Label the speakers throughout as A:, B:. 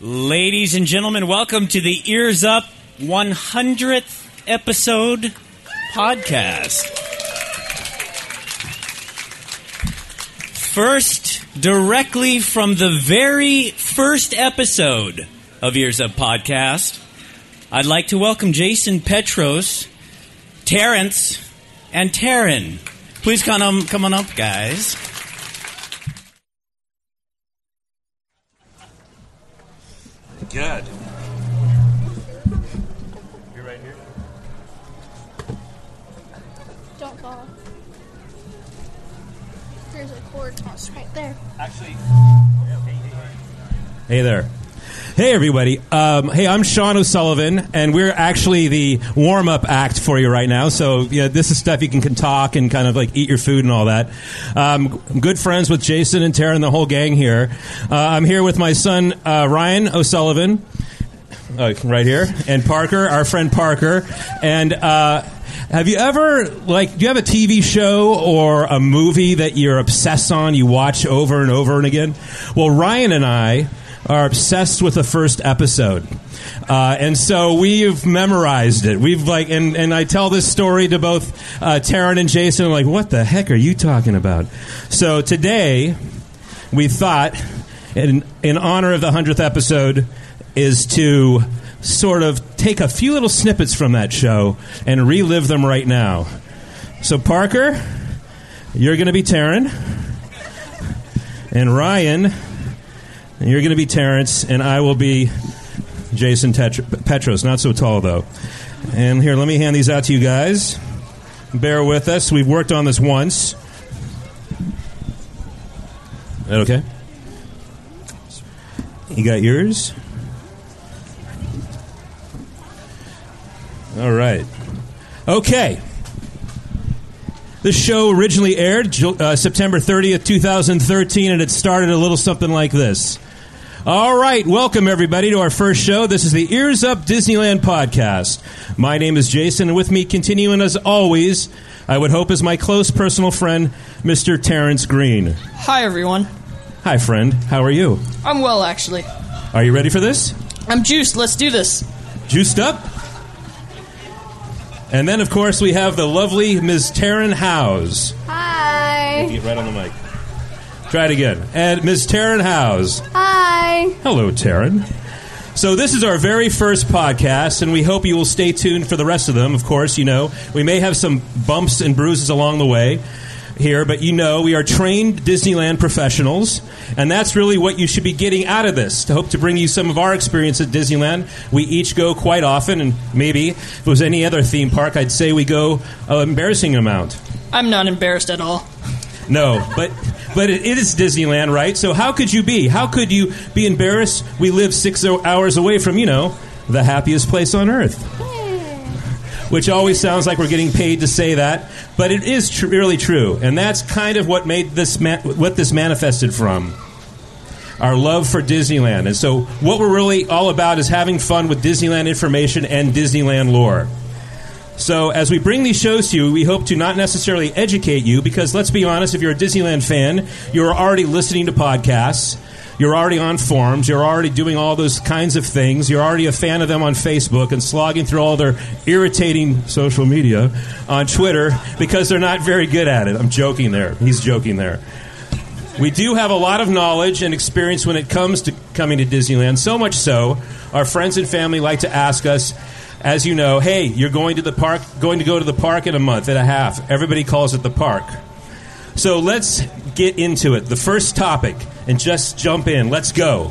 A: Ladies and gentlemen, welcome to the Ears Up 100th episode podcast. First, directly from the very first episode of Ears Up podcast, I'd like to welcome Jason Petros, Terrence, and Taryn. Please come on, come on up, guys.
B: Good. You're right here.
C: Don't fall. There's a cord toss right there.
B: Actually,
D: Hey there. Hey, everybody. Um, hey, I'm Sean O'Sullivan, and we're actually the warm up act for you right now. So, yeah, this is stuff you can, can talk and kind of like eat your food and all that. Um, I'm good friends with Jason and Tara and the whole gang here. Uh, I'm here with my son, uh, Ryan O'Sullivan, uh, right here, and Parker, our friend Parker. And uh, have you ever, like, do you have a TV show or a movie that you're obsessed on, you watch over and over and again? Well, Ryan and I are obsessed with the first episode. Uh, and so we've memorized it. We've like, and, and I tell this story to both uh, Taryn and Jason. like, what the heck are you talking about? So today, we thought, in, in honor of the 100th episode, is to sort of take a few little snippets from that show and relive them right now. So, Parker, you're going to be Taryn. And Ryan, you're going to be Terrence. And I will be Jason Tet- Petros. Not so tall, though. And here, let me hand these out to you guys. Bear with us. We've worked on this once. That okay? You got yours? All right. Okay. This show originally aired Ju- uh, September 30th, 2013, and it started a little something like this. All right, welcome everybody to our first show. This is the Ears Up Disneyland podcast. My name is Jason, and with me, continuing as always, I would hope is my close personal friend, Mr. Terrence Green.
E: Hi, everyone.
D: Hi, friend. How are you?
E: I'm well, actually.
D: Are you ready for this?
E: I'm juiced. Let's do this.
D: juiced up. And then, of course, we have the lovely Ms. Taryn Howes.
C: Hi.
D: Get right on the mic. Try it again. And Ms. Taryn Howes.
C: Hi.
D: Hello, Taryn. So, this is our very first podcast, and we hope you will stay tuned for the rest of them. Of course, you know, we may have some bumps and bruises along the way here, but you know, we are trained Disneyland professionals, and that's really what you should be getting out of this. To hope to bring you some of our experience at Disneyland. We each go quite often, and maybe if it was any other theme park, I'd say we go an embarrassing amount.
E: I'm not embarrassed at all.
D: No, but but it is Disneyland, right? So how could you be? How could you be embarrassed? We live six o- hours away from you know the happiest place on earth, which always sounds like we're getting paid to say that, but it is tr- really true, and that's kind of what made this ma- what this manifested from our love for Disneyland. And so what we're really all about is having fun with Disneyland information and Disneyland lore. So, as we bring these shows to you, we hope to not necessarily educate you because let's be honest, if you're a Disneyland fan, you're already listening to podcasts, you're already on forums, you're already doing all those kinds of things, you're already a fan of them on Facebook and slogging through all their irritating social media on Twitter because they're not very good at it. I'm joking there. He's joking there. We do have a lot of knowledge and experience when it comes to coming to Disneyland, so much so, our friends and family like to ask us, as you know, hey, you're going to the park, going to go to the park in a month and a half. Everybody calls it the park. So let's get into it. The first topic, and just jump in. Let's go.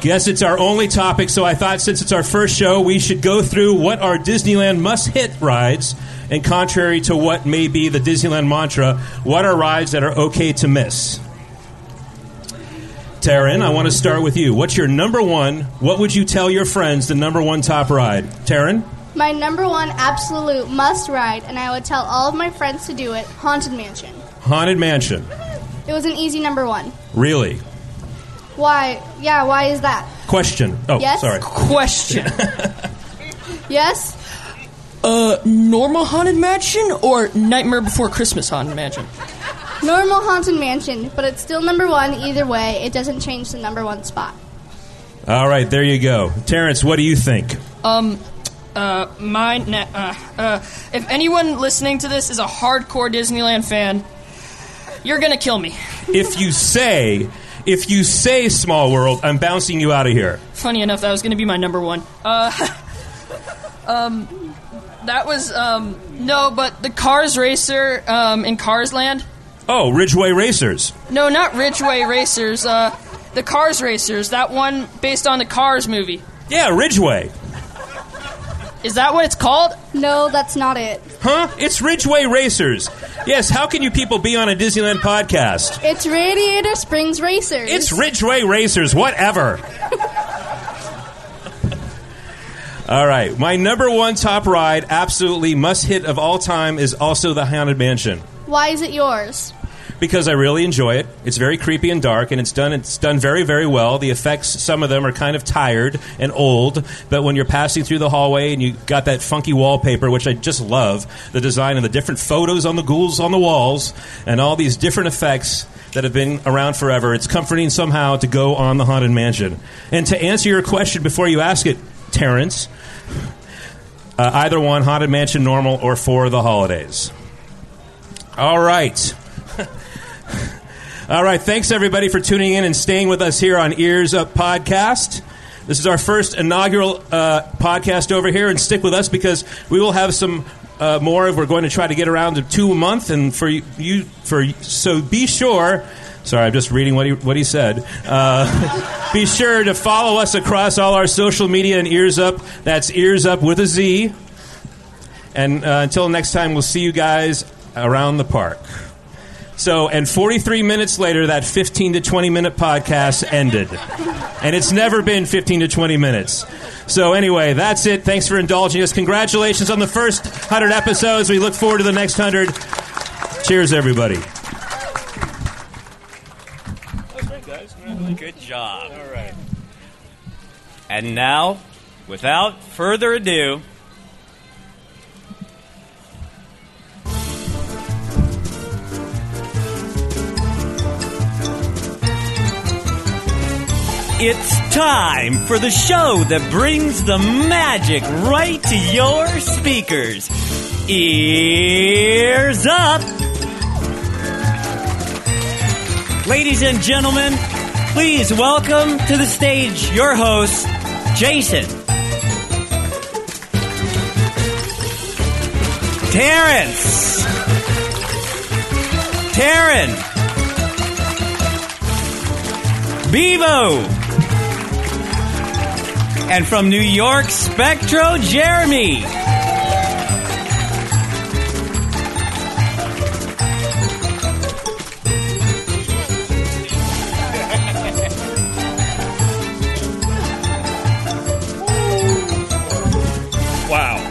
D: Guess it's our only topic, so I thought since it's our first show, we should go through what our Disneyland must hit rides, and contrary to what may be the Disneyland mantra, what are rides that are okay to miss? Taryn, I want to start with you. What's your number one? What would you tell your friends the number one top ride? Taryn?
C: My number one absolute must ride, and I would tell all of my friends to do it Haunted Mansion.
D: Haunted Mansion.
C: It was an easy number one.
D: Really?
C: Why? Yeah, why is that?
D: Question. Oh,
C: Yes?
D: sorry.
E: Question.
C: Yes?
E: uh, normal Haunted Mansion or Nightmare Before Christmas Haunted Mansion?
C: Normal Haunted Mansion, but it's still number one either way. It doesn't change the number one spot.
D: All right, there you go. Terrence, what do you think?
E: Um, uh, my na- uh, uh, if anyone listening to this is a hardcore Disneyland fan, you're gonna kill me.
D: If you say, if you say Small World, I'm bouncing you out of here.
E: Funny enough, that was gonna be my number one. Uh, um, that was um, no, but the Cars Racer um in Cars Land.
D: Oh, Ridgeway Racers.
E: No, not Ridgeway Racers. Uh, the Cars Racers. That one based on the Cars movie.
D: Yeah, Ridgeway.
E: Is that what it's called?
C: No, that's not it.
D: Huh? It's Ridgeway Racers. Yes, how can you people be on a Disneyland podcast?
C: It's Radiator Springs Racers.
D: It's Ridgeway Racers, whatever. all right, my number one top ride, absolutely must hit of all time, is also the Haunted Mansion
C: Why is it yours?
D: because I really enjoy it. It's very creepy and dark, and it's done it's done very very well. The effects, some of them are kind of tired and old, but when you're passing through the hallway and you got that funky wallpaper, which I just love, the design and the different photos on the ghouls on the walls, and all these different effects that have been around forever. It's comforting somehow to go on the haunted mansion. And to answer your question before you ask it, Terrence. Uh, either one, Haunted Mansion Normal or For the Holidays. All right. All right. Thanks, everybody, for tuning in and staying with us here on Ears Up Podcast. This is our first inaugural uh, podcast over here, and stick with us because we will have some uh, more. We're going to try to get around to two a month, and for you, you for so be sure. Sorry, I'm just reading what he what he said. Uh, be sure to follow us across all our social media and Ears Up. That's Ears Up with a Z. And uh, until next time, we'll see you guys around the park. So, and 43 minutes later, that 15 to 20 minute podcast ended. And it's never been 15 to 20 minutes. So, anyway, that's it. Thanks for indulging us. Congratulations on the first 100 episodes. We look forward to the next 100. Cheers, everybody.
B: That was great, guys.
A: Good job.
B: All right.
A: And now, without further ado, it's time for the show that brings the magic right to your speakers. Ears up! Ladies and gentlemen, please welcome to the stage your host, Jason. Terrence. Taryn. Bevo. And from New York, Spectro Jeremy.
B: Wow.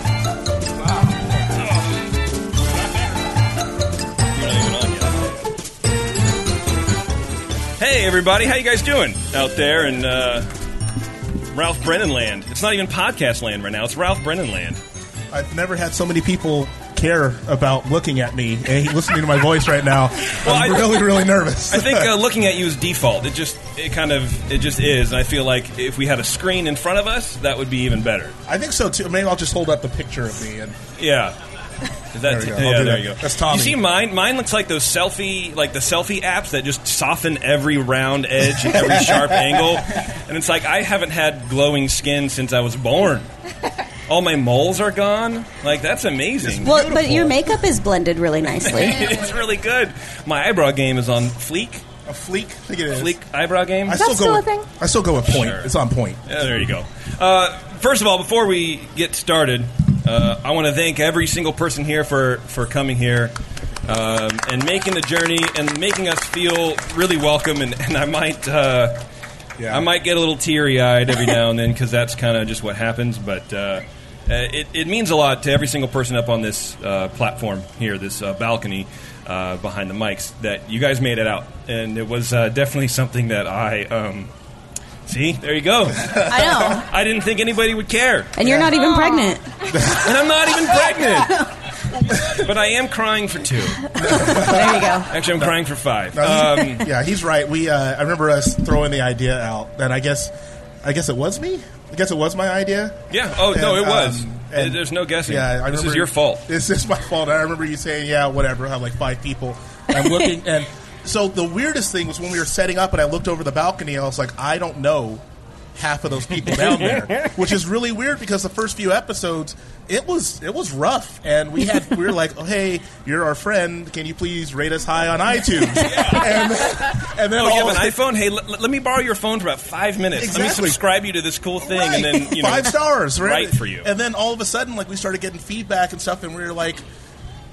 B: Hey everybody, how you guys doing out there in uh, Ralph Brennan land? It's not even podcast land right now. It's Ralph Brennan land.
F: I've never had so many people care about looking at me and listening to my voice right now.
B: Well,
F: I'm
B: I-
F: really, really nervous.
B: I think uh, looking at you is default. It just it kind of it just is, and I feel like if we had a screen in front of us, that would be even better.
F: I think so too. Maybe I'll just hold up the picture of me and
B: Yeah. Is
F: There
B: that
F: we go. I'll
B: Yeah,
F: do
B: there
F: that.
B: you go.
F: That's Tommy.
B: You see mine? Mine looks like those selfie, like the selfie apps that just soften every round edge and every sharp angle. And it's like I haven't had glowing skin since I was born. All my moles are gone. Like that's amazing.
G: Well, but your makeup is blended really nicely.
B: it's really good. My eyebrow game is on fleek.
F: a fleek. I think it is.
B: Fleek eyebrow game.
F: I
G: that
F: still
G: still
F: go
G: a
F: with,
G: thing?
F: I still go with point.
B: Sure.
F: It's on point.
B: Yeah, there you go. Uh, first of all, before we get started, uh, I want to thank every single person here for, for coming here um, and making the journey and making us feel really welcome. And, and I might uh,
F: Yeah.
B: I might get a little teary eyed every now and then because that's kind of just what happens. But uh, uh, it, it means a lot to every single person up on this uh, platform here, this uh, balcony. Uh, behind the mics, that you guys made it out, and it was uh, definitely something that I um, see. There you go.
G: I know.
B: I didn't think anybody would care.
G: And you're not even pregnant.
B: And I'm not even pregnant. but I am crying for two.
G: There you go.
B: Actually, I'm crying for five.
F: No,
B: Um,
F: he's- yeah, he's right. We uh, I remember us throwing the idea out, and I guess I guess it was me. I guess it was my idea.
B: Yeah. Oh no,
F: And,
B: it was.
F: um, and-
B: There's no guessing.
F: Yeah, I
B: this
F: remember,
B: is your fault.
F: This is my fault. I remember you saying, "Yeah, whatever." I have like five people. I'm looking, and so the weirdest thing was when we were setting up, and I looked over the balcony. I was like, "I don't know half of those people down there," which is really weird because the first few episodes, it was it was rough, and we had we were like, "Oh, hey, you're our friend. Can you please rate us high on iTunes?" and, and then
B: Oh, you
F: all
B: have an iPhone? Hey, let, let me borrow your phone for about five minutes. Let me
F: Exactly.
B: subscribe you to this cool thing,
F: Right.
B: and then you know,
F: five stars, right?
B: right for you.
F: And then all of a sudden, like we started getting feedback and stuff, and we were like,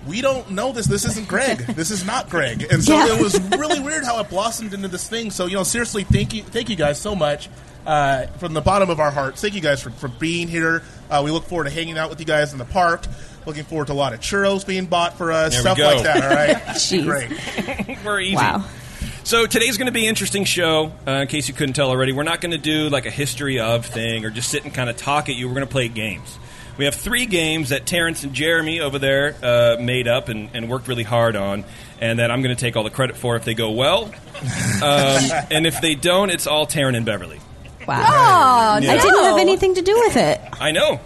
F: we don't know this. This isn't Greg. this is not Greg. And so
G: Yeah.
F: it was really weird how it blossomed into this thing. So you know, seriously, thank you, thank you guys so much. Uh, from the bottom of our hearts, thank you guys for, for being here. Uh, we look forward to hanging out with you guys in the park. Looking forward to a lot of churros being bought for us,
B: There we
F: stuff
B: go.
F: like that. All right,
G: Jeez.
F: great.
B: We're e- easy.
G: Wow.
B: So today's going to be an interesting show. Uh, in case you couldn't tell already, we're not going to do like a history of thing or just sit and kind of talk at you. We're going to play games. We have three games that Terrence and Jeremy over there uh, made up and, and worked really hard on, and that I'm going to take all the credit for if they go well. Um, and if they don't, it's all Taryn and Beverly.
G: Wow.
C: Oh,
G: I didn't have anything to do with it. Oh.
B: I know.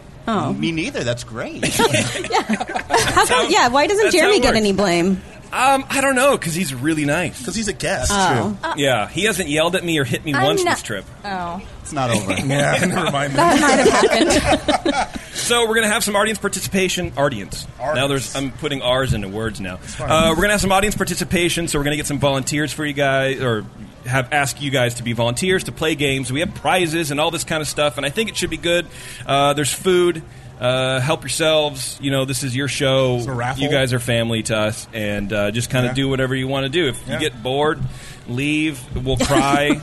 H: Me neither. That's great.
G: How come? Yeah. Why doesn't
B: That's how
G: Jeremy
B: it
G: get
B: works.
G: any blame?
B: Um, I don't know because he's really nice.
F: Because he's a guest.
G: Oh.
B: Yeah, he hasn't yelled at me or hit me
C: I'm
B: once
C: not-
B: this trip.
E: Oh.
H: It's not over.
F: Yeah, never mind.
G: That might have happened.
B: So we're gonna have some audience participation. Audience. Now there's. I'm putting R's into words now. Uh, we're gonna have some audience participation. So we're gonna get some volunteers for you guys, or have ask you guys to be volunteers to play games. We have prizes and all this kind of stuff, and I think it should be good. Uh, there's food. Uh, help yourselves. You know, this is your show.
F: a raffle.
B: You guys are family to us, and uh, just kind of
F: Yeah.
B: do whatever you want to do. If
F: Yeah.
B: you get bored, leave. We'll cry.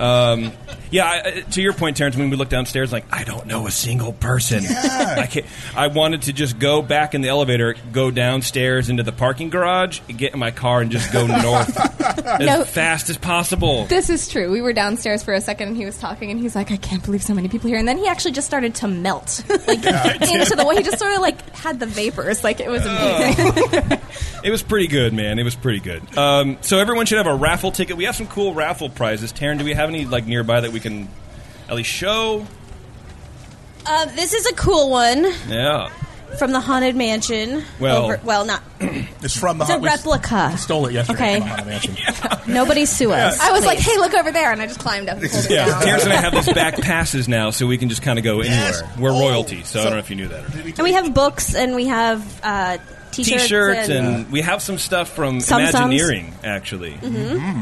B: um, yeah, I, I- to your point, Terrence, when we looked downstairs, like I don't know a single person. I, can't, I wanted to just go back in the elevator, go downstairs into the parking garage, get in my car, and just go north as
I: No.
B: fast as possible.
I: This is true. We were downstairs for a second and he was talking and he's like, I can't believe so many people here. And then he actually just started to melt like into the way. He just sort of like had the vapors. Like it was amazing.
B: It was pretty good, man. It was pretty good. Um, so everyone should have a raffle ticket. We have some cool raffle prizes. Taryn, do we have any like nearby that we can at least show?
G: Uh, this is a cool one
B: Yeah.
G: from the haunted mansion.
B: Well-
G: well, not
F: It's from the
G: it's a
F: we
G: replica.
F: Stole it yesterday.
G: Okay.
F: from the Haunted Mansion.
G: Nobody sue us.
I: I was like, hey, look over there. And I just climbed up and pulled it
B: Yeah,
I: down.
B: Terrence and I have these back passes now, so we can just kind of go anywhere.
F: Yes.
B: We're
F: Oh.
B: royalty, so, I
F: So-
B: don't know if you knew that. Or not.
G: and we have books, and we have uh, t-shirts,
B: T-shirts, and we have some stuff from
G: Some-sums.
B: Imagineering, actually.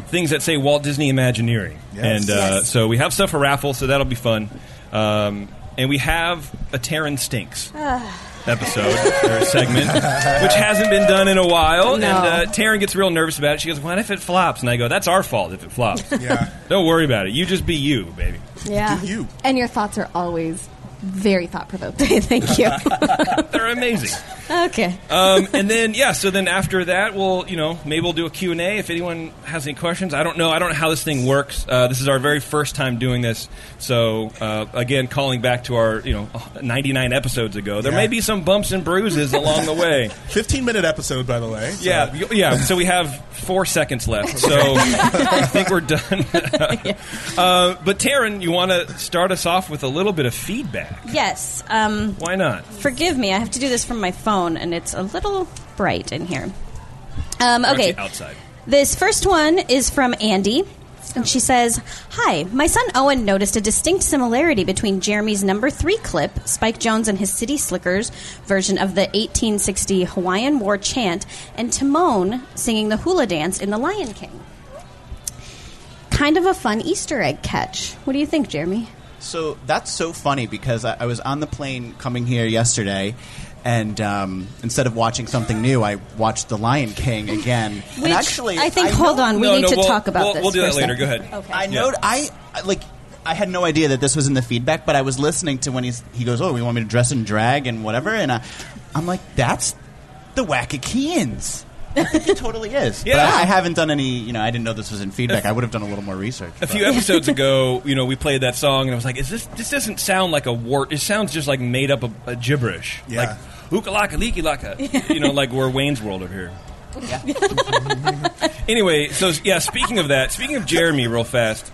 B: Things that say Walt Disney Imagineering,
F: Mm-hmm. Yes.
B: and uh, so we have stuff for raffle, so that'll be fun. Um, and we have a Terran Stinks episode or segment, which hasn't been done in a while. And uh, Taryn gets real nervous about it. She goes, "What if it flops?" And I go, "That's our fault if it flops.
F: Yeah.
B: Don't worry about it. You just be you, baby."
I: Yeah.
F: Do you.
I: And your thoughts are always very thought provoking.
G: Thank you.
B: They're amazing.
G: okay.
B: um, and then yeah, so then after that, we'll you know maybe we'll do a Q and A if anyone has any questions. I don't know. I don't know how this thing works. Uh, this is our very first time doing this, so uh, again, calling back to our you know 99 episodes ago, there
F: Yeah.
B: may be some bumps and bruises along the way.
F: 15 minute episode, by the way. So-
B: Yeah, y- yeah. So we have four seconds left. So I think we're done. uh, but Taryn, you want to start us off with a little bit of feedback?
G: Yes. Um,
B: Why not?
G: forgive me. I have to do this from my phone, and it's a little bright in here. Um, okay.
B: Actually, outside.
G: This first one is from Andy. And she says, Hi, my son Owen noticed a distinct similarity between Jeremy's number three clip, Spike Jones and his City Slickers version of the 1860 Hawaiian War chant, and Timon singing the hula dance in The Lion King. Kind of a fun Easter egg catch. What do you think, Jeremy?
H: So that's so funny because I, I was on the plane coming here yesterday, and um, instead of watching something new, I watched The Lion King again.
G: Which
H: and actually,
G: I think, hold
H: know-
G: on, we
B: No,
G: need
B: no,
G: to
B: we'll-
G: talk about
B: we'll-
G: this.
B: we'll do
G: for a
B: that later.
G: second.
B: Go ahead.
G: Okay.
H: I
B: Yeah.
H: know. I I- like. I had no idea that this was in the feedback, but I was listening to when he's he goes, "Oh, you want me to dress in drag and whatever," and I, I'm like, "That's the Wackakeans." I think it totally is.
B: Yeah.
H: But I, I haven't done any. You know, I didn't know this was in feedback. I would have done a little more research.
B: a few episodes ago, you know, we played that song, and I was like, "Is this? This doesn't sound like a word. It sounds just like made up of a gibberish.
F: Yeah.
B: Like hookalaka leaky laka. You know, like we're Wayne's World over here." anyway, so yeah, speaking of that, speaking of Jeremy, real fast.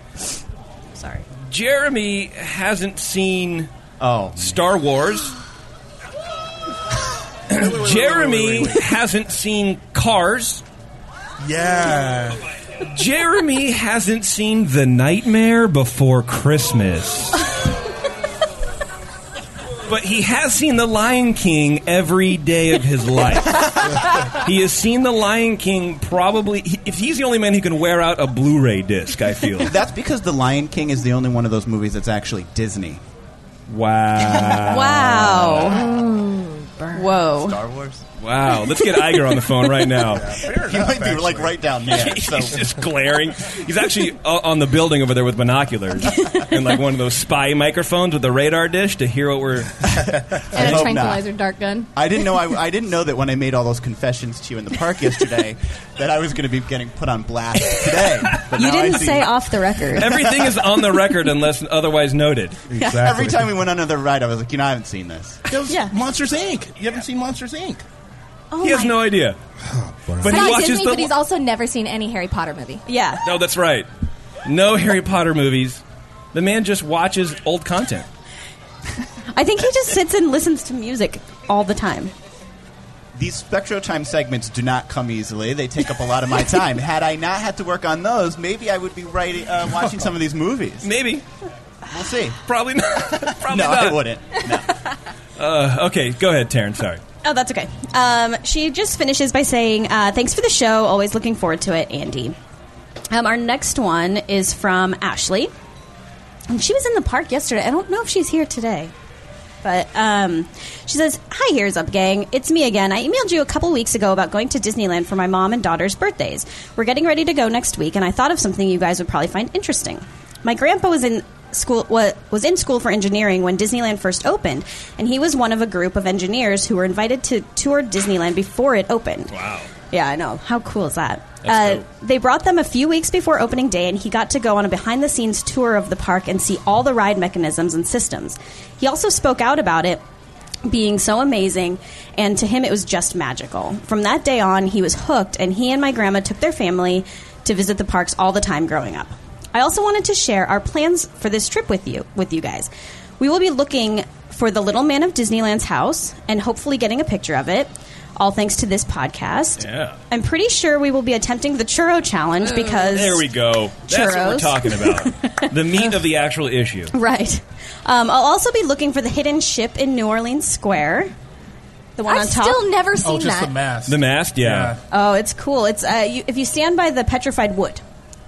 G: Sorry.
B: Jeremy hasn't seen
H: oh
B: Star Wars. Jeremy hasn't seen Cars.
F: Yeah.
B: Jeremy hasn't seen The Nightmare Before Christmas. But he has seen The Lion King every day of his life. he has seen The Lion King probably. he- If he's the only man who can wear out a Blu ray disc, I feel.
H: That's because The Lion King is the only one of those movies that's actually Disney.
B: Wow.
G: Wow. Whoa.
H: Oh. Star Wars.
B: Wow. Let's get Iger on the phone right now.
H: He might be like right down there. So
B: He's just glaring. He's actually o- on the building over there with binoculars and like one of those spy microphones with a radar dish to hear what we're.
I: and a
H: hope
I: tranquilizer dart gun.
H: I didn't know I, I didn't know that when I made all those confessions to you in the park yesterday that I was going to be getting put on blast today. But
G: You
H: now I
G: didn't
H: see-
G: say off the record.
B: Everything is on the record unless otherwise noted.
F: Exactly.
H: Every time we went on another ride, I was like, you know, I haven't seen this.
F: It was
G: Yeah.
F: Monsters Inc. You haven't seen Monsters Inc.
G: Oh
B: He has
G: my-
B: no idea. But
I: It's
B: he
I: not
B: watches
I: Disney,
B: the.
I: but he's also never seen any Harry Potter movie.
G: Yeah.
B: no, that's right. No Harry Potter movies. The man just watches old content.
G: I think he just sits and listens to music all the time.
H: These Spectro Time segments do not come easily. They take up a lot of my time. Had I not had to work on those, maybe I would be writing, uh, watching some of these movies.
B: Maybe.
H: We'll see.
B: Probably not. Probably
H: No,
B: not. Uh,
H: I wouldn't. No.
B: Okay, go ahead, Taryn. Sorry.
G: Oh, that's okay. Um, she just finishes by saying, uh, "Thanks for the show. Always looking forward to it, Andy." Um, our next one is from Ashley, and she was in the park yesterday. I don't know if she's here today, but um, she says, "Hi, here's up, gang. It's me again. I emailed you a couple weeks ago about going to Disneyland for my mom and daughter's birthdays. We're getting ready to go next week, and I thought of something you guys would probably find interesting. My grandpa was in." School wa- was in school for engineering when Disneyland first opened, and he was one of a group of engineers who were invited to tour Disneyland before it opened. Wow! Yeah, I know. How cool is that? Uh,
B: That's dope.
G: They brought them a few weeks before opening day, and he got to go on a behind the scenes tour of the park and see all the ride mechanisms and systems. He also spoke out about it being so amazing, and to him, it was just magical. From that day on, he was hooked, and he and my grandma took their family to visit the parks all the time growing up. I also wanted to share our plans for this trip with you, with you guys. We will be looking for the little man of Disneyland's house and hopefully getting a picture of it. All thanks to this podcast.
B: Yeah. Uh,
G: I'm pretty sure we will be attempting the churro challenge because
B: There we go. That's what we're
G: Churros.
B: talking about. the meat of the actual issue.
G: Right. Um, I'll also be looking for the hidden ship in New Orleans Square. The one on
I: I've
G: top.
I: still never seen
F: Oh, just
I: that.
F: the mask.
B: The mask, yeah.
G: oh, it's cool. It's uh, you, if you stand by the petrified wood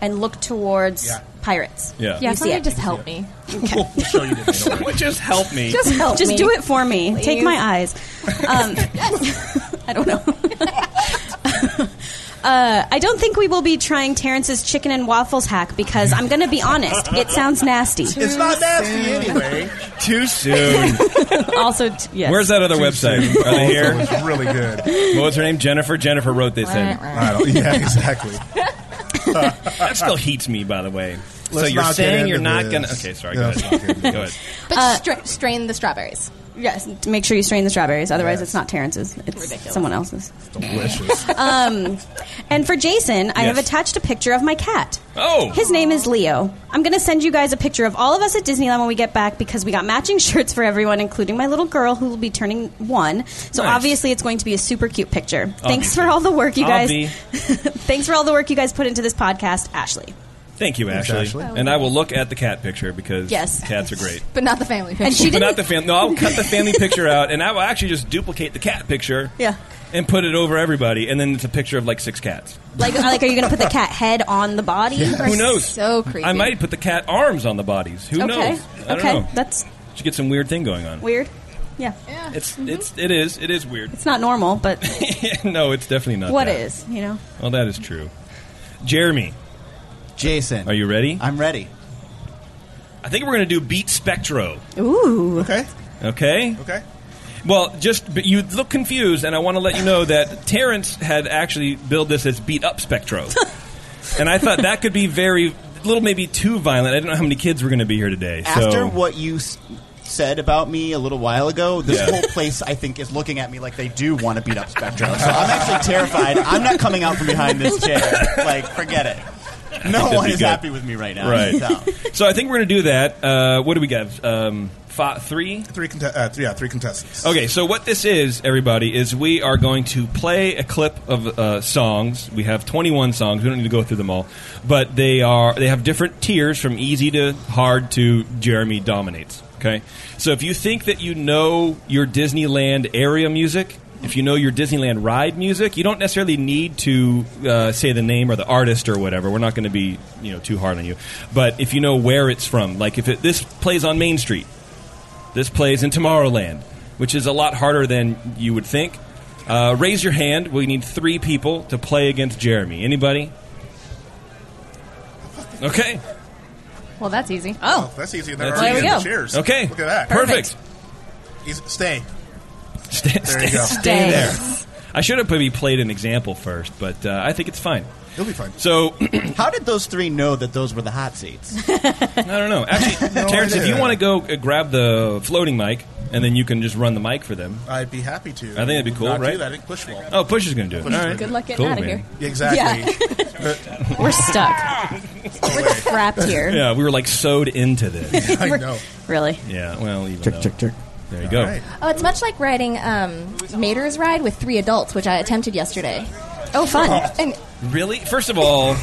G: and look towards
F: Yeah.
G: pirates.
B: Yeah.
I: Yeah,
G: You see
I: somebody
G: it.
I: just help me.
F: We'll show you the video.
B: Someone just help me.
G: Just help. Just
I: me.
G: do it for me. Take my eyes. Um, I don't know. Uh, I don't think we will be trying Terrence's chicken and waffles hack because I'm going to be honest. It sounds nasty.
F: It's not nasty anyway.
B: Too soon.
G: also, t- yes. Oh,
B: Where's that other website? Are they
F: Oh, It
B: here?
F: was really good.
B: What's her name? Jennifer. Jennifer wrote this in.
F: I don't, yeah, exactly.
B: That still heats me, by the way. so
F: Let's
B: you're
F: not get
B: saying you're
F: into
B: not
F: this.
B: gonna? Okay, sorry.
F: No,
B: Go
F: let's not get
B: ahead.
F: into
B: go ahead.
I: But stra- strain the strawberries.
G: Uh, Yes, to make sure you strain the strawberries. Otherwise,
F: Yes.
G: it's not Terrence's. It's
I: Ridiculous.
G: someone else's.
F: Delicious.
G: Um, And for Jason, I have
B: Yes.
G: attached a picture of my cat.
B: Oh.
G: His name is Leo. I'm going to send you guys a picture of all of us at Disneyland when we get back because we got matching shirts for everyone, including my little girl who will be turning one. So
B: Nice.
G: obviously, it's going to be a super cute picture. Thanks
B: Obviously.
G: for all the work you guys.
B: Obvi.
G: Thanks for all the work you guys put into this podcast, Ashley.
B: Thank you, Ashley.
F: Ashley.
B: And I will look at the cat picture because
G: Yes.
B: cats are great.
I: But not the family picture.
G: And she
B: But
G: didn't.
B: not the family. No, I'll cut the family picture out, and I will actually just duplicate the cat picture.
G: Yeah.
B: And put it over everybody, and then it's a picture of like six cats.
G: like, like, are you going to put the cat head on the body? or
B: Who knows?
I: so creepy.
B: I might put the cat arms on the bodies. Who
G: Okay.
B: knows? I don't
G: okay.
B: know.
G: That's
B: Should get some weird thing going on.
G: weird. Yeah.
B: It's
F: Mm-hmm.
B: it's it is it is weird.
G: It's not normal, but
B: no, it's definitely not.
G: what
B: that.
G: is, you know?
B: Well, that is true. Jeremy,
H: Jason.
B: are you ready?
H: I'm ready.
B: I think we're going to do Beat Spectro.
G: Ooh.
F: Okay.
B: Okay.
F: Okay.
B: Well, just but you look confused, and I want to let you know that Terrence had actually billed this as Beat Up Spectro, and I thought that could be very a little, maybe too violent. I don't know how many kids were going to be here today.
H: After
B: so.
H: what you s- said about me a little while ago, this
B: Yeah.
H: whole place, I think, is looking at me like they do want to beat up Spectro. So I'm actually terrified. I'm not coming out from behind this chair. Like, forget it.
B: think that'd
H: one
B: be
H: is
B: good.
H: happy with me right now, I
B: Right.
H: can tell.
B: so I think we're going to do that. Uh, what do we got? Um, five, three?
F: Three, conte- uh, three, yeah, three contestants.
B: Okay, so what this is, everybody, is we are going to play a clip of uh, songs. We have 21 songs. We don't need to go through them all, but they are they have different tiers from easy to hard to Jeremy dominates. Okay, so if you think that you know your Disneyland area music. If you know your Disneyland ride music, you don't necessarily need to uh, say the name or the artist or whatever. We're not going to be, you know, too hard on you. But if you know where it's from, like if it, this plays on Main Street, this plays in Tomorrowland, which is a lot harder than you would think. Uh, raise your hand. We need three people to play against Jeremy. Anybody? Okay.
I: Well, that's easy.
F: Oh, that's easy. They're
B: That's
F: already in
I: easy. There
F: the
I: we go.
F: chairs.
B: Okay.
F: Look at that.
B: Perfect.
F: He's, stay.
B: Stay,
F: There you go.
B: stay there. I should have probably played an example first, but uh, I think it's fine.
F: You'll be fine.
B: So
H: How did those three know that those were the hot seats?
B: I don't know. Actually,
F: No
B: Terrence, if
F: idea.
B: you want to go uh, grab the floating mic, and then you can just run the mic for them.
F: I'd be happy to. I
B: think that'd be cool,
F: Not
B: right?
F: Do that. I think push roll.
B: Oh, Push is going to do it.
F: Push is
B: All
F: gonna
B: right.
F: do it.
I: Good luck getting
B: Cool,
I: out of
B: man.
I: here.
F: Exactly.
G: We're stuck.
F: Away.
G: Trapped here.
B: Yeah, we were like sewed into this.
F: I know.
G: Really.
B: yeah, well, even though.
H: check.
B: There you go.
F: right.
I: Oh, it's much like riding um, Mater's Ride with three adults, which I attempted yesterday.
G: Oh, fun.
I: And
B: Really? First of all,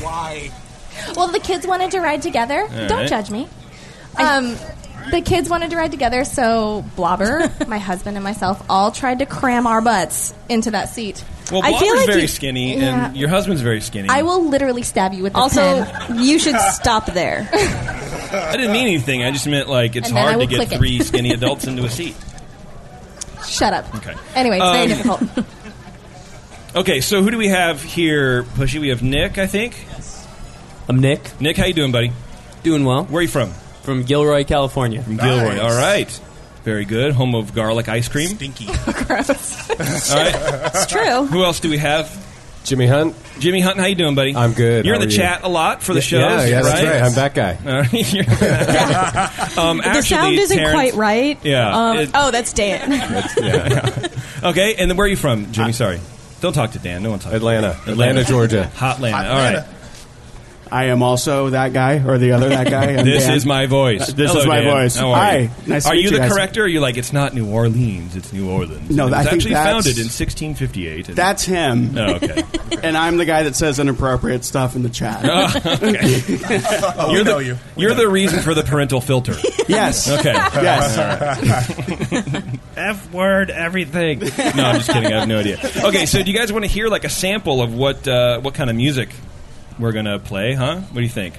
I: well, the kids wanted to ride together. Don't
B: right.
I: judge me. Um, the kids wanted to ride together, so Blobber, my husband, and myself all tried to cram our butts into that seat.
B: Well,
G: I
B: Blobber's
G: feel like
B: very
G: you-
B: skinny,
I: Yeah.
B: and your husband's very skinny.
I: I will literally stab you with the
G: Also,
I: pen.
G: you should stop there.
B: I didn't mean anything. I just meant like it's
I: And then I
B: hard to
I: will
B: get
I: click it.
B: three skinny adults into a seat.
I: Shut up.
B: Okay.
I: Anyway, it's
B: Um,
I: very difficult.
B: Okay, so who do we have here, Pushy? We have Nick, I think.
J: I'm Nick,
B: Nick, how you doing, buddy?
J: doing well
B: Where are you from?
J: from Gilroy, California.
B: From
F: Nice.
B: Gilroy. All right. Very good. Home of garlic ice cream.
F: Stinky.
B: All right.
G: It's true.
B: Who else do we have?
K: Jimmy Hunt.
B: Jimmy Hunt, how you doing, buddy?
K: I'm good.
B: You're
K: How
B: in the
K: are you?
B: chat a lot for the shows,
K: yeah, yeah, that's right. I'm
B: right? Uh,
K: that guy.
B: um,
G: the sound isn't
B: Terrence-
G: quite right.
B: Yeah,
G: Um,
B: it-
G: oh, that's Dan.
B: Okay, and then where are you from, Jimmy? Sorry. Don't talk to Dan. No one talks
K: Atlanta. Atlanta, Georgia.
B: Hot Atlanta.
F: Hot
B: All right.
F: Atlanta.
H: I am also that guy or the other that guy. I'm
B: This
H: Dan. Uh,
B: is my voice.
H: This
B: Hello,
H: is my
B: Dan.
H: voice.
B: How are
H: Hi.
B: you?
H: Nice to
B: are
H: meet
B: you
H: you
B: the
H: guys.
B: corrector? Or are you like it's not New Orleans? It's New Orleans.
H: No,
B: it was
H: I think
B: actually
H: that's-
B: founded in 1658. and-
H: That's him.
B: Oh, okay.
H: And I'm the guy that says inappropriate stuff in the chat.
F: Oh, we
B: You're
F: know
B: Oh, the,
F: you.
B: You're the reason for the parental filter.
H: Yes.
B: Okay.
H: Yes.
B: F word everything. No, I'm just kidding. I have no idea. Okay, so do you guys want to hear like a sample of what uh, what kind of music we're gonna play? Huh? What do you think?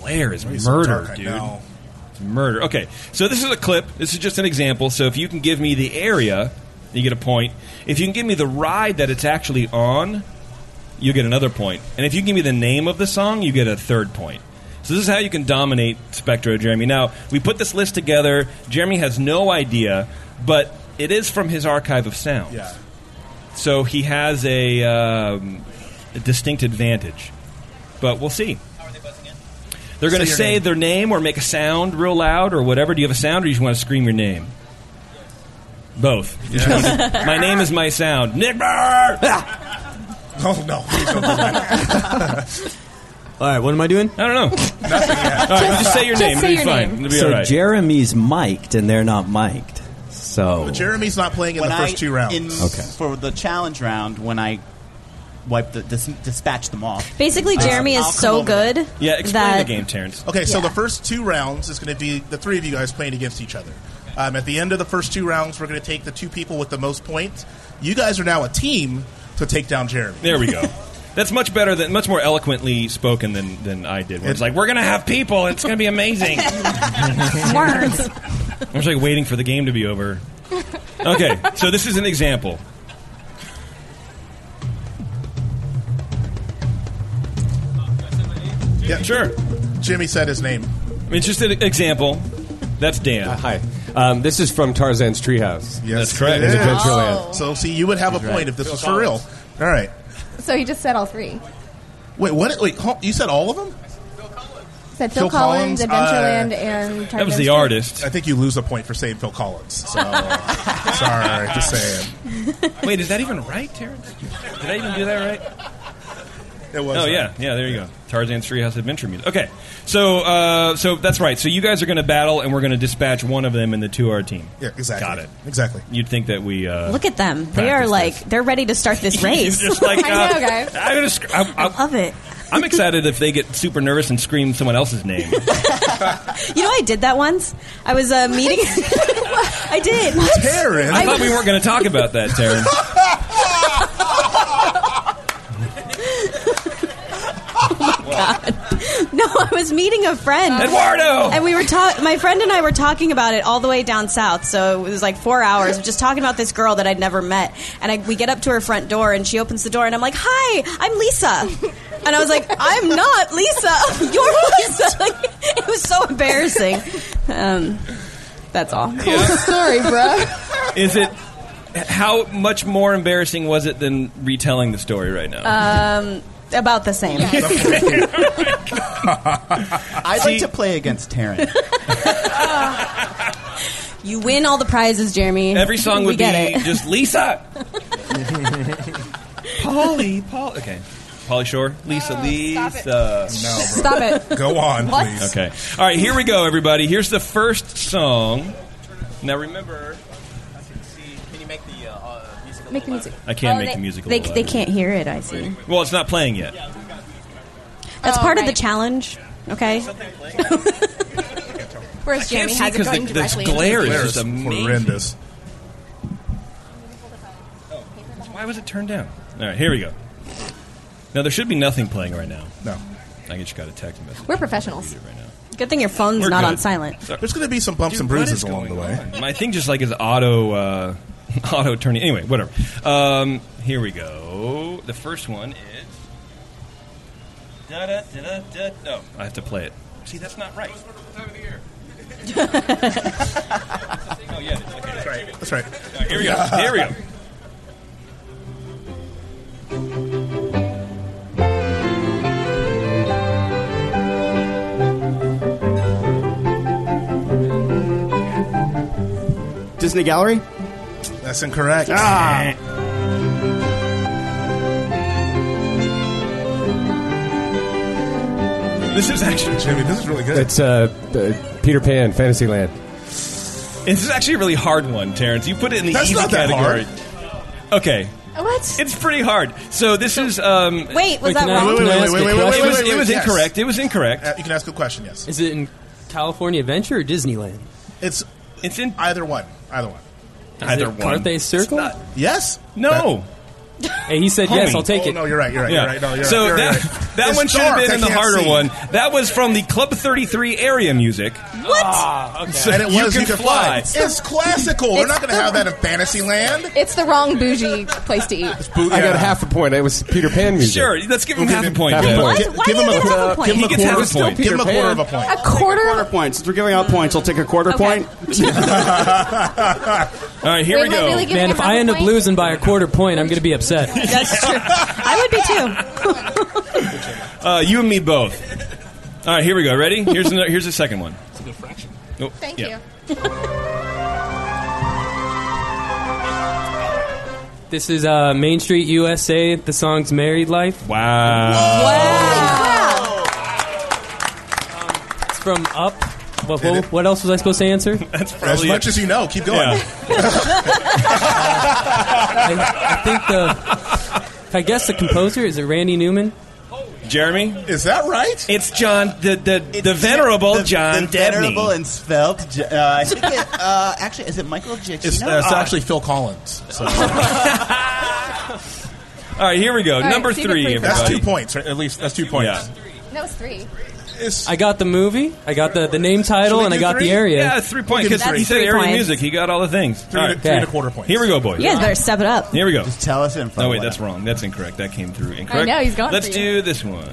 B: Glare is
F: It's
B: murder,
F: dark, I
B: dude.
F: know.
B: Murder. Okay, so this is a clip. This is just an example. So if you can give me the area, you get a point. If you can give me the ride that it's actually on, you get another point. And if you can give me the name of the song, you get a third point. So this is how you can dominate Spectro, Jeremy. Now we put this list together. Jeremy has no idea, but it is from his archive of sounds.
F: Yeah.
B: So he has a, um, a distinct advantage. But we'll see. They're going to
F: Say your
B: say
F: name.
B: their name or make a sound real loud or whatever. Do you have a sound or you just want to scream your name? Both. Which one is- my name is my sound. Nick Burr! Ah!
F: Oh no. Please don't do that.
J: All right, what am I doing?
B: I don't know. All right, just say your name.
I: say your
B: It'll be fine.
I: name.
B: It'll be
J: so
B: all right.
J: Jeremy's mic'd and they're not mic'd.
B: Oh.
J: So
F: Jeremy's not playing in
H: When
F: the first
H: I-
F: two rounds.
H: in-
J: Okay.
H: For the challenge round, when I wipe the dis- dispatch them off.
G: Basically, Jeremy
H: I'll
G: is
H: come
G: so
H: over there.
G: good
B: yeah, explain
G: that
B: the game, Terrence.
F: Okay, so
I: Yeah.
F: the first two rounds is going to be the three of you guys playing against each other. Um, at the end of the first two rounds, we're going to take the two people with the most points. You guys are now a team to take down Jeremy.
B: There we go. That's much better than much more eloquently spoken than, than I did. Where it's like we're gonna have people. It's gonna be amazing.
G: words.
B: I'm just like waiting for the game to be over. Okay, so this is an example.
F: Yeah,
B: Sure.
F: Jimmy said his name. Uh,
B: It's just an example. That's Dan.
K: Hi. Um, this is from Tarzan's Treehouse.
F: Yes,
B: That's correct.
F: it is.
K: It's Adventureland.
H: Oh.
F: So, see, you would have a point if this was for real. All right.
I: so he just said all three.
F: Wait, what? Wait, hold- you said all of them?
I: Said Phil,
F: Phil Collins,
I: Collins,
F: uh,
I: Adventureland, and
B: That was the artist.
F: I think you lose a point for saying Phil Collins. So, sorry, just saying.
B: Wait, is that even right, Terrence? Did I even do that right?
F: It was.
B: Oh
F: her.
B: yeah, yeah. There you go. Tarzan's Treehouse Adventure music. Okay, so uh, so that's right. So you guys are going to battle, and we're going to dispatch one of them in the two-hour team.
F: Yeah, exactly.
B: Got it.
F: Exactly.
B: You'd think that we uh,
G: Look at them. They are like they're ready to start this race.
B: Just like, uh,
G: guys.
B: I'm gonna sc- I'm, I'm,
G: love it.
B: I'm excited if they get super nervous and scream someone else's name.
G: You know, I did that once. I was uh, meeting. I did.
F: Taryn.
B: I thought we weren't going to talk about that, Taryn.
G: No, I was meeting a friend,
B: Eduardo!
G: and we were talking. My friend and I were talking about it all the way down south, so it was like four hours of just talking about this girl that I'd never met. And I, we get up to her front door, and she opens the door, and I'm like, "Hi, I'm Lisa," and I was like, "I'm not Lisa. You're Lisa." Like, it was so embarrassing. Um, that's all.
B: Cool
I: story, bro.
B: Is it how much more embarrassing was it than retelling the story right now?
G: Um, about the same.
B: Oh
H: I'd like to play against Taryn.
G: You win all the prizes, Jeremy.
B: Every song
G: We
B: would be
G: get it.
B: just Lisa, Polly, Polly. Oh, Okay, Polly Shore, Lisa, Lisa.
I: Stop it.
F: Go on,
I: What?
F: please.
B: Okay. All right, here we go, everybody. Here's the first song. Now remember,
H: Can you make the uh, musical?
I: Make the music.
B: I can't
G: Oh,
B: make
G: they,
B: the musical.
G: They, they can't hear it. I see.
B: Well, it's not playing yet.
G: That's
I: Oh,
G: part of
I: right.
G: the challenge. Okay.
I: Whereas Jeremy
B: can't
I: has it
B: see 'cause
I: going
B: the- the
I: directly.
B: glare is
F: Claire
B: just amazing.
F: horrendous.
B: Why was it turned down? All right, here we go. Now there should be nothing playing right now.
F: No.
B: I just got a text message.
I: We're professionals.
G: Good thing your phone's
B: We're
G: not on
B: good.
G: silent.
F: There's going to be some bumps and bruises along the way.
B: My thing just like is auto uh, auto turning. Anyway, whatever. Um, here we go. The first one is. Da, da, da, da, da. No, I have to play it. See, that's not right. oh yeah, okay, that's right.
F: That's right.
B: All right, here we go. Here we go.
H: Disney Gallery?
F: That's incorrect. Ah.
B: This is actually
F: Jimmy, this is really good.
K: It's uh, uh, Peter Pan, Fantasyland.
B: this is actually a really hard one, Terrence. You put it in the
F: That's
B: easy
F: not that
B: category.
F: hard.
B: Okay,
I: What?
B: it's pretty hard. So this is um.
G: Wait, was that
L: can I-
G: wrong?
L: wait, wait, wait, wait, wait, wait,
B: it was, it was
F: yes.
B: incorrect. It was incorrect.
F: Uh, you can ask a question. Yes,
L: Is it in California Adventure or Disneyland?
F: it's
B: It's in
F: either one. Either one.
L: Is
B: either
L: it
B: one.
L: Carthay Circle?
B: It's not-
F: Yes.
B: no.
L: Hey, he said yes.
B: Homie.
L: I'll take
F: oh,
L: it.
F: No, you're right. You're right.
B: Yeah.
F: You're right. No, you're
B: so
F: right. You're
B: that,
F: right.
B: that
F: It's
B: one should have
F: dark,
B: been
F: I
B: in the
F: can't
B: harder
F: see.
B: one. That was from the Club 33 area music.
L: Ah, okay.
B: So
F: And it was
B: you can fly.
F: It's classical. We're
I: It's
F: not going to
I: the-
F: have that in Fantasyland.
I: It's the wrong bougie place to eat.
K: I got half a point. It was Peter Pan music.
B: Sure, let's give him
F: We'll
B: half
F: give
B: a point.
K: him
B: then.
K: half a
G: What?
K: point.
G: Why
F: give
G: do
F: him
G: you
F: a
G: get half a
F: quarter-
G: point?
B: He gets half a
K: It's still
B: point.
K: Peter
F: Give him a quarter
K: Pan.
F: of a point.
I: A quarter. Uh,
H: Quarter point. Since we're giving out points, I'll take a quarter
I: Okay.
H: point.
B: All right, here
I: Wait,
B: we
I: am I
B: go.
I: really giving
L: Man,
I: him
L: if
I: half
L: I
I: a
L: end up
I: point?
L: losing by a quarter point, I'm going to be upset.
G: That's true. I would be too.
B: Uh, you and me both. All right, here we go. Ready? Here's another, here's the second one. Oh, It's a good fraction.
I: Thank you.
L: This is uh, Main Street USA. The song's "Married Life."
B: you. Wow.
L: Um, It's from Up. What, what, what else was I supposed to answer?
B: That's
F: As
B: probably
F: much
B: it.
F: as you know, keep going.
B: yeah.
L: I, I think the. I guess the composer is it Randy Newman.
B: Jeremy?
F: Is that right?
B: It's John, the the, the venerable
H: The-
I: Uh,
B: John
H: the venerable
B: Debney.
H: and svelte. J- Uh, I think it, uh, actually, is it Michael
F: It's,
H: Giacchino?
F: uh,
H: Uh,
F: it's actually Phil Collins. So
B: All right, here we go.
I: right,
B: Number
I: see the
B: three,
I: free-
B: everybody.
F: that's two points, right? At least that's two points.
B: Yeah.
I: That was three.
F: It's,
L: I got the movie. I got the, the name
F: Should
L: title,
F: we
L: and I
F: do
L: got
F: three?
L: the area.
B: Yeah, it's three points
F: We'll give
B: because
F: him
B: he
G: three.
B: said
G: That's
B: area
G: three
B: music. He got all the things.
F: three,
B: all
F: and a,
B: right.
F: three and a
L: Okay.
F: quarter points.
B: Here we go, boys.
G: You guys better step it up.
B: Here we go.
H: Just tell us info.
B: No, wait,
H: Why
B: that's
H: not?
B: wrong. That's incorrect. That came through incorrect.
I: know, he's going
B: Let's
I: for
B: do
I: you.
B: this one.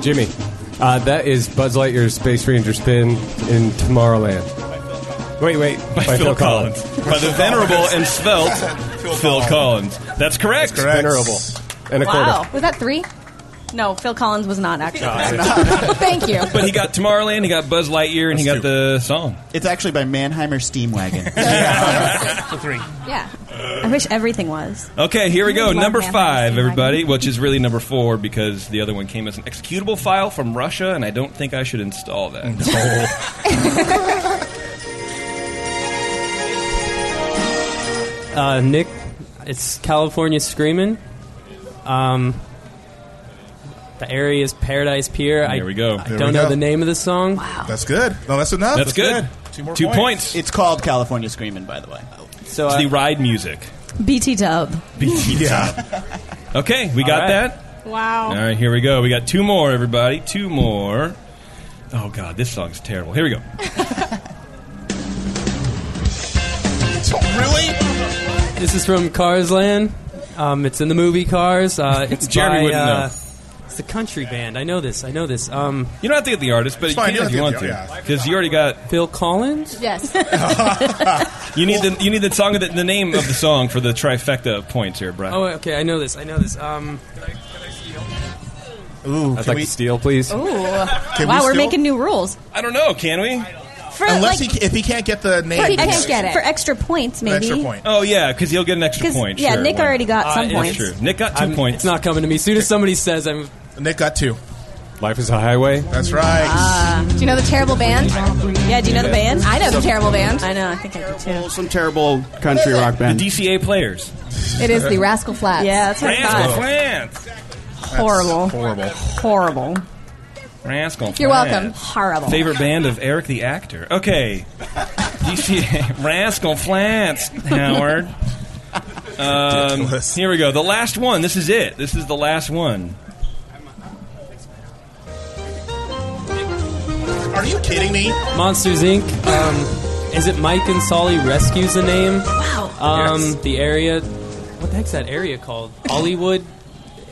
K: Jimmy, uh, that is Buzz Lightyear's Space Ranger spin in Tomorrowland. Wait, wait,
B: By, Phil, Collins. By the venerable and svelte Phil, Collins. That's correct.
F: correct.
K: Venerable. And a
G: Wow.
K: quarter.
I: Was that three?
G: No, Phil Collins was not actually.
B: Oh,
G: Thank you.
B: But he got Tomorrowland, he got Buzz Lightyear, and he got the song.
H: It's actually by Mannheimer Steamwagon.
F: three.
G: Yeah. I wish everything was.
B: Okay, here we go.
G: Love
B: Number
G: Vampire
B: five, everybody, which is really number four because the other one came as an executable file from Russia, and I don't think I should install that.
L: Uh, Nick, it's California Screaming. Um, the area is Paradise Pier. I,
B: There we go.
L: I
B: There
L: don't
B: we
L: know
B: go.
L: the name of the song. Wow.
F: That's good. No, that's enough.
B: That's good.
F: Two more
H: It's called California Screaming, by the way.
L: So
B: it's the ride music.
G: BT Dub.
B: yeah. Okay, we got
L: All right.
B: that.
G: Wow.
B: All right, here we go. We got two more, everybody. Two more. Oh God, this song's terrible. Here we go.
F: really?
L: This is from Cars Land. Um, it's in the movie Cars. Uh, it's
B: Jeremy
L: by,
B: wouldn't
L: uh,
B: know.
L: It's a country band. I know this. I know this. Um,
B: you don't have to get the artist, but
L: It's
B: you
L: fine,
B: can if
L: you
B: you
L: don't
B: want
L: have to,
B: to, because you already got
L: Phil Collins.
I: Yes.
B: You need the you need the song of the, the name of the song for the trifecta points here, Brad.
L: Oh, okay. I know this. I know this. Um,
B: Ooh,
K: I'd like to steal, please.
G: Ooh.
F: Can
G: wow,
F: we
G: we are
F: steal?
G: making new rules.
B: I don't know. Can we?
G: For,
F: Unless
G: like,
F: he, if he can't get the name,
G: for
F: then-
G: ex- For extra points, maybe.
B: Oh yeah, because he'll get an extra
G: 'Cause,
B: point.
G: yeah,
B: sure,
G: Nick
B: why not?
G: already got
B: Uh,
G: some
B: it's
G: points.
B: True. Nick got 2
L: I'm-
B: points.
L: It's not coming to me. Soon as somebody says I'm.
F: Nick got two.
K: Life is a highway.
F: That's right.
G: Ah.
I: Uh, do you know the terrible band?
G: Yeah, do you know the band?
I: I know the terrible band.
G: I know, I think I do too.
H: Some terrible country rock band.
B: The DCA players.
I: It is the Rascal Flats.
G: Yeah, that's what I
B: Rascal
G: thought.
B: Flats.
G: Horrible.
F: Horrible.
G: Horrible.
B: Rascal.
I: You're welcome.
B: Flats.
G: Horrible.
B: Favorite band of Eric the actor. Okay. DCA Rascal Flats. Howard. Um, here we go. The last one. This is it. This is the last one.
F: Are you kidding me?
L: Monsters Inc. Um, is it Mike and Solly Rescues the name?
G: Wow.
L: Um,
F: Yes.
L: The area. What the heck's that area called? Hollywood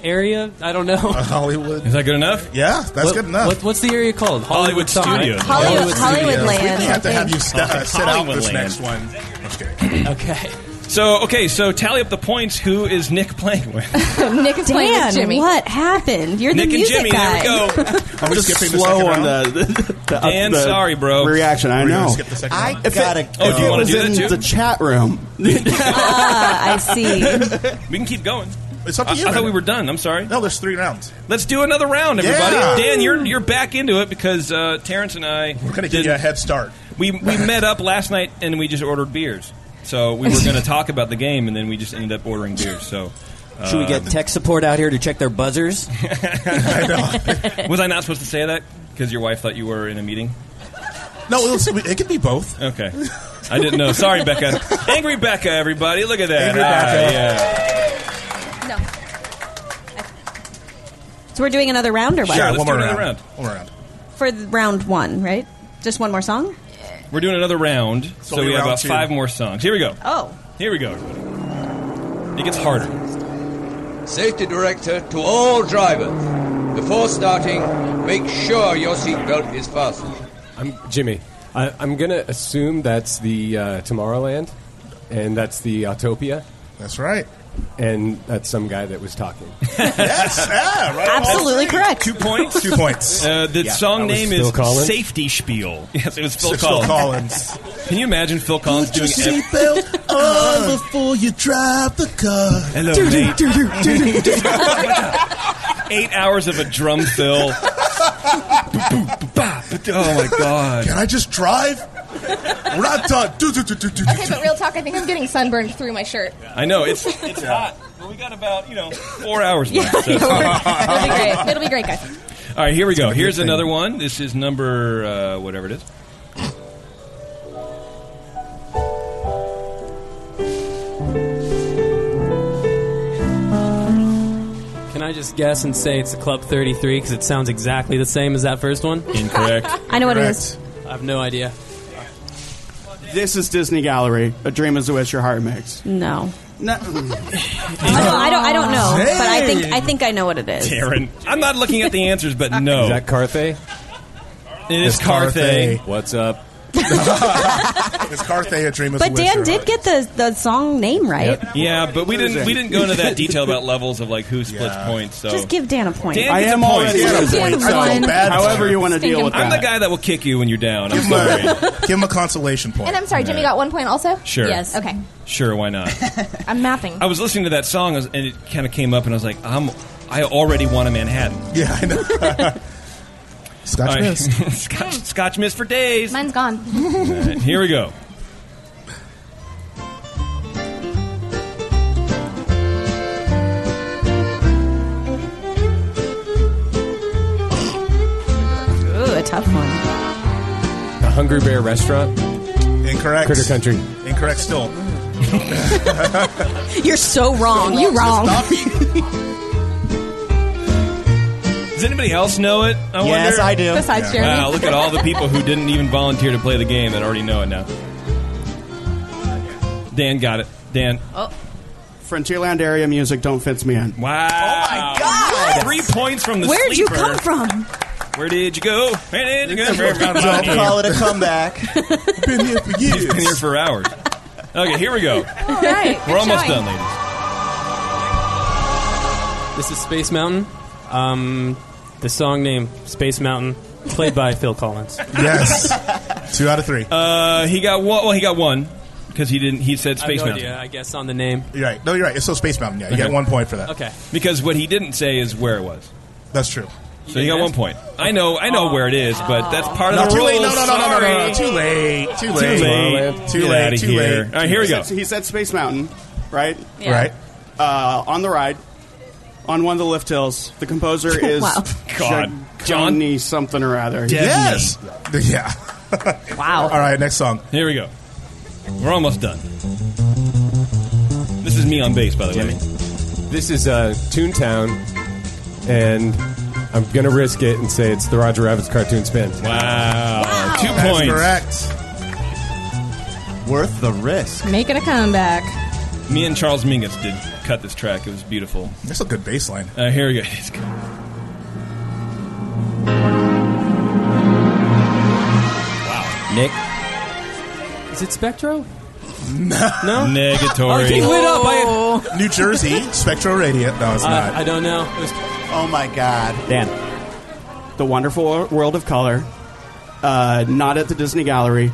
L: area? I don't know.
F: Hollywood.
B: Is that good enough?
F: Yeah, that's
L: What-
F: good enough.
L: what- what's the area called?
B: Hollywood
L: Sign?
B: Studios.
G: Hollywood, Hollywood
F: We
G: Land.
F: may have to have you st- uh, set out
B: Hollywood
F: this
B: land.
F: next one. Let's get it.
L: Okay.
B: So okay, so tally up the points. Who is Nick playing with?
I: Nick is playing with
G: Dan,
I: Jimmy.
G: what happened? You're
B: Nick
G: the
B: and
G: music
B: Jimmy.
G: guy.
B: There we go.
F: Are we skipping the
M: slow
F: second
M: on
F: round?
M: the, the, the-
B: Dan,
M: the
B: sorry, bro.
M: reaction. I
F: We're gonna
M: know.
F: skip the second
H: I
F: round.
H: gotta go.
B: Oh, do you
M: It
B: want
M: was
B: to do
M: in
B: that too?
M: the chat room.
G: Ah, I see.
B: we can keep going.
F: It's up
B: I,
F: to you.
B: I thought we
F: man.
B: were done. I'm sorry.
F: No, there's three rounds.
B: Let's do another round, everybody.
F: Yeah.
B: Dan, you're you're back into it because uh, Terrence and I
F: We're going to give
B: did,
F: you a head start.
B: we we met up last night and we just ordered beers. So we were going to talk about the game, and then we just ended up ordering beers. So uh,
N: Should we get tech support out here to check their buzzers?
B: was I not supposed to say that because your wife thought you were in a meeting?
F: No, it, was, it could be both.
B: Okay, I didn't know. Sorry, Becca. Angry Becca, everybody. Look at that.
F: Angry
B: Ah,
F: Becca.
B: yeah.
G: No. So we're doing another round or what?
B: Sure,
F: one
B: let's
F: more
B: do another
F: round.
B: round.
F: One more round.
G: For th- round one, right? Just one more song?
B: We're doing another round, so
F: only
B: we have
F: round
B: about
F: two.
B: five more songs. Here we go.
G: Oh.
B: Here we go. Everybody. It gets harder.
O: Safety director to all drivers. Before starting, make sure your seatbelt is fastened.
K: I'm Jimmy. I, I'm gonna assume that's the uh, Tomorrowland, and that's the Autopia,
F: That's right.
K: and that's some guy that was talking.
F: Yes. yeah, right. on.
G: Absolutely correct.
B: Two points.
F: Two points.
B: Uh, the song
K: that was
B: name
K: Phil
B: is
K: Collins.
B: Safety Spiel. Yes, it was Phil
F: Phil
B: Collins.
F: Collins.
B: Can you imagine Phil Collins doing every-
M: seatbelt on before you drive the car.
B: Hello, mate. eight hours of a drum fill? oh my god!
F: Can I just drive? We're not done. Do, do, do, do, do, do.
I: Okay, but real talk, I think I'm getting sunburned through my shirt.
B: I know it's it's hot. Well, we got about you know four hours left. so-
I: It'll be great. It'll be great, guys.
B: All right, here we go. Here's another one. This is number uh, whatever it is.
L: Can I just guess and say it's a Club 33 because it sounds exactly the same as that first one?
B: Incorrect.
G: I know what it is.
L: I have no idea.
M: This is Disney Gallery. A dream is a wish your heart makes.
G: No.
M: No,
G: I don't, I don't, I don't know, but I think I think I know what it is.
B: Karen, I'm not looking at the answers, but no,
K: Is that Carthay?
B: it is Carthay.
K: What's up?
F: His Carthage dream is a
G: But Dan
F: wizard.
G: did get the, the song name right.
B: Yeah, but we didn't we didn't go into that detail about levels of like who splits points. So
G: Just give Dan a point.
B: Dan gets a point.
M: However you wanna
I: deal with
B: I'm the guy that will kick you when you're down. I'm sorry.
F: Give him a consolation point.
I: And I'm sorry, Jimmy got one point also?
B: Sure. Yes.
I: Okay.
B: Sure, why not?
I: I'm mapping.
B: I was listening to that song and it kind of came up, and I was like, I'm I already want a Manhattan. Yeah, I know.
F: Scotch
B: mist. Scotch, Scotch mist for days.
I: Mine's gone.
B: All right, here we go.
G: Ooh, a tough one.
K: The Hungry Bear Restaurant.
F: Incorrect.
K: Critter Country.
F: Incorrect still.
G: You're so wrong. You're wrong.
B: Does anybody else know it? I
H: Yes,
B: wonder?
H: I do. Besides Jeremy.
B: Wow, look at all the people who didn't even volunteer to play the game that already know it now. Dan got it. Dan.
M: Frontierland area music don't fence me in.
B: Wow. Oh my
M: God.
B: Three points from the
G: Where'd you come
B: sleeper.
G: from?
B: Where did you go? Where did you go?
H: Don't call it a comeback.
F: Been here for years.
B: He's been here for hours. Okay, here we go.
I: All right.
B: We're almost done, ladies.
L: This is Space Mountain. Um, the song name Space Mountain, played by Phil Collins.
F: Yes. Two out of three.
B: Uh, he got one. Well, he got one because he didn't. He said
L: I have
B: Space
L: no
B: Mountain.
L: idea, I guess on the name.
F: You're right. No, you're right. It's still Space Mountain. Yeah, you got
B: Okay.
F: one point for that.
L: Okay.
B: Because what he didn't say is where it was.
F: That's true.
B: So you got one point. I know, I know where it is, but that's part of
F: No,
B: the
F: too
B: rules.
F: late. No, no, no, no, no, no, no. Too late. Too late. Too
B: Get
F: late.
B: outta
F: Too
B: here.
F: late.
B: All right, here we go.
M: He said Space Mountain, right?
F: Yeah. Right.
M: Uh, on the ride, on one of the lift hills, the composer is
F: Wow. God.
M: Johnny something or other.
F: Yes. Yeah. wow. All right, next song.
B: Here we go. We're almost done. This is me on bass, by the way.
K: This is uh, Toontown, and I'm gonna risk it and say it's the Roger Rabbit's cartoon spin.
B: Wow, two
K: points.
B: correct. Worth the risk.
I: Making a comeback.
B: Me and Charles Mingus did cut this track. It was beautiful.
F: That's a good bass line.
B: Uh, here we go. It's good.
N: Nick.
L: Is it Spectro?
B: No. Negatory.
L: Oh, he lit up. I,
F: New Jersey Spectral Radio. No, it's
L: Uh,
F: not.
L: I don't know.
H: oh my God.
M: Dan. The Wonderful World of Color. Uh, not at the Disney Gallery,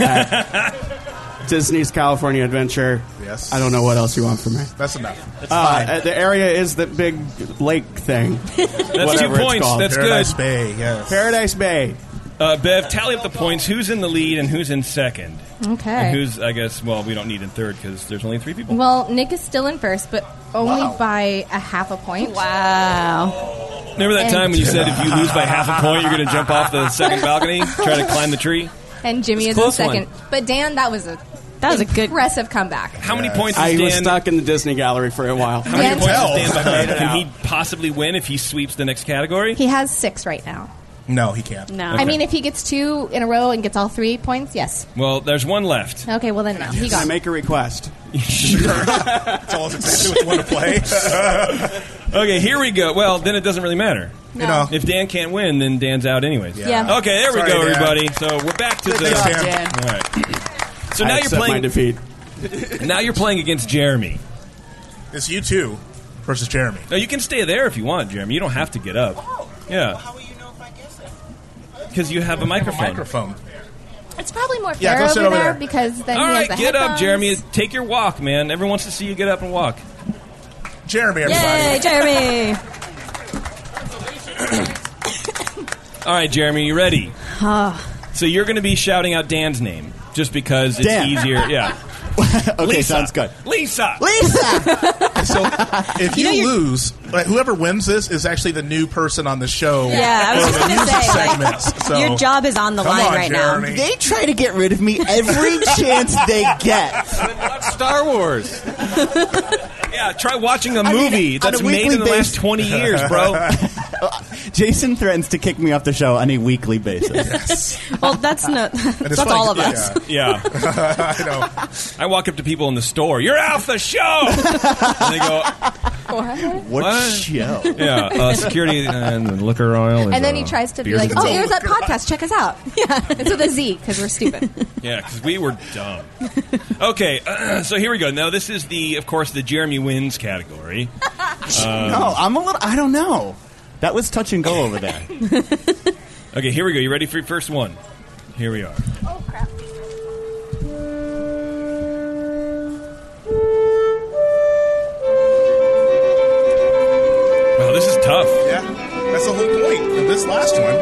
M: at Disney's California Adventure.
F: Yes.
M: I don't know what else you want from me.
F: That's enough. That's
M: Uh, uh, the area is the big lake thing.
B: That's two points. That's good.
F: Bay, yes.
M: Paradise Bay.
B: Uh, Bev, tally up the points. Who's in the lead and who's in second?
I: Okay.
B: And who's, I guess, well, we don't need in third because there's only three people.
I: Well, Nick is still in first, but only by a half a point. Wow.
B: Remember that
I: And-
B: time when you said if you lose by half a point, you're going to jump off the second balcony, try to climb the tree?
I: And Jimmy
B: It's
I: is in
B: close
I: second. But Dan, that was a that was a good impressive comeback.
B: How many points
M: I
B: is
M: was
B: Dan-
M: stuck in the Disney Gallery for a while.
B: How many points
M: tell.
B: is Dan behind?
M: Made it
B: Can he possibly win if he sweeps the next category?
I: He has six right now.
F: No, he can't.
I: No.
B: Okay.
I: I mean, if he gets two in a row and gets all three points, yes.
B: Well, there's one left.
I: Okay, well then no. He got.
M: I make a request?
F: Tell us exactly what you want to play.
B: Okay, here we go. Well, then it doesn't really matter.
F: You know.
B: If Dan can't win, then Dan's out anyways.
F: Yeah. Yeah.
B: Okay, there
F: Sorry,
B: we go,
F: Dan.
B: everybody. So we're back to
F: Good
B: the.
F: job, Dan.
B: All right. So
M: I
B: now you're
M: accept
B: playing
M: my defeat.
B: now you're playing against Jeremy.
F: It's you two versus Jeremy.
B: Now you can stay there if you want, Jeremy. You don't have to get up. Yeah. Oh. How will you know if I guess it? Because you have a microphone.
F: microphone.
I: It's probably more
B: Yeah,
I: fair
B: go
I: over,
B: sit over
I: there,
B: there.
I: because then
B: All
I: he
B: right,
I: has the
B: get up,
I: headphones.
B: Jeremy. Take your walk, man. Everyone wants to see you get up and walk.
F: Jeremy,
G: Yay, Jeremy.
B: All right, Jeremy, you ready?
G: Ah.
B: So you're going to be shouting out Dan's name just because it's
H: Dan.
B: easier. Yeah.
H: okay,
B: Lisa.
H: sounds good.
B: Lisa.
H: Lisa.
F: so if you, lose, like, whoever wins this is actually the new person on the show.
G: Yeah, I was
F: or
G: just
F: the
G: gonna
F: music
G: say, like,
F: segments. So-
G: Your job is on the
F: Come
G: line
F: on,
G: right
F: Jeremy.
G: now.
H: They try to get rid of me every chance they get.
B: Star Wars. yeah, try watching a movie
H: on a
B: that's made
H: weekly
B: in the last
H: basis.
B: 20 years, bro.
H: Jason threatens to kick me off the show on a weekly basis.
G: Well, that's no. that's
B: funny,
G: all of us.
B: Yeah. I know. I walk up to people in the store. You're off the show. and they go,
I: What?
H: What show?
B: Yeah, uh, security and liquor oil.
I: And
B: is,
I: then he
B: uh,
I: tries to be
B: beers
I: like,
B: and
I: "Oh,
B: stuff."
I: here's that podcast. Check us out." Yeah, it's with a Z because we're stupid.
B: Yeah, because we were dumb. okay, uh, so here we go. Now this is the, of course, the Jeremy wins category. Um,
H: Uh, no, I'm a little. I don't know. That was touch and go over there.
B: Okay, here we go. You ready for your first one? Here we are. Wow, this is tough.
F: Yeah, that's the whole point of this last one.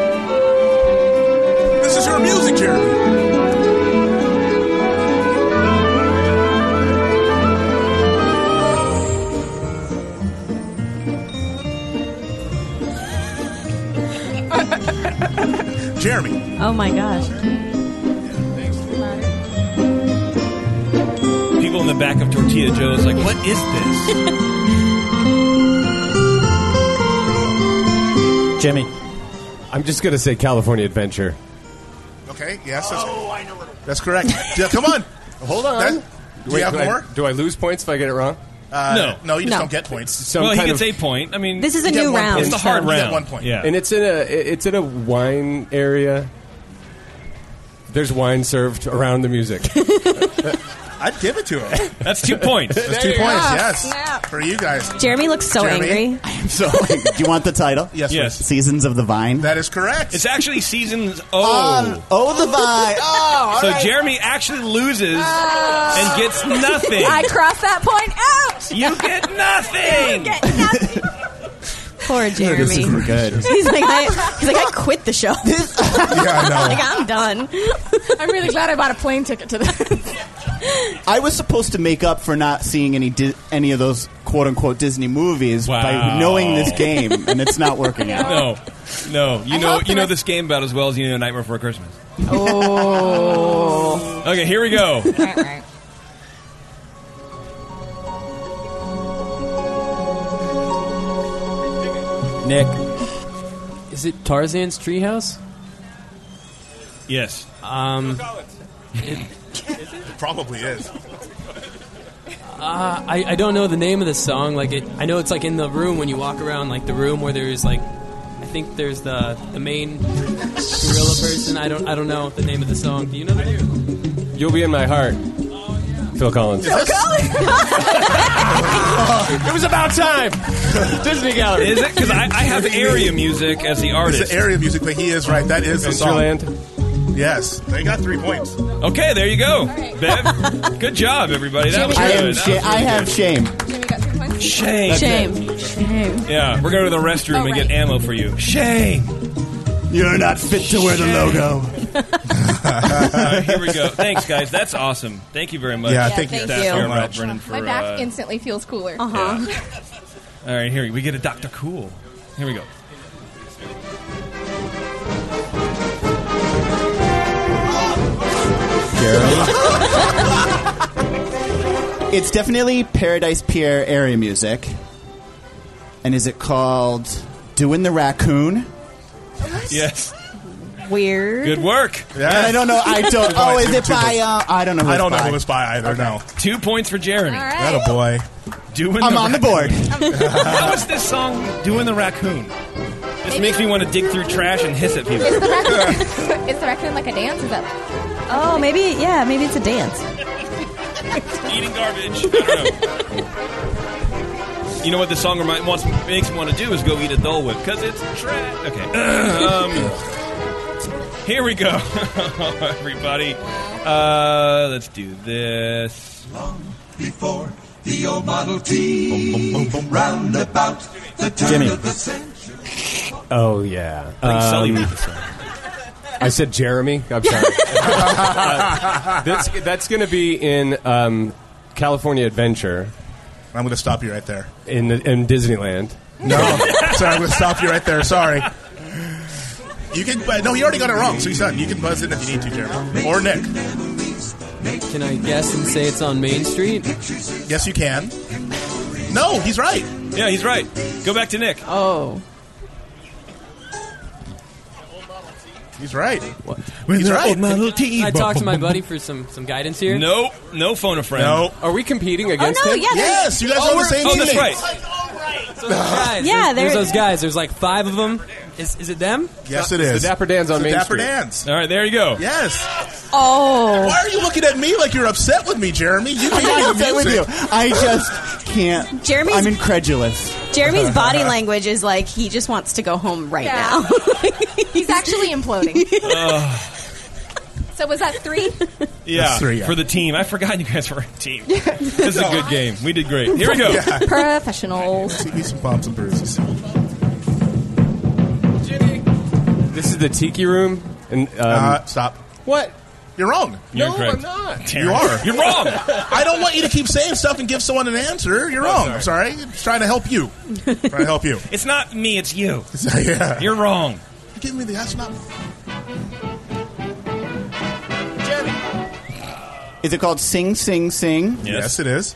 F: This is her music, Jeremy. Jeremy.
G: Oh my gosh.
B: People in the back of Tortilla Joe's like, what is this?
K: Jimmy. I'm just going to say California Adventure.
F: Okay, yes. That's, oh, I know it. That's correct. Yeah, come on.
K: Hold on.
F: That- do you have
K: do I-
F: more?
K: do I lose points if I get it wrong?
F: Uh, no. No, you just No. don't get points.
K: Some
B: well, he
K: kind
B: gets
K: of-
B: a point. I mean,
K: This is a
B: you get
K: new
B: one point.
K: round,
B: It's the hard
K: so- You
B: round.
K: get
F: one point.
B: Yeah.
K: and it's in a it's in a wine area. There's wine served around the music.
F: I'd give it to him.
B: That's two points.
F: That's two
K: There you
F: points,
K: go.
F: yes. For you guys.
G: Jeremy looks so
F: Jeremy?
G: angry.
H: I am so. Do you want the title?
F: Yes.
B: Yes.
H: Seasons of the Vine.
F: That is correct.
B: It's actually seasons Oh.
H: oh, the Vine. Oh,
B: so
H: all right. Ah.
B: Jeremy actually loses and gets nothing.
I: Uh, I crossed that point out.
B: You get nothing.
I: you get nothing.
G: Poor Jeremy.
H: This isn't good.
G: he's like, I, he's like, I quit the show.
H: I know.
G: like, I'm done.
I: I'm really glad I bought a plane ticket to this.
H: I was supposed to make up for not seeing any Di- any of those quote unquote Disney movies by
B: Wow.
H: knowing this game, and it's not working out.
B: No, no. You know, you know this game about as well as you know Nightmare Before Christmas.
I: Oh.
B: Okay, here we go.
L: Nick. Is it Tarzan's treehouse?
B: Yes.
L: Um,
F: Probably is.
L: uh, I, I don't know the name of the song. Like it, I know it's like in the room when you walk around, like the room where there's like, I think there's the the main gorilla person. I don't I don't know the name of the song. Do you know the name?
K: You'll be in my heart. Phil Collins.
L: it was about time. Disney Gallery.
B: Is it? Because I, I have area music as the artist.
F: It's the area music, but he is right. That is the song. Yes. They got three points.
B: Okay, there you go, Bev. Good job, everybody. That was
H: I,
B: good.
H: am
B: That
H: sha-
B: was
H: I
B: really
H: have
B: good.
H: shame.
B: Shame.
G: Shame. Shame.
B: Yeah, we're going to the restroom and get ammo for you. Shame.
H: You're not fit to wear the logo.
B: All right, here we go. Thanks, guys. That's awesome. Thank you very much.
F: Yeah, Yeah, thank you
I: thank
B: Staff
I: you.
B: here,
I: so
B: Ralph
F: much.
B: Brennan, for,
I: My back
B: uh,
I: instantly feels cooler. Uh-huh.
G: Uh huh.
B: all right, here we get a Dr. Cool. Here we go.
H: It's definitely Paradise Pier area music. And is it called Doing the Raccoon?
B: Yes.
G: Weird.
B: Good work.
H: And I don't know. I don't.
F: Two
H: Oh,
F: points,
H: is it
F: two
H: by?
F: points.
H: Uh, I don't know. Who
F: I
H: it's
F: don't know
H: by.
F: who it's by either, no.
B: Two points for Jeremy.
I: All
F: That
I: right.
F: a boy.
B: Doing
H: I'm
B: the
H: on the
B: raccoon.
H: board.
B: How is this song doing the raccoon? This makes me want to dig through trash and hiss at people.
I: Is the raccoon, is the raccoon like a dance? Is that
G: Oh, maybe, yeah, maybe it's a dance.
B: Eating garbage. I don't know. You know what this song remind, wants, makes me want to do is go eat a Dole Whip because it's trash. Okay. um, here we go, everybody. Uh, let's do this.
N: Before the old Model
F: Oh,
N: T, round about the turn
K: Jimmy.
N: of the century.
K: Oh yeah. Um,
B: I think Sully made this
K: I said Jeremy. I'm sorry. Uh, that's that's going to be in um, California Adventure
F: I'm going to stop you right there.
K: in the, in Disneyland.
F: No. Sorry, I'm going to stop you right there. Sorry. You can, but no, you already got it wrong, so he's done. You can buzz in if you need to, Jeremy. Or Nick.
L: Can I guess and say it's on Main Street?
F: Yes, you can. No, he's right.
B: Yeah, he's right. Go back to Nick.
L: Oh.
F: He's right.
L: He's
F: He's
L: right.
F: right.
L: I talked to my buddy for some, some guidance here.
B: No, no phone a friend.
F: No.
K: Are we competing
L: against
K: Oh, no, him? yeah,
F: Yes, you guys are on the same
B: oh,
F: team.
B: that's right.
L: those guys.
G: Yeah,
L: there's, there's
G: they're-
L: those guys. There's like five of them. Is, is it them?
F: Yes, it is.
L: The Dapper Dan's on
F: It's the
L: Main
F: Dapper
L: Street.
F: Dans.
B: All right, there you go.
F: Yes.
G: Oh.
F: Why are you looking at me like you're upset with me, Jeremy? You
H: I'm
F: made the
H: not upset with you.
F: music.
H: I just can't.
G: Jeremy's-
H: I'm incredulous.
G: Jeremy's body language is like he just wants to go home right now.
I: He's actually imploding.
B: Ugh,
I: so was that three?
B: Uh, yeah,
F: three, yeah.
B: for the team. I forgot you guys were a team. This is a good game. We did great. Here we go.
I: Professionals.
F: Give me some bumps and bruises.
K: This is the Tiki Room. And um,
F: Uh, stop.
B: What?
F: You're wrong.
K: You're
F: no,
K: correct.
F: I'm not. You
K: Terrence.
F: are.
K: You're wrong.
F: I don't want you to keep saying stuff and give someone an answer.
B: Oh,
F: You're wrong. I'm sorry. I'm trying to help you. trying to help you.
B: It's not me. It's you.
F: Yeah.
B: You're wrong.
F: Give me the astronaut.
H: Is it called Sing Sing Sing?
F: Yes, it is.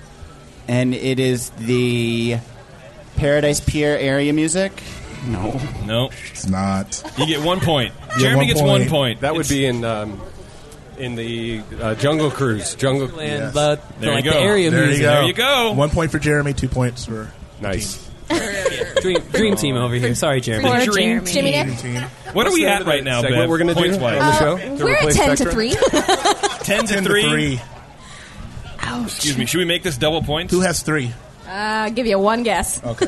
H: And it is the Paradise Pier area music? No.
B: No.
F: It's not.
B: You get one point.
H: Yeah,
B: Jeremy
H: one
B: gets
H: point.
B: one point.
K: That would be in um, in the uh, Jungle Cruise. Jungle
L: Land,
K: Yes.
L: the-
K: There
L: like
K: you go.
L: the area
K: There you
L: music.
K: go.
L: There you
B: go.
F: One point for Jeremy, two points for.
K: Nice.
L: Dream, dream team over here. Sorry, Jeremy.
I: Poor Jeremy. Jimmy Nick?
B: What are
K: What's
B: we
K: the
B: at
K: name of
B: right
K: the
B: now,
K: segment
B: Bev?
K: we're gonna do
B: Points-wise.
K: on the show?
I: Uh, we're at 10 to 3.
B: Ten to three. Excuse me. Should we make this double points? Who
F: has three?
I: Uh, give you one guess.
F: Okay.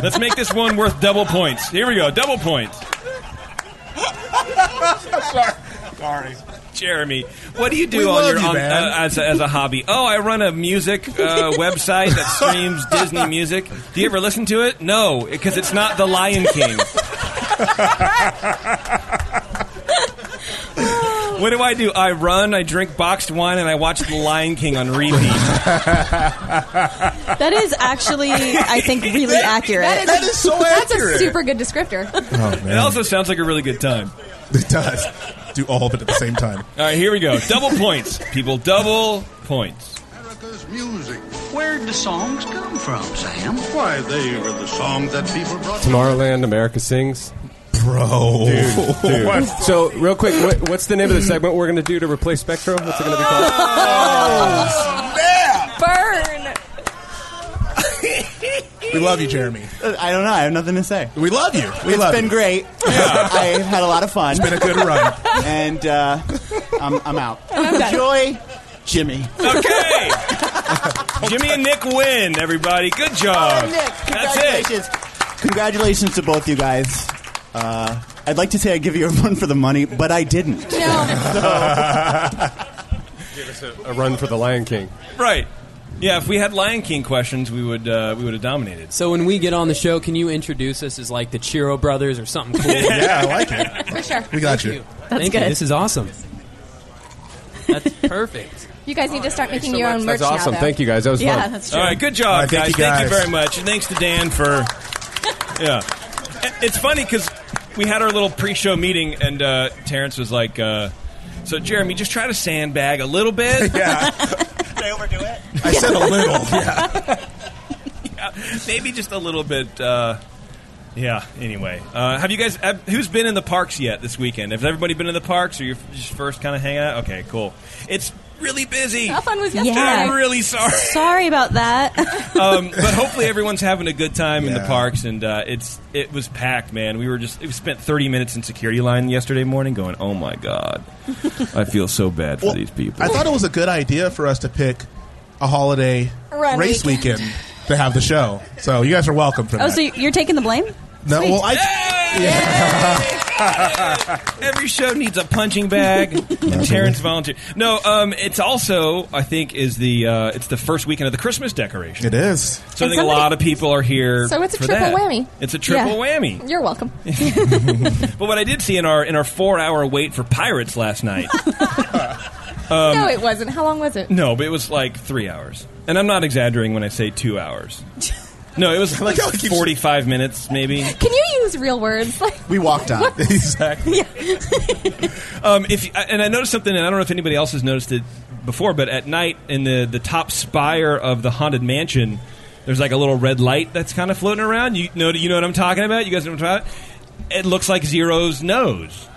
B: Let's make this one worth double points. Here we go. Double points.
F: sorry. Sorry.
B: Jeremy, what do you do
F: We
B: on
F: love
B: your
F: you,
B: on,
F: man.
B: uh, as, a, as a hobby? Oh, I run a music uh, website that streams Disney music. Do you ever listen to it? No, because it's not The Lion King. what do I do? I run, I drink boxed wine, and I watch The Lion King on repeat.
F: Oh,
G: that is actually, I think, really accurate.
F: That is so
I: That's
F: accurate.
I: a super good descriptor.
B: It also sounds like a really good time.
F: It does. Do all of it at the same time.
B: All right, here we go. Double points, people. Double points.
N: Music. Where'd the songs come from, Sam? Why, they were the songs that people brought
K: Tomorrowland, America Sings.
F: Bro.
K: Dude, dude.
N: What?
K: So, real quick, what, what's the name of the segment we're going to do to replace Spectro? What's it going to be called?
F: Oh,
I: Burn!
F: We love you, Jeremy.
H: Uh, I don't know. I have nothing to say.
F: We love you. We
H: It's
F: love
H: been
F: you.
H: great. I had a lot of fun. It's
F: been a good run.
H: And uh, I'm, I'm out.
I: I'm done.
H: Enjoy, Jimmy.
B: Okay. Jimmy and Nick win, everybody. Good job.
H: Oh, Nick,
B: That's it.
H: congratulations. Congratulations to both you guys. Uh, I'd like to say I give you a run for the money, but I didn't.
K: Give us a, a run for the Lion King.
B: Right. Yeah, if we had Lion King questions, we would uh, we would have dominated.
L: So when we get on the show, can you introduce us as like the Chiro Brothers or something cool?
F: Yeah, I like it.
I: For sure.
F: We got you.
G: That's
L: Thank
G: good.
L: you. This is awesome. That's perfect.
I: You guys need to start making
K: so
I: your
K: much.
I: own merch
K: That's awesome.
I: now, though.
K: Thank you, guys. That was
I: yeah,
K: fun.
I: that's true.
B: All right, good job,
F: All right,
B: guys.
F: thank you
B: Thank you
F: guys.
B: very much. And thanks to Dan for yeah. And It's funny because we had our little pre-show meeting, and uh, Terrence was like, uh, "So Jeremy, just try to sandbag a little bit."
F: Yeah.
H: Did I overdo it?
F: I said a little. Yeah.
B: maybe just a little bit. Uh, yeah. Anyway, uh, have you guys? Have, who's been in the parks yet this weekend? Has everybody been in the parks, or you just first kind of hang out? Okay, cool. It's really busy.
I: How fun was yesterday?
G: Yeah.
B: I'm really sorry.
G: Sorry about that.
B: Um, but hopefully everyone's having a good time in the
F: Yeah.
B: parks, and uh, it's it was packed, man. We were just we spent 30 minutes in security line yesterday morning, going, "Oh my god, I feel so bad for
F: Well,
B: these people."
F: I thought it was a good idea for us to pick a holiday
I: Run
F: race weekend. to have the show. So you guys are welcome for
G: Oh,
F: that.
G: so you're taking the blame?
F: no,
G: sweet.
F: well, I.
B: Every show needs a punching bag. and Terrence volunteered. No, um, it's also I think is the uh, it's the first weekend of the Christmas decoration.
F: It is.
B: So I
I: And
B: think a
I: somebody-
B: lot of people are here.
I: So it's a
B: for
I: triple
B: that.
I: whammy.
B: It's a triple
I: Yeah.
B: whammy.
I: You're welcome.
B: But what I did see in our in our four hour wait for Pirates last night. Um,
I: no, it wasn't. How long was it?
B: No, but it was like three hours, and I'm not exaggerating when I say two hours. No, it was like
F: how it keeps-
B: 45 minutes, maybe.
I: Can you use real words? Like,
H: We walked on.
B: exactly. um, if and I noticed something, and I don't know if anybody else has noticed it before, but at night in the the top spire of the haunted mansion, there's like a little red light that's kind of floating around. You know, you know what I'm talking about. You guys know what I'm talking about. It looks like Zero's nose.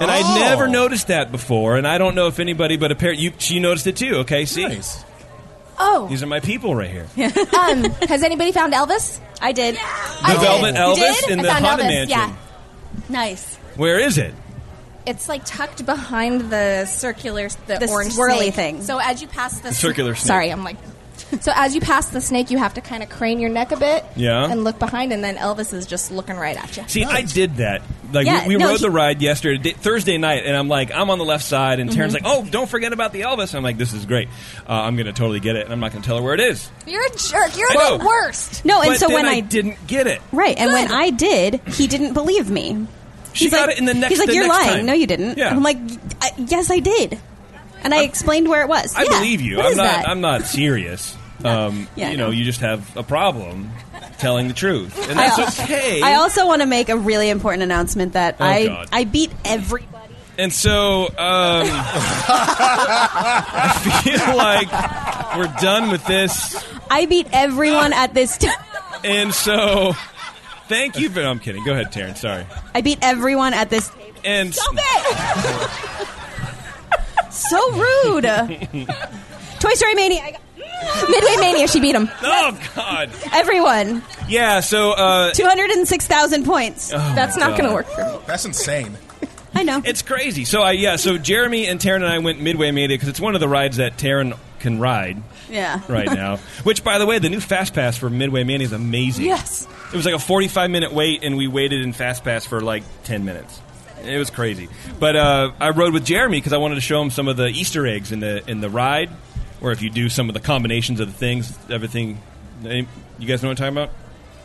B: And
F: Oh.
B: I'd never noticed that before, and I don't know if anybody but a pair you she noticed it too. Okay, see,
F: Nice.
I: Oh.
B: These are my people right here.
I: um, has anybody found Elvis? I did.
B: The Velvet
I: You
B: Elvis
I: did?
B: in
I: I
B: the
I: found
B: Haunted
I: Elvis,
B: Mansion.
I: Yeah. Nice.
B: Where is it?
I: It's like tucked behind the circular, the,
G: The
I: orange
G: swirly
I: snake.
G: thing.
I: So as you pass the
B: Circular snake.
I: sorry, I'm like. So as you pass the snake, you have to kind of crane your neck a bit,
B: Yeah.
I: and look behind, and then Elvis is just looking right at you.
B: See, I did that. Like
I: Yeah,
B: we, we
I: no,
B: rode
I: he-
B: the ride yesterday, di- Thursday night, and I'm like, I'm on the left side, and Taryn's
I: Mhm.
G: Mm-hmm.
B: like, oh, don't forget about the Elvis. I'm like, this is great. Uh, I'm going to totally get it, and I'm not going to tell her where it is.
I: You're a jerk. You're
B: I
I: the
B: know.
I: worst.
G: No, Oh, and
B: But
G: so
B: then
G: when
B: I,
G: I-
B: didn't get it,
G: Right, and when I did, he didn't believe me.
B: She
G: he's
B: got
G: like,
B: it in the next-
G: He's like,
B: the
G: "You're
B: next
G: lying."
B: time."
G: No, you didn't.
B: Yeah.
G: I'm like, I, "Yes, I did," and I explained where it was.
B: I
G: Yeah,
B: believe you.
G: what
B: I'm
G: is
B: not.
G: that?
B: I'm not serious. Um,
G: Yeah, I
B: you know,
G: know.
B: you just have a problem telling the truth, and
G: I
B: that's
G: al-
B: okay.
G: I also want to make a really important announcement that
B: Oh,
G: I
B: God.
G: I beat every.
B: and so um, I feel like we're done with this.
G: I beat everyone at this. T-
B: And so, thank you. For, no, I'm kidding. Go ahead, Taryn. Sorry.
G: I beat everyone at this.
B: And
G: Stop it! so rude. Toy Story Mania. I got- Midway Mania. She beat him.
B: oh God.
G: Everyone.
B: Yeah. So uh,
G: Two hundred and six thousand points.
B: Oh, That's not God. gonna work
G: for me.
F: That's insane.
G: I know.
B: It's crazy. So I yeah. So Jeremy and Taryn and I went midway made it because it's one of the rides that Taryn can ride.
G: Yeah.
B: Right now, which by the way, the new Fast Pass for Midway Mania is amazing.
G: Yes.
B: it was like a forty-five minute wait, and we waited in Fast Pass for like ten minutes. It was crazy. But uh, I rode with Jeremy because I wanted to show him some of the Easter eggs in the in the ride, or if you do some of the combinations of the things, everything. any- You guys know what I'm talking about?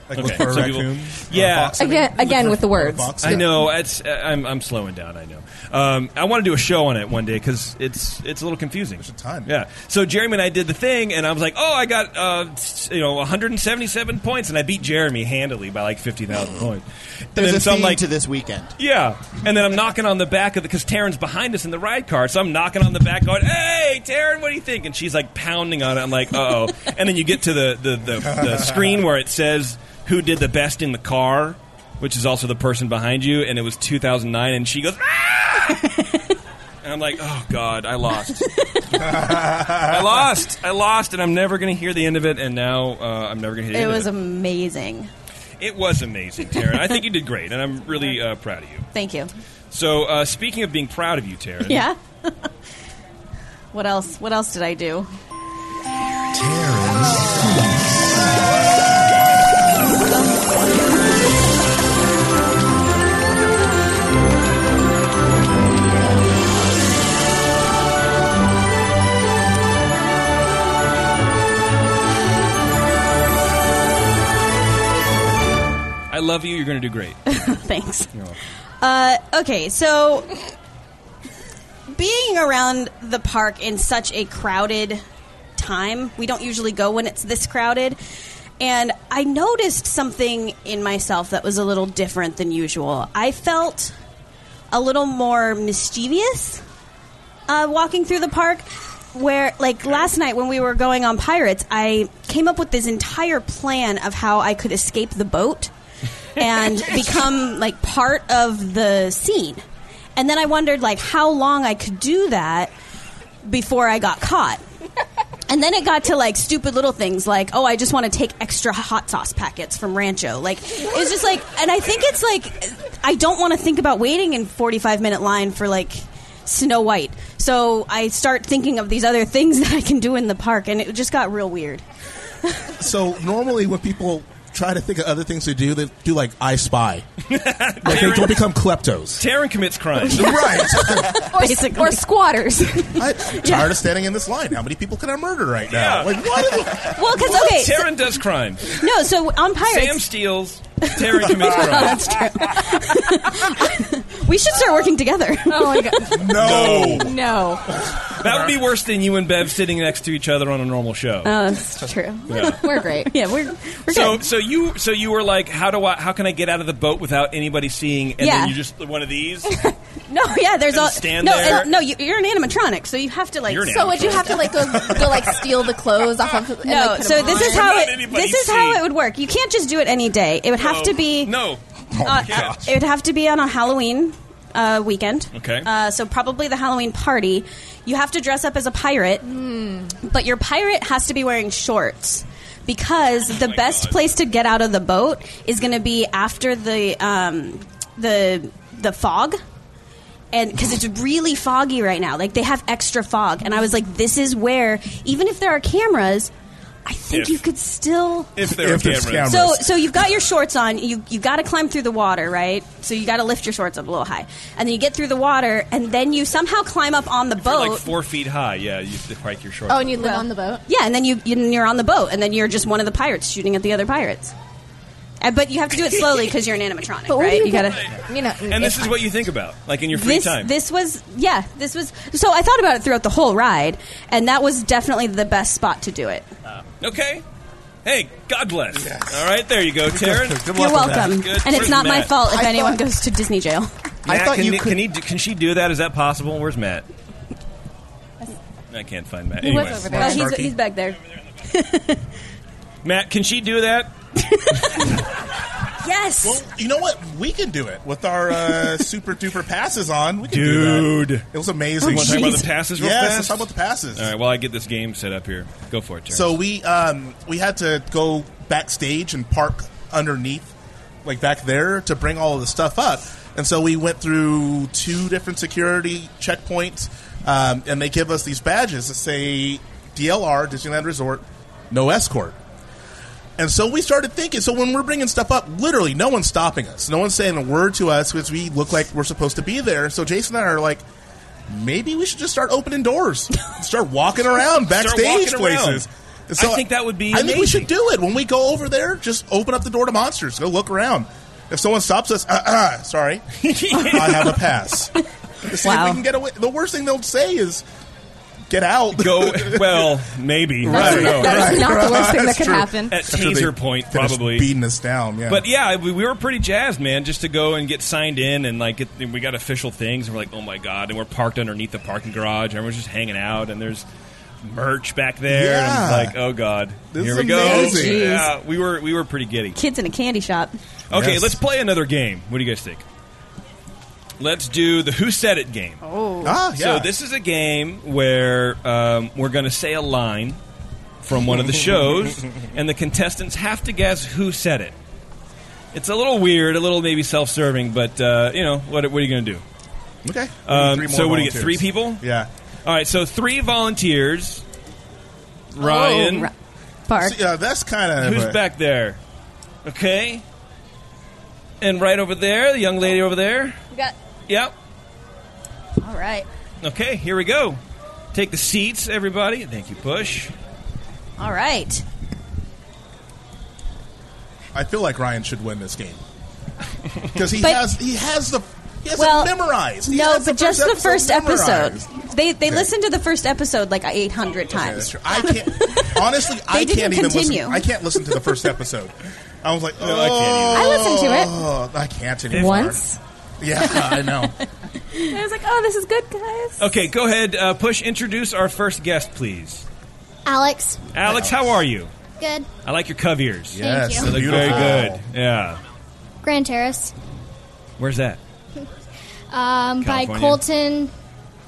F: Like look for a
B: some people-
F: raccoon or a
B: yeah,
F: fox.
I: Again, again with the words.
B: I know. It's, uh, I'm, I'm slowing down. I know. Um, I want to do a show on it one day because it's it's a little confusing. There's a time. Yeah. So Jeremy and I did the thing, and I was like, oh, I got uh, s- you know 177 points, and I beat Jeremy handily by like 50,000 points.
H: There's
B: and
H: a
B: so I'm
H: theme
B: like,
H: to this weekend.
B: yeah. And then I'm knocking on the back of the because Taryn's behind us in the ride car, so I'm knocking on the back, going, "Hey, Taryn, what do you think?" And she's like pounding on it. I'm like, "Uh oh." and then you get to the the, the the screen where it says who did the best in the car, which is also the person behind you, and it was 2009, and she goes. Ah! And I'm like, oh god, I lost. I lost. I lost, and I'm never going to hear the end of it. And now uh, I'm never going to hear
G: It
B: the end
G: was
B: of it.
G: amazing.
B: it was amazing, Taryn. I think you did great, and I'm really uh, proud of you.
G: Thank you.
B: So, uh, speaking of being proud of you, Taryn.
G: Yeah. what else? What else did I do?
B: I love you. You're going to do great.
G: Thanks. Uh, okay, so being around the park in such a crowded time, we don't usually go when it's this crowded. And I noticed something in myself that was a little different than usual. I felt a little more mischievous uh, walking through the park. Where, like last night when we were going on Pirates, I came up with this entire plan of how I could escape the boat and become like part of the scene. And then I wondered like how long I could do that before I got caught. And then it got to like stupid little things like, oh, I just want to take extra hot sauce packets from Rancho. Like, it was just like, and I think it's like, I don't want to think about waiting in 45 minute line for like Snow White. So I start thinking of these other things that I can do in the park, and it just got real weird.
F: So normally when people try to think of other things to do, they do like I Spy. like they don't become kleptos.
B: Taryn commits crimes.
F: right.
I: or, s- or squatters.
F: Tired of standing in this line. How many people can I murder right now? Like what?
G: Well, because, okay. so-
B: Taryn does crimes.
G: no, so on Pirates.
B: Sam steals. Taryn commits
G: Oh, that's
B: crimes.
G: true. we should start working together. Oh my god.
B: No.
G: No.
B: That would be worse than you and Bev sitting next to each other on a normal show.
I: Uh,
G: Oh, that's true.
B: Yeah.
G: We're great. Yeah, we're we're
B: so,
G: good.
B: so you, so you were like, how do I, how can I get out of the boat without anybody seeing? And
G: Yeah.
B: then you just one of these.
G: No, yeah, there's
B: And
G: all
B: stand
G: no,
B: there.
G: and- no. You, you're an animatronic, so you have to like.
B: You're an So would you
I: have to, like, go- go, like, steal the clothes off of- and,
G: No,
I: like, put
G: so
I: them
G: this
I: on?
G: is how
I: Not
G: it
I: anybody
G: this is how it would work. You can't just do it any day. It would have
B: No. Oh
G: to be
B: no.
G: uh, it would have to be on a Halloween uh, weekend.
B: Okay.
G: Uh, so probably the Halloween party. You have to dress up as a pirate,
I: Hmm.
G: but your pirate has to be wearing shorts because
B: Oh
G: the best place to get out of the boat is going to be after the um, the the fog. And because it's really foggy right now, like they have extra fog, and I was like, "This is where, even if there are cameras, I think
B: If.
G: you could still
B: If there are cameras.
G: so, so you've got your shorts on. You you got to climb through the water, right? So you got to lift your shorts up a little high, and then you get through the water, and then you somehow climb up on the
B: You're like
G: boat.
B: four feet high. Yeah, you have to hike your shorts.
I: Oh, and you live on the boat.
G: yeah, and then you, you and you're on the boat, and then you're just one of the pirates shooting at the other pirates. Uh, but you have to do it slowly because you're an animatronic,
I: But where do
G: right?
I: you
G: You gotta.
I: You know,
B: and this is what you think about, like in your free
G: this,
B: time.
G: This was yeah. This was so I thought about it throughout the whole ride, and that was definitely the best spot to do it.
B: Uh, okay. Hey, God bless. All right, there you go, Taryn.
G: You're welcome,
B: Good
G: and it's
B: Where's
G: not my
B: Matt?
G: fault if anyone goes to Disney jail.
B: Matt, can, can he? do- Can she do that? Is that possible? Where's Matt? I can't find Matt. Anyway,
G: Well, Oh, he's, he's back there.
B: Matt, can she do that?
G: Yes.
F: Well, you know what? We can do it with our uh, super duper passes on. We can do
B: Dude.
F: that. It was amazing.
B: You want to talk about the passes real
F: yes,
B: fast?
F: let's talk about the passes.
B: All right, while I get this game set up here, go for it, Terrence.
F: So we um, we had to go backstage and park underneath, like back there, to bring all of the stuff up. And so we went through two different security checkpoints, um, and they give us these badges that say DLR Disneyland Resort, no escort. And so we started thinking. So when we're bringing stuff up, literally no one's stopping us. No one's saying a word to us because we look like we're supposed to be there. So Jason and I are like, maybe we should just start opening doors, start walking around
B: Start
F: backstage
B: walking around.
F: places. And
B: I think that would be
F: I think we
B: amazing.
F: should do it when we go over there. Just open up the door to monsters. Go look around. If someone stops us, uh, uh, sorry, I have a pass. See if
B: Wow.
F: we can get away. The worst thing they'll say is, "Get out."
B: Go well, maybe.
F: That's-
B: I don't know.
F: that is not the worst thing that
B: That's
F: could
B: true.
F: happen.
B: At
F: After they
B: taser point,
F: finish
B: probably
F: beating us down. Yeah.
B: But yeah, we, we were pretty jazzed, man, just to go and get signed in and like get, and we got official things. And we're like, oh my god! And we're parked underneath the parking garage. and Everyone's just hanging out, and there's merch back there. And
G: Yeah.
B: I'm like, oh god,
G: This
B: here
G: is
B: we go.
G: amazing.
F: Oh,
G: Jeez.
B: Yeah, we were we were pretty giddy.
G: Kids in a candy shop.
B: Okay, let's play another game. What do you guys think? Let's do the Who Said It game.
G: Oh.
F: Ah,
B: So
F: yeah.
B: this is a game where um, we're going to say a line from one of the shows, and the contestants have to guess who said it. It's a little weird, a little maybe self-serving, but uh, you know what? What are you going to do?
F: Okay.
B: Um,
F: Three more
B: so what do you
F: volunteers.
B: get? Three people?
F: Yeah.
B: All right. So three volunteers.
F: Oh,
B: Ryan,
G: Bark.
F: yeah, that's kind of
B: Who's back there? Okay. And right over there, the young lady over there.
I: We got.
B: Yep.
I: All right.
B: Okay, here we go. Take the seats, everybody. Thank you, Push.
G: All right.
F: I feel like Ryan should win this game because he
G: But-
F: has he has the he has
G: well,
F: it memorized. He
G: no,
F: has
G: but just the first episode.
F: memorized.
G: They they
F: Okay.
G: listened to the first episode like 800 times.
F: I can't honestly. I
G: didn't
F: can't even
G: continue.
F: listen. I can't listen to the first episode. I was like, oh,
B: No, I can't
I: either. I listened to it.
F: it. I can't anymore.
I: Once?
F: Yeah, I know.
I: I was like, oh, this is good, guys.
B: Okay, go ahead, uh, Push. Introduce our first guest, please.
C: Alex,
B: Alex, how are you?
C: good.
B: I like your cove ears.
C: Yes, Thank you.
B: they look
F: beautiful.
B: very good. Yeah.
C: Grand Terrace,
B: Where's that?
C: um, by
B: California.
C: Colton,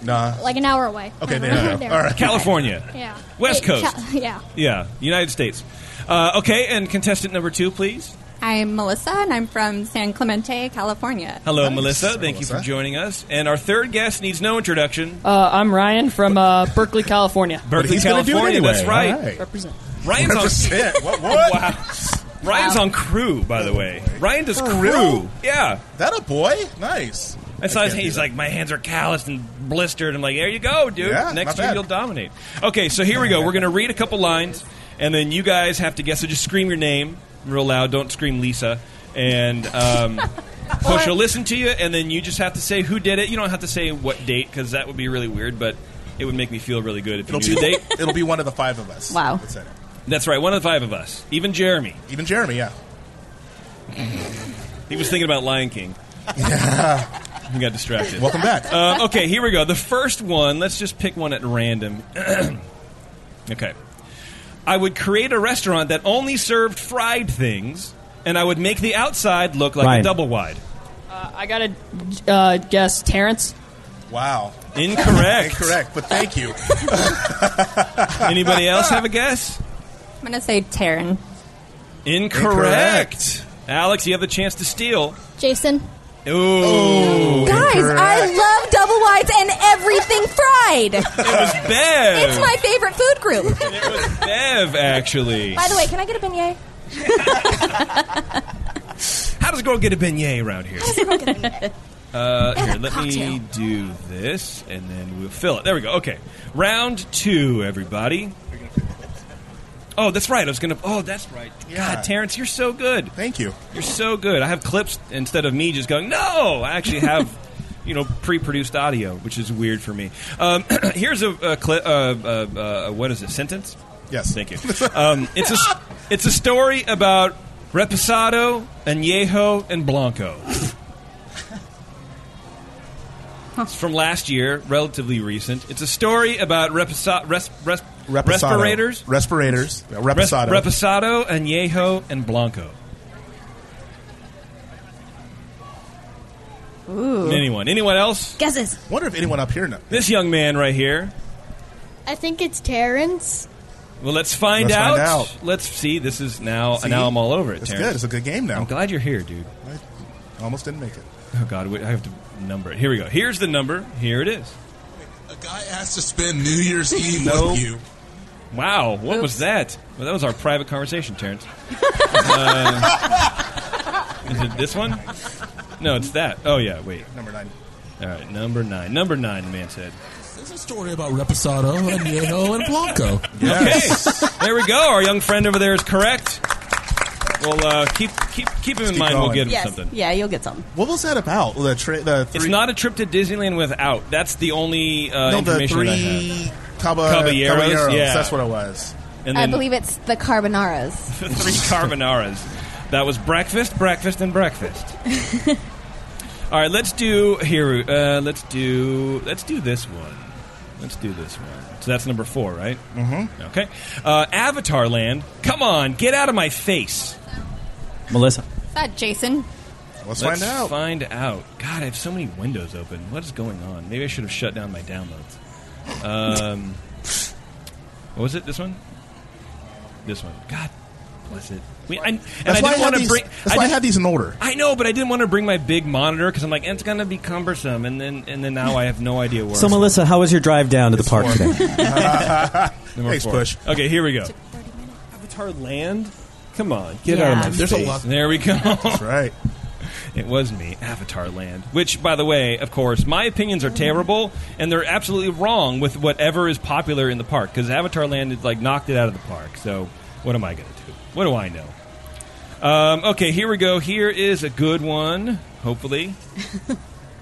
F: Nah.
C: like an hour away. Uh-huh.
B: Okay, there
F: you go. All right.
B: California.
C: Yeah.
B: West
C: Wait,
B: Coast.
C: Cal- yeah.
B: Yeah, United States. Uh, okay, and contestant number two, please.
I: I'm Melissa, and I'm from San Clemente, California.
B: Hello, Melissa. Thank you for joining us. And our third guest needs no introduction.
E: Uh, I'm Ryan from uh, Berkeley, California.
B: Berkeley, California. That's right.
E: Represent.
B: Ryan's on
F: Represent. What-
B: Wow. Ryan's on crew, by the way. Ryan does
F: For
B: crew.
F: real?
B: Yeah.
F: That a boy? Nice.
B: I saw
F: can't
B: his hand.
F: do
B: He's
F: that.
B: like, my hands are calloused and blistered. I'm like, there you go, dude.
F: Yeah, not
B: Next year
F: bad.
B: you'll dominate. Okay, so here we go. We're going to read a couple lines, and then you guys have to guess. So just scream your name real loud. Don't scream Lisa. And um, Push will listen to you, and then you just have to say who did it. You don't have to say what date, because that would be really weird, but it would make me feel really good if you
F: It'll be
B: knew the date.
F: It'll be one of the five of us.
G: Wow.
F: That's it.
B: That's right, one of the five of us. Even Jeremy.
F: Even Jeremy, yeah.
B: He was thinking about Lion King. He got distracted.
F: Welcome back.
B: Uh, okay, here we go. The first one, let's just pick one at random. okay. I would create a restaurant that only served fried things, and I would make the outside look like
J: Ryan.
B: a double wide.
E: Uh, I gotta uh, guess Terrence.
F: Wow.
B: Incorrect.
F: Incorrect, but thank you.
B: Anybody else have a guess?
I: I'm gonna say Taryn.
B: Incorrect. Alex, you have the chance to steal.
I: Jason.
B: Ooh.
I: Guys, I
B: incorrect.
I: love double whites and everything fried.
B: It was Bev.
I: it's my favorite food group.
B: Bev, actually.
I: By the way, can I get a beignet?
B: How does a girl get a beignet around here? Uh, here, let me do this, and then we'll fill it. There we go. Okay, round two, everybody. Oh, that's right. I was gonna. Oh, that's right. God, Terrence, you're so good.
F: Thank you.
B: You're so good. I have clips instead of me just going. No, I actually have. You know, pre-produced audio, which is weird for me. Um, here's a, a clip. Uh, uh, uh, what is it? Sentence?
F: Yes.
B: Thank you. Um, it's a s- it's a story about Reposado, Añejo, and Blanco. It's from last year, relatively recent. It's a story about reposa- res- res-
F: Reposado.
B: respirators.
F: Respirators. Yeah, Reposado.
B: Res- Reposado, Añejo, and Blanco.
G: Ooh.
B: Anyone? Anyone else?
G: Guesses.
F: Wonder if anyone up here knows.
B: This young man right here.
P: I think it's Terrence.
B: Well, let's find,
F: Let's
B: out.
F: find out.
B: Let's see. This is now.
F: See?
B: Now I'm all over it.
F: It's
B: Terrence.
F: good. It's a good game now.
B: I'm glad you're here, dude.
F: I almost didn't make it.
B: Oh God, wait, I have to number it. Here we go. Here's the number. Here it is.
N: I asked to spend New Year's Eve
B: No.
N: with you.
B: Wow, what was that? Well, that was our private conversation, Terrence. Uh, is it this one? No, it's that. Oh yeah, wait.
F: Number nine.
B: All right, number nine. Number nine. The man said.
N: There's a story about Reposado, Añejo, and Blanco.
B: Okay, there we go. Our young friend over there is correct. We'll uh, keep keep keep him in
F: Keep
B: mind. We'll
F: going.
B: get him
F: Yes.
B: something.
G: Yeah, you'll get some.
F: What was that about? The tra- the three,
B: It's not a trip to Disneyland without. That's the only uh,
F: no, the
B: information that I have.
F: three Caba,
B: Caballeros,
F: Caballeros.
B: yeah.
F: That's what it was.
B: And
I: I
B: then
I: believe it's the carbonaras.
B: three carbonaras. That was breakfast, breakfast, and breakfast. All right, let's do here. Uh, let's do let's do this one. Let's do this one. So that's number four, right? Mm-hmm. Okay. Uh, Avatar Land. Come on, get out of my face.
J: Melissa.
I: Is that Jason?
F: Let's,
B: Let's
F: find out.
B: Find out. God, I have so many windows open. What is going on? Maybe I should have shut down my downloads. Um, what was it? This one. This one. God bless it. We, I, and
F: That's
B: I
F: why I
B: didn't
F: had
B: want to
F: these-
B: bring.
F: that's why I
B: didn't-
F: had these in order.
B: I know, but I didn't want to bring my big monitor because I'm like it's going to be cumbersome, and then and then now I have no idea where.
J: So,
B: I'm
J: Melissa, how was your drive down to the park today?
B: Number
F: Thanks,
B: four.
F: Bush.
B: Okay, here we go. Avatar Land. Come on, get out of my
F: There's a
B: face.
F: lot-
B: There we go. That's
F: right.
B: It was me, Avatar Land. Which, by the way, of course, my opinions are terrible, and they're absolutely wrong with whatever is popular in the park. Because Avatar Land is like knocked it out of the park. So, what am I going to do? What do I know? Um, okay, here we go. Here is a good one. Hopefully,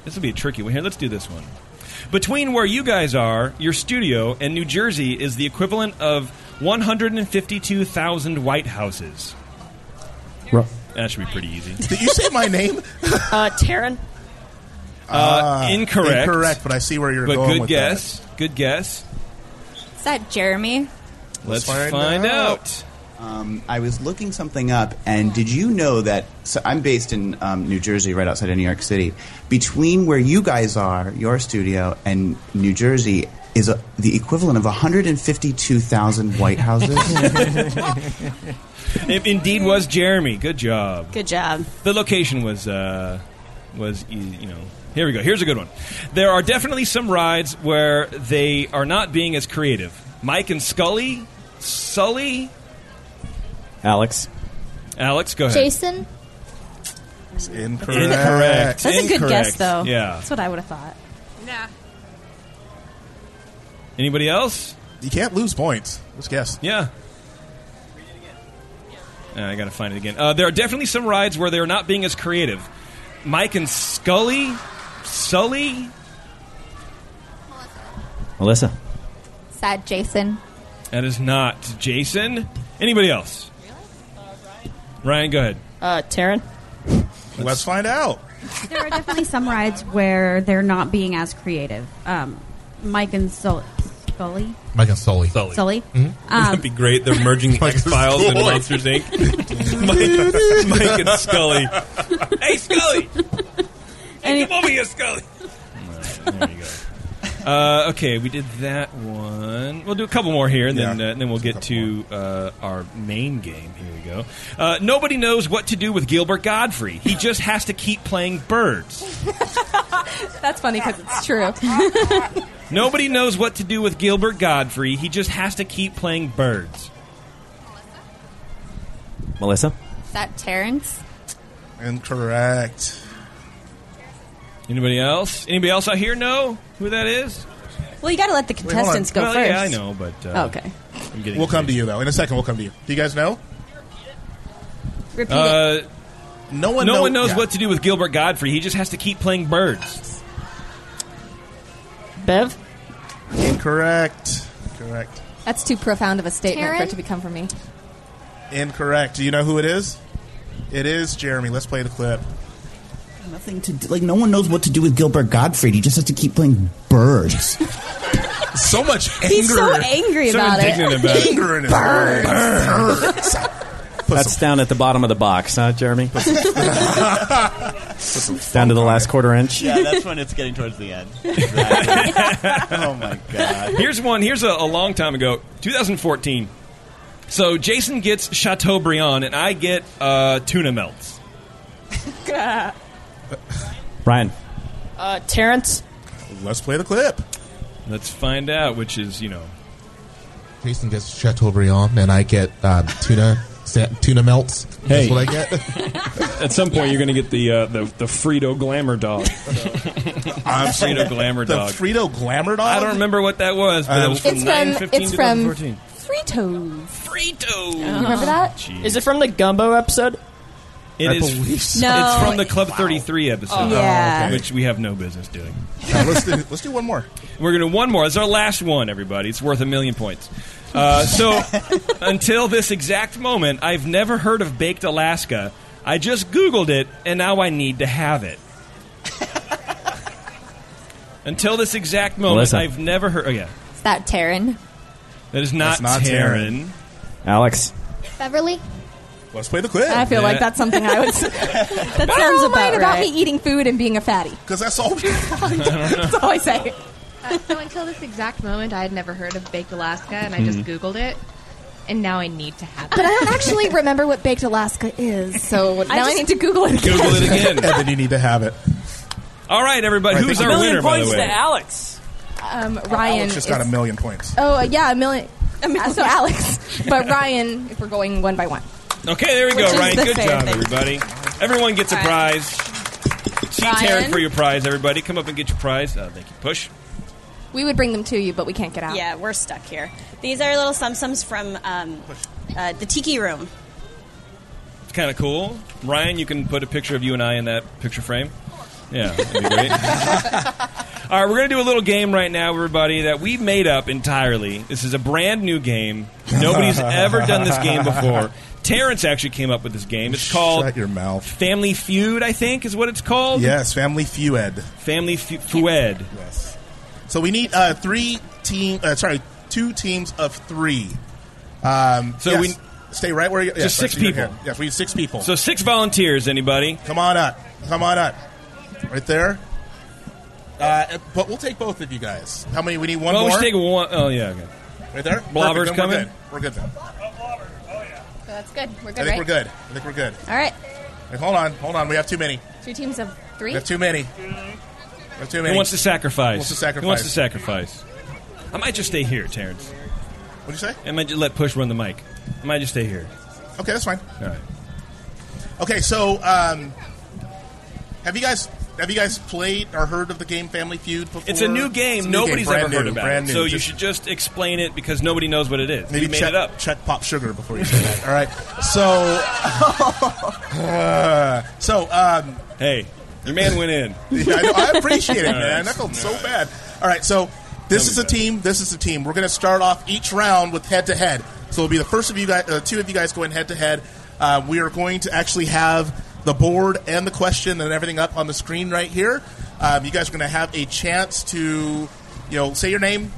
B: this will be a tricky one. Here, let's do this one. Between where you guys are, your studio, and New Jersey is the equivalent of 152,000 White Houses. That should be pretty easy.
F: Did you say my name?
E: Uh, Taryn.
B: Uh,
F: Ah,
B: incorrect.
F: Incorrect, but I see where you're
B: But
F: going
B: good
F: with
B: guess. Good guess.
I: Is that Jeremy?
B: Let's find, out.
H: Um, I was looking something up, and did you know that? So I'm based in um, New Jersey, right outside of New York City. Between where you guys are, your studio, and New Jersey is a, the equivalent of 152,000 White Houses.
B: It indeed was Jeremy. Good job.
G: Good job.
B: The location was uh, was e- you know. Here we go. Here's a good one. There are definitely some rides where they are not being as creative. Mike and Scully, Sully,
J: Alex.
B: Alex, go ahead.
P: Jason.
F: that. Incorrect.
B: Incorrect.
G: That's a good guess,
B: Incorrect.
G: though.
B: Yeah.
G: That's what I would have thought.
I: Nah.
B: Anybody else?
F: You can't lose points. Let's guess.
B: Yeah. Uh, I gotta find it again. Uh, there are definitely some rides where they're not being as creative. Mike and Scully, Sully.
J: Melissa.
I: Is that Jason?
B: That is not Jason. Anybody else? Ryan, go ahead.
E: Uh, Taryn.
F: Let's find out.
G: there are definitely some rides where they're not being as creative. Um, Mike and Sul- Scully.
N: Mike and Sully. Mm-hmm. Sully.
G: Sully? Mhm. Um,
K: That'd be great. They're merging X Files and
B: Scully.
K: Monsters Inc.
B: Mike, Mike and Scully. hey, Scully! Come over here, Scully. Uh, okay, we did that one. We'll do a couple more here, and then uh, and then we'll get to uh, our main game. Here we go. Uh, nobody knows what to do with Gilbert Godfrey. He just has to keep playing birds.
I: That's funny because it's true.
B: Nobody knows what to do with Gilbert Godfrey. He just has to keep playing birds.
J: Melissa?
I: Is that Terrence?
B: Incorrect. Anybody else? Anybody else out here know who that is?
G: Well, you got to let the
B: Wait, hold on.
G: contestants go
B: Well,
G: first.
B: Yeah, I know, but uh,
G: okay.
B: I'm getting
F: We'll come to you though in a second. We'll come to you. Do you guys know?
G: Repeat
B: Uh,
F: no one
B: no
F: know-
B: one knows
F: yeah.
B: what to do with Gilbert Godfrey. He just has to keep playing birds.
I: Bev?
F: Incorrect. Correct.
I: That's too profound of a statement for it to become from me.
F: Incorrect. Do you know who it is? It is Jeremy. Let's play the clip.
H: Nothing to do. Like, no one knows what to do with Gilbert Gottfried. He just has to keep playing birds.
F: So much anger.
H: He's so angry
J: So about it. indignant about it.
F: anger in his
J: Burn.
F: voice.
J: That's down at the bottom of the box, huh, Jeremy? down to the last quarter inch.
H: yeah, that's when it's getting towards the end. oh my god.
B: Here's one. Here's a, a long time ago, 2014. So Jason gets Chateaubriand, and I get uh, tuna melts.
J: Ryan.
E: Uh, Terrence.
F: Let's play the clip.
B: Let's find out which is you know
Q: Jason gets Chateaubriand, and I get um, tuna sa- tuna melts. That's what I get.
B: At some point, you're going to get the uh, the, the Frito Glamour dog. I'm Frito Glamour
F: The
B: dog.
F: Frito Glamour dog.
B: I don't remember what that was, but
F: Uh,
B: it was from
I: it's
B: 9,
I: from
B: 15,
I: Um, it's from
B: 2014.
I: Fritos.
B: Fritos.
P: Oh.
I: You remember that?
E: Is it from the Gumbo episode?
B: It
E: I
B: is-
E: believe
B: It's
E: so. No.
B: from the Club 33 episode,
E: Oh, Yeah. okay.
B: which we have no business doing.
F: let's do let's do one more.
B: We're going to one more. It's our last one, everybody. It's worth a million points. Uh, so, until this exact moment, I've never heard of Baked Alaska. I just Googled it, and now I need to have it. until this exact moment,
J: Melissa.
B: I've never heard. Oh, yeah.
I: Is that Taryn?
B: That is not,
J: That's not
B: Taryn.
J: Alex.
P: Beverly?
F: Let's play the clip.
I: I feel like that's something I would. s- that
P: Not
I: sounds
P: all
I: about
P: mine
I: right.
P: about
I: about me eating food and being a fatty.
F: Because that's all.
I: that's all I say.
R: Uh, so until this exact moment, I had never heard of Baked Alaska, and I
I: Mhm.
R: just Googled it, and now I need to have.
I: But I don't actually remember what baked Alaska is, so now I,
R: just-
I: need to Google it.
B: Google it again.
F: and then you need to have it.
B: All right, everybody.
F: Right,
B: Uh, who's
F: thank
B: our
F: you.
B: winner,
F: Million
B: by the
F: points
B: way?
F: to
E: Alex.
I: Um, Ryan.
F: Alex just got a
I: is-
F: million points.
I: Oh uh, yeah, a million. Uh, so Alex, but Ryan, if we're going one by one.
B: Okay, there we
I: Which
B: go,
I: is
B: Ryan.
I: the
B: Good
I: fair
B: job,
I: thing.
B: everybody. Everyone gets a prize. See Taryn
I: Ryan.
B: for your prize, everybody. Come up and get your prize. Uh, thank you. Push.
I: We would bring them to you, but we can't get out.
G: Yeah, we're stuck here. These are little sumsums from um, uh, the Tiki Room.
B: It's kind of cool. Ryan, you can put a picture of you and I in that picture frame. Yeah, that'd be great. All right, we're going to do a little game right now, everybody, that we made up entirely. This is a brand new game. Nobody's ever done this game before. Terrence actually came up with this game. It's called
F: Shut your mouth.
B: Family Feud, I think, is what it's called.
F: Yes, Family Feud.
B: Family Fe- Feud.
F: Yes. So we need uh, three team. Uh, sorry, two teams of three. Um,
B: So
F: yes.
B: we-
F: stay right where you.
B: Just
F: yes,
B: six
F: actually,
B: people.
F: right here. Yes, we need six people.
B: So six volunteers, anybody?
F: Come on up. Come on up. Right there. Uh, but we'll take both of you guys. How many? We need one
B: well,
F: more.
B: we should take one. Oh yeah. Okay.
F: right there.
B: Blobber's
F: Perfect, then
B: coming.
F: We're good. We're good then.
I: So that's good. We're
F: I think we're good. I think we're good.
I: All right,
F: Wait, hold on. Hold on. We have too many.
I: two teams of three.
F: We have too many. We have too many.
B: Who wants to sacrifice?
F: Who wants to
B: Who wants to
F: sacrifice?
B: sacrifice? I might just stay here, Terrence.
F: What'd you say?
B: I might just let Push run the mic. I might just stay here.
F: Okay, that's fine.
B: All right.
F: Okay, so um, have you guys have you guys played or heard of the game Family Feud before?
B: It's a new game.
F: It's a new
B: Nobody's
F: brand
B: ever heard
F: new,
B: about
F: brand
B: it.
F: new.
B: So you
F: Just
B: should just explain it because nobody knows what it is.
F: maybe
B: we made
F: check,
B: it up.
F: check pop sugar before you say that. All right, so uh, so um,
B: hey, your man went in.
F: Yeah, I, know, I appreciate it,
B: All
F: man.
B: right.
F: I felt so bad. All right, so this is a team. This is a team. We're going to start off each round with head to head. So it'll be the first of you guys, uh, two of you guys going head to head. Uh, We are going to actually have the board and the question and everything up on the screen right here. Um, you guys are going to have a chance to, you know, say your name,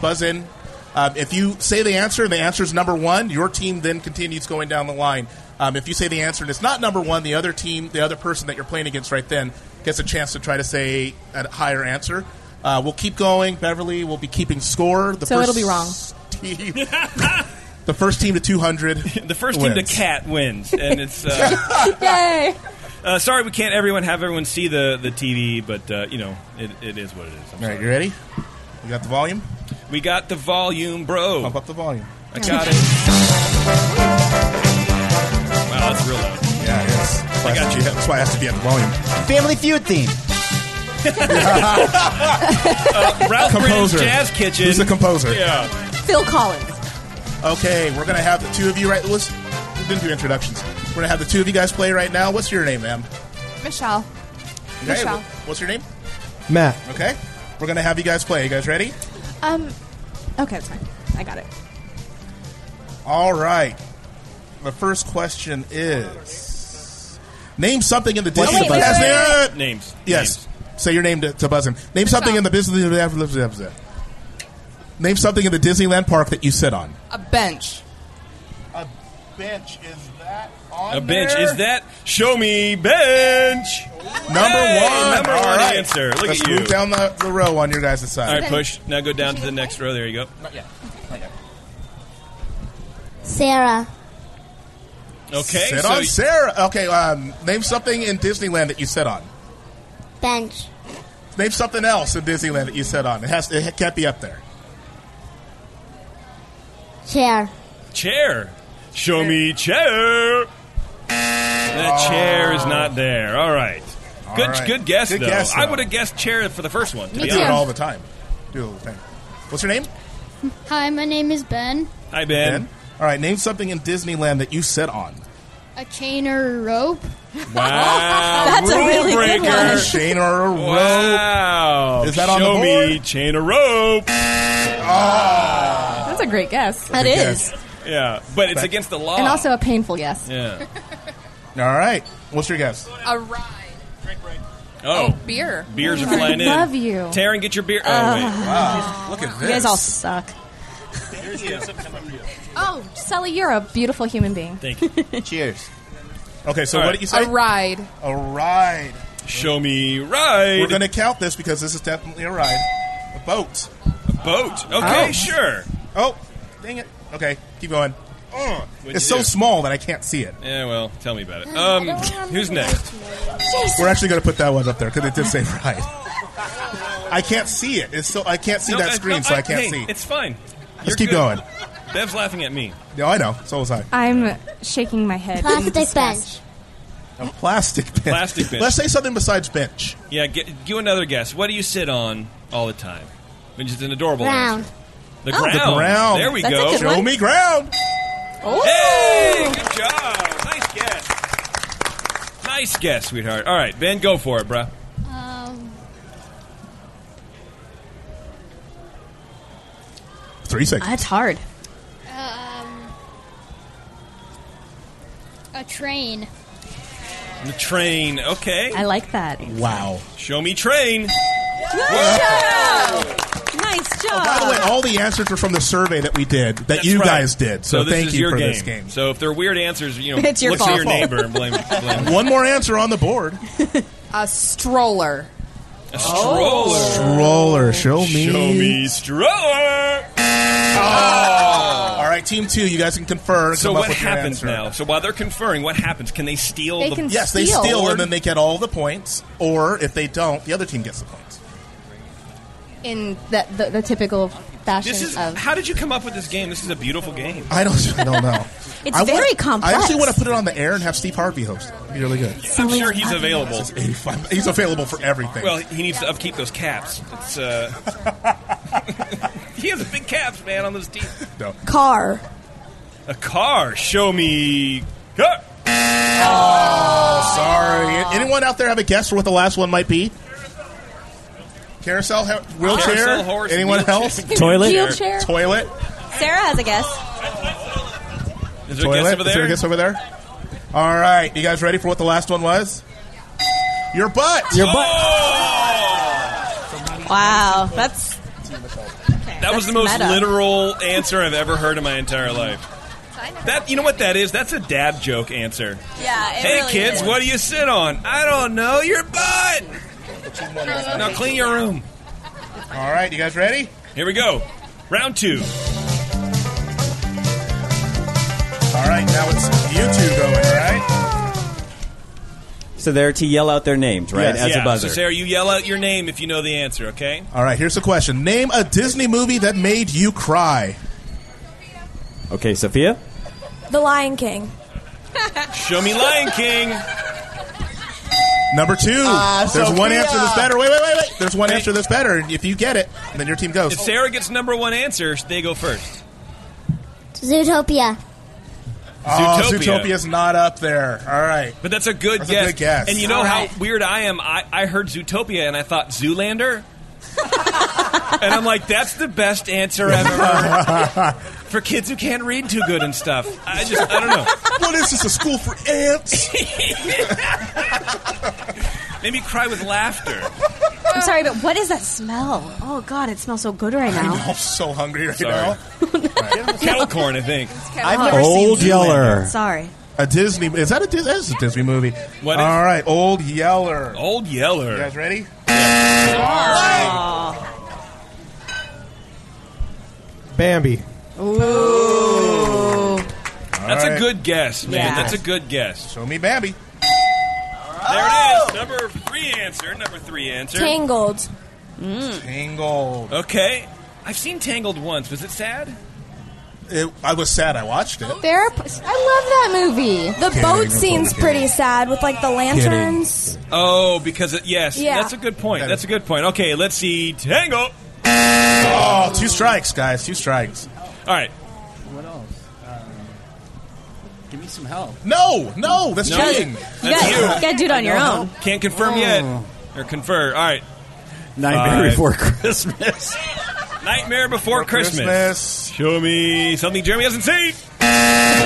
F: buzz in. Um, if you say the answer and the answer is number one, your team then continues going down the line. Um, if you say the answer and it's not number one, the other team, the other person that you're playing against right then gets a chance to try to say a higher answer. Uh, we'll keep going. Beverly will be keeping score. The
I: so
F: first
I: it'll be wrong.
F: The first team to 200. the
B: first team to cat wins, and it's uh,
I: Yay!
B: uh, sorry we can't everyone have everyone see the the TV, but uh, you know it, it is what it is. I'm
F: All right,
B: sorry.
F: you ready? We got the volume.
B: We got the volume, bro. Pump
F: up the volume.
B: I got it. wow, that's real loud.
F: Yeah, it is. I got you. That's why it has to be at the volume.
H: Family Feud theme.
B: uh, Ralph Composer. Jazz Kitchen.
F: Who's the composer?
B: Yeah.
I: Phil Collins.
F: Okay, we're gonna have the two of you right. Let's we didn't do introductions. We're gonna have the two of you guys play right now. What's your name, ma'am?
I: Michelle.
F: Okay,
I: Michelle.
F: wh- What's your name?
J: Matt.
F: Okay, we're gonna have you guys play. You guys ready?
I: Um. Okay, that's fine. I got it.
F: All right. The first question is: Name something in the
B: What's
F: dish.
B: the buzzer?
F: Yes,
B: Oh, Wait, wait,
F: uh,
B: wait. Names.
F: Yes. Say your name to, to buzz him. Name something in the business. Name something in the Disneyland park that you sit on.
S: A bench.
F: A bench is that
B: A bench is that? Show me bench.
F: Number
B: Hey,
F: one.
B: Number
F: All
B: one
F: right.
B: answer. Look
F: Let's
B: at you.
F: move down the, the row on your guys'
B: All
F: side.
B: right, push. Now go down to the next row. There you go.
F: Not yet. Not yet.
P: Sarah.
B: Okay.
F: Sit
B: so
F: on Sarah. Okay. Um, name something in Disneyland that you sit on.
P: Bench.
F: Name something else in Disneyland that you sit on. It has. It can't be up there.
P: Chair.
B: Chair. Show me chair. That chair is not there. All right.
F: Ah. All
B: Good,
F: right.
B: good guess.
F: Good
B: though.
F: guess,
B: I
F: though.
B: would have guessed chair for the first one. To
F: I
B: be
F: do it
B: honest.
F: all the time. Do a little thing. What's your name?
P: Hi, my name is Ben.
B: Hi, ben.
F: All right. Name something in Disneyland that you sit on.
P: A chain or a rope.
B: Wow.
P: That's a
B: Rule
P: really good
B: breaker.
P: one. A
F: chain or a rope.
B: Wow.
F: Is that on the
B: Show me
F: board?
B: chain or rope.
I: That's a great guess.
F: That Ah. Good is.
B: Yeah, but it's against the law.
I: And also a painful guess.
B: yeah.
F: All right. What's your guess?
S: A ride.
B: Oh,
S: beer.
B: beers are
I: I
B: flying in.
I: love you.
B: Taryn, get your beer. Oh,
I: Uh,
B: wait.
I: Wow.
F: Look at
I: You guys all suck. Oh, Sally, you're a beautiful human being.
B: Thank you.
H: Cheers.
F: Okay. So
B: All
F: what did
B: right.
F: you say?
I: A ride.
F: A ride.
B: Show me ride.
F: We're going to count this because this is definitely a ride. A boat.
B: A boat. Okay, sure.
F: Oh, dang it. Okay, keep going.
T: Um,
F: Ugh.
B: What'd
F: It's
B: you
F: so
B: do?
F: small that I can't see it.
B: Yeah, well, tell me about it. Um, who's next?
F: We're actually going to put that one up there because it did say ride. I can't see it. It's so I can't see
B: No,
F: that
B: uh,
F: screen,
B: no,
F: so I can't
B: hey,
F: see.
B: It's fine.
F: Let's keep going.
B: Bev's laughing at me.
F: No, I know. So was I.
I: I'm shaking my head.
P: Plastic
I: bench.
F: A plastic bench.
B: Plastic bench.
F: Let's say something besides bench.
B: Yeah, get, do another guess. What do you sit on all the time? Which is an adorable
P: Ground.
B: answer. The
P: Oh.
B: ground.
P: The ground.
B: There we
P: That's a
B: go.
P: good Show one. me
F: ground.
P: Oh.
B: Hey, good job. Nice guess. Nice guess, sweetheart. All right, Ben, go for it, bruh.
F: Oh.
P: Um,
F: Three seconds.
G: That's hard.
P: um, a train.
B: The train. Okay.
G: I like that.
F: Wow.
B: Show me train.
G: Nice job.
F: By the way, all the answers were from the survey that we did, that
B: That's
F: you
B: right.
F: guys did. So,
B: this
F: thank
B: is
F: you
B: your
F: for
B: game.
F: this game.
B: So if they're weird answers, you know,
F: It's your
B: look
F: fault.
B: to your neighbor and blame. blame.
F: One more answer on the board.
S: A stroller.
B: A stroller.
F: Stroller, show me.
B: Show me stroller. Oh.
F: All right, team two, you guys can confer. and
B: So
F: come up
B: what
F: with your
B: happens
F: answer.
B: now? So while they're conferring, what happens? Can they steal? the
F: yes, they steal, and then they get all the points. Or if they don't, the other team gets the points.
I: In the, the, the typical fashion
B: This is
I: of.
B: how did you come up with this game? This is a beautiful game.
F: I don't, I don't know.
I: It's
F: I
I: very
F: I actually
I: complex.
F: want to put it on the air and have Steve Harvey host. it. It'd be really good.
B: I'm sure he's available.
F: He's available for everything.
B: Well, he needs to upkeep those caps. It's, uh, he has big caps, man, on those teeth.
F: No.
I: Car.
B: A car. Show me. Car.
F: Oh, sorry. Anyone out there have a guess for what the last one might be? Carousel, he- wheelchair.
B: Carousel, horse,
F: Anyone
B: wheelchair.
F: else?
B: Toilet? Wheelchair.
F: Toilet.
G: Sarah has a guess.
B: Is there a
F: Toilet.
B: guess
F: Is
B: over
F: there a
B: there?
F: guess over there? All right. You guys ready for what the last one was? Your butt.
G: Your butt. Wow, that's
B: Oh. That was the most
G: meta.
B: literal answer I've ever heard in my entire life. That you know what that is? That's a dad joke answer.
T: Yeah, it
B: hey
T: really
B: kids,
T: is.
B: what do you sit on? I don't know. Your butt. now clean your room.
F: All right, you guys ready?
B: Here we go. Round two.
F: All right, now it's you two going, right?
J: So they're to yell out their names, right? As
B: yeah.
J: a buzzer.
B: So Sarah, you yell out your name if you know the answer. Okay.
F: All right, here's the question. Name a Disney movie that made you cry.
J: okay, Sophia?
U: The Lion King.
B: Show me Lion King.
F: Number two.
B: Ah,
F: There's one
B: Sophia.
F: answer that's better. Wait, wait, wait, wait. There's one
B: Hey.
F: answer that's better. and If you get it, then your team goes.
B: If Sarah gets number one answer, they go first.
T: Zootopia.
F: Oh,
B: Zootopia.
F: Zootopia's not up there. All right.
B: But that's a good,
F: That's a
B: guess.
F: good guess.
B: And you know
F: All
B: how
F: right.
B: weird I am? I, I heard Zootopia and I thought Zoolander. and I'm like, that's the best answer ever for kids who can't read too good and stuff. I just, I don't know.
F: What is this, a school for ants?
B: Made me cry with laughter.
G: I'm sorry, but what is that smell? Oh God, it smells so good right now.
F: I'm so hungry right
B: Sorry.
F: now.
B: Kettle corn, I think.
F: I've never seen
G: Old
F: Old Yeller. Zoolander.
G: Sorry.
F: A Disney. Is that a Disney? That's a Disney movie.
B: What
F: All right, Old Yeller.
B: Old Yeller.
F: You guys ready?
V: Bambi.
F: Ooh.
B: That's a good guess, man.
F: Yeah.
B: That's a good guess.
F: Show me Bambi.
B: There it is. Number three answer. Number three answer.
U: Tangled.
F: Tangled.
B: Okay. I've seen Tangled once. Was it sad?
F: It, I was sad I watched
I: Oh.
F: it.
U: There are, I love that movie. The
F: Kidding,
U: boat
F: I'm
U: scene's
F: kidding.
U: pretty sad with like the lanterns.
B: Oh, because it, yes,
U: Yeah.
B: that's a good point. That's a good point. Okay, let's see. Tangled.
F: Oh, two strikes, guys. Two strikes.
B: All right.
H: What else? give me some help.
F: No, no, that's
B: No.
F: cheating.
B: That's you.
G: do it on your
B: No,
G: own.
B: Can't confirm yet. Or confer. All right.
J: Nightmare
B: Five.
J: Before Christmas.
B: Nightmare Before Christmas.
F: Christmas.
B: Show me something Jeremy hasn't seen.
F: Oh.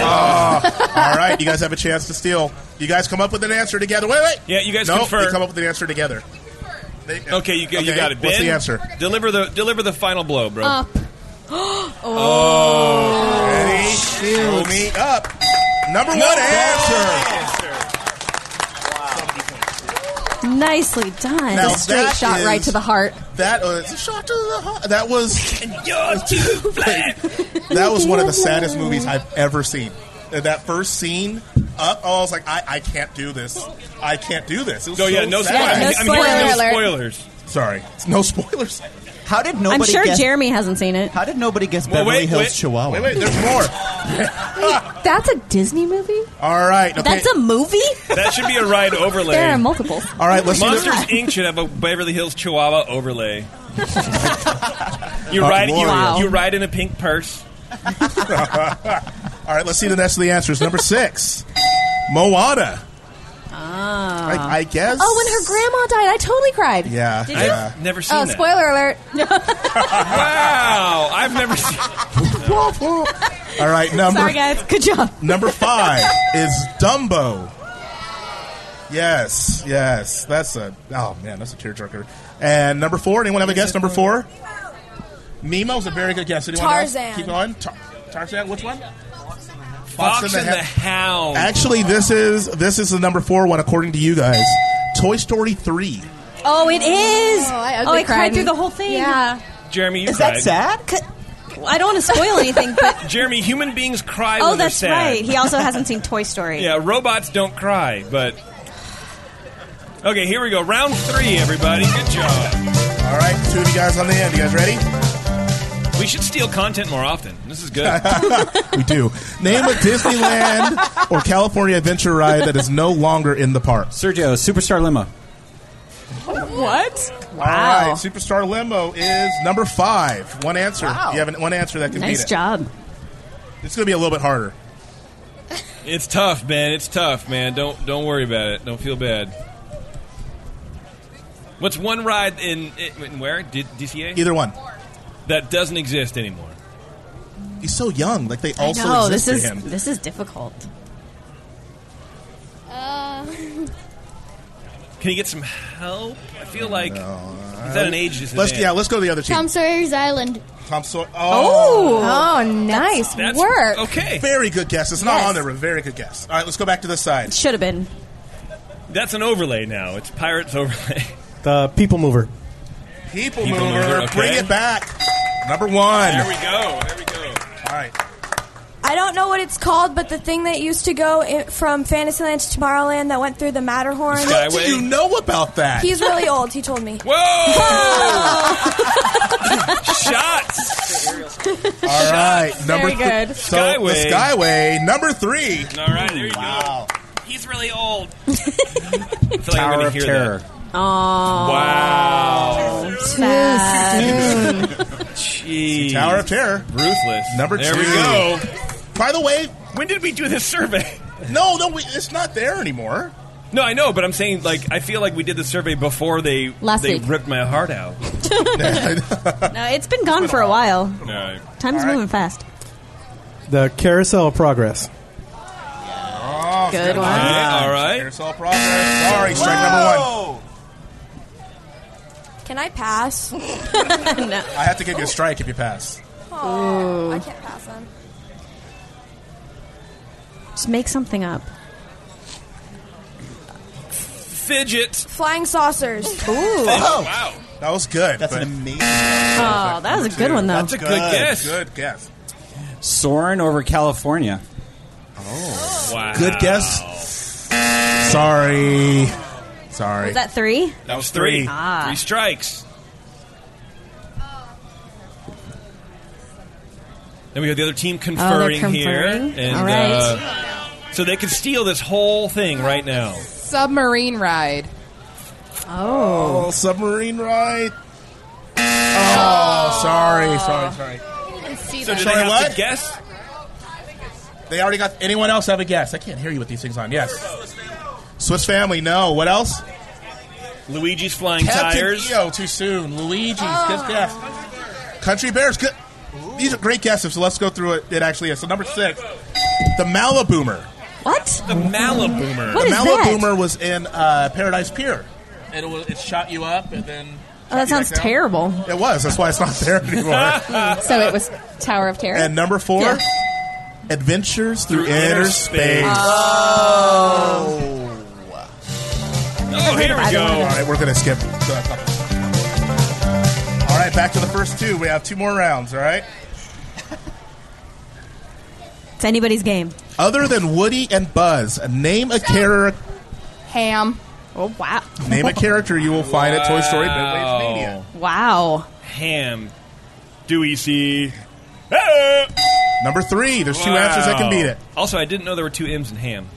F: Ah. All right, you guys have a chance to steal. You guys come up with an answer together. Wait, wait.
B: Yeah, you guys
F: no,
B: confer.
F: They come up with an answer together.
B: Okay, you, you
F: Okay,
B: got it.
F: what's
B: Ben,
F: the answer?
B: Deliver the deliver the final blow, bro.
U: Up.
B: Oh.
F: Ready? Show me up. Number one answer.
G: Nicely done.
F: Now
U: Straight
F: that
U: shot right
F: is-
U: to the heart.
F: That was a shot to the heart. That was that was one of the saddest movies I've ever seen. Uh, That first scene up, oh, I was like, I, I can't do this. I can't do this. It was
B: So, yeah,
F: so
B: no
F: sad.
B: spoilers. Yeah, no I'm hearing no spoiler alert. spoilers.
F: Sorry, It's no spoilers.
H: How did nobody?
G: I'm sure
H: guess,
G: Jeremy hasn't seen it.
H: How did nobody guess
G: Well,
H: Beverly
G: wait,
H: Hills
G: wait.
H: Chihuahua?
F: Wait, wait, there's more.
U: That's a Disney movie?
F: All right, okay.
U: That's
G: a movie?
B: That should be a ride overlay.
U: There are multiples.
F: All right, let's see the-
B: Monsters Inc. should have a Beverly Hills Chihuahua overlay. you
F: Uh,
B: ride you,
F: Wow.
B: you ride in a pink purse.
F: All right, let's see the rest of the answers. Number six, Moana.
U: Ah.
F: I- I guess-
U: Oh, when her grandma died, I totally cried.
F: Yeah, Did you? yeah.
B: I've never
U: Oh,
B: seen that.
U: spoiler alert.
B: Wow, I've never seen.
F: All right, number
U: Sorry, guys. Good job.
F: Number five is Dumbo. Yes, yes, that's a oh man, that's a tearjerker. And number four, anyone have a guess? Number four, Nemo's a very good guess. Anyone else?
T: Tarzan.
F: Keep going. Tar- Tarzan, which one?
B: Fox and the Hound.
F: Actually, this is this is the number four one according to you guys. Toy Story three.
G: Oh, it is.
U: Oh, I,
G: oh,
U: ugly
G: I cried
U: cried.
G: through the whole thing.
U: Yeah.
B: Jeremy, you
G: Is that
B: cried.
G: sad? I don't want to spoil anything, but
B: Jeremy, human beings cry.
G: oh,
B: when they're
G: that's
B: sad.
G: right. He also hasn't seen Toy Story.
B: Yeah, robots don't cry, but. Okay, here we go. Round three, everybody. Good job.
F: All right, two of you guys on the end. You guys ready?
B: We should steal content more often. This is good.
F: we do. Name a Disneyland or California adventure ride that is no longer in the park.
J: Sergio, Superstar Limo.
U: What?
F: All right, Superstar Limo is number five. One answer. You have an, one answer that can
G: Nice
F: beat it.
G: job.
F: It's going to be a little bit harder.
B: It's tough, man. It's tough, man. Don't don't worry about it. Don't feel bad. What's one ride in, in where? D- DCA?
F: Either one.
B: That doesn't exist anymore.
F: He's so young. Like they also
G: I know
F: exist
G: this is
F: to him.
G: this is difficult.
P: Uh,
B: Can you get some help? I feel like is that an age
F: Let's
B: disadvantage?
F: yeah. Let's go to the other team.
P: Tom Sawyer's Island.
F: Tom Sawyer. Oh,
U: Oh. Oh, nice That's- that's- work.
B: Okay,
F: very good guess. It's not
B: Yes.
F: on there, but very good guess. All right, let's go back to this side.
G: Should have been.
B: That's an overlay now. It's Pirates overlay.
V: The people mover.
F: People,
B: People
F: mover,
B: mover, okay.
F: bring it back. Number one.
B: There we go. There we go.
F: All right.
A: I don't know what it's called, but the thing that used to go i from Fantasyland to Tomorrowland that went through the Matterhorn.
F: What do you know about that?
A: He's really old. He told me.
B: Whoa! Shots.
F: All right, number
B: Very
F: three.
B: good.
F: So
B: Skyway.
F: the Skyway number three.
B: All right, there you go. He's really old. I feel like I'm
F: Tower
B: gonna
F: of
B: hear
F: Terror.
B: That.
A: Oh. Wow.
B: Jeez.
F: Tower of Terror.
B: Ruthless.
F: Number
B: there
F: two.
B: we go.
F: By the way,
B: when did we do this survey?
F: No, no, we, it's not there anymore.
B: No, I know, but I'm saying like I feel like we did the survey before they
G: Last
B: they
G: week.
B: ripped my heart out.
G: No, it's been gone for a while.
B: No.
G: Time's moving fast.
V: The carousel of progress.
F: Oh,
G: Good
F: it's gotta be
G: one.
F: that.
B: All right.
F: There's all progress. Sorry, strike number one.
A: Can I pass? no.
F: I have to give you a strike if you pass.
A: Oh, I can't pass on.
G: Just make something up.
B: Fidget.
A: Flying saucers. Ooh.
B: wow.
F: That was good. That's an
H: amazing.
A: Oh, that was a good one, though. That's a good guess.
F: Good guess.
J: Soren over California.
B: Oh, Wow.
F: Good guess. Sorry. Sorry.
G: Was that three?
B: That was three.
G: Ah.
B: Three strikes. Then we got the other team conferring,
R: Oh, conferring?
B: here. And,
R: All right.
B: uh, so they can steal this whole thing right now.
R: Submarine ride.
F: Oh, submarine ride. Oh, sorry, sorry, sorry.
B: So do they
F: Sorry,
B: have
F: what?
B: to guess?
F: They already got. Anyone else have a guess? I can't hear you with these things on. Yes. Swiss Family. No. What else?
B: Luigi's flying
F: Captain
B: tires.
F: EO, too soon. Luigi's.
G: Oh.
F: Good guess. Country Bears. Good. These are great guesses. So let's go through it. It actually is. So number six, the Malaboomer.
G: What?
B: The Malaboomer.
F: the Malaboomer was in uh, Paradise Pier. It, will- it shot you up and then.
G: Oh, that sounds terrible.
F: It was. That's why it's not there anymore.
I: so it was Tower of Terror.
F: and number four, Adventures Through, Inner Space.
I: Oh.
B: Oh, here we
F: All
B: go.
F: right, we're going to skip. So that's not- All right, back to the first two. We have two more rounds, all right?
G: It's anybody's game.
F: Other than Woody and Buzz, name a character
R: Ham.
G: Oh wow.
F: name a character you will find at Toy Story
B: Wow.
F: Midway's Mania.
G: Wow.
B: Ham. Dewey C.
F: Number three. There's two answers that can beat it.
B: Also, I didn't know there were two M's in ham.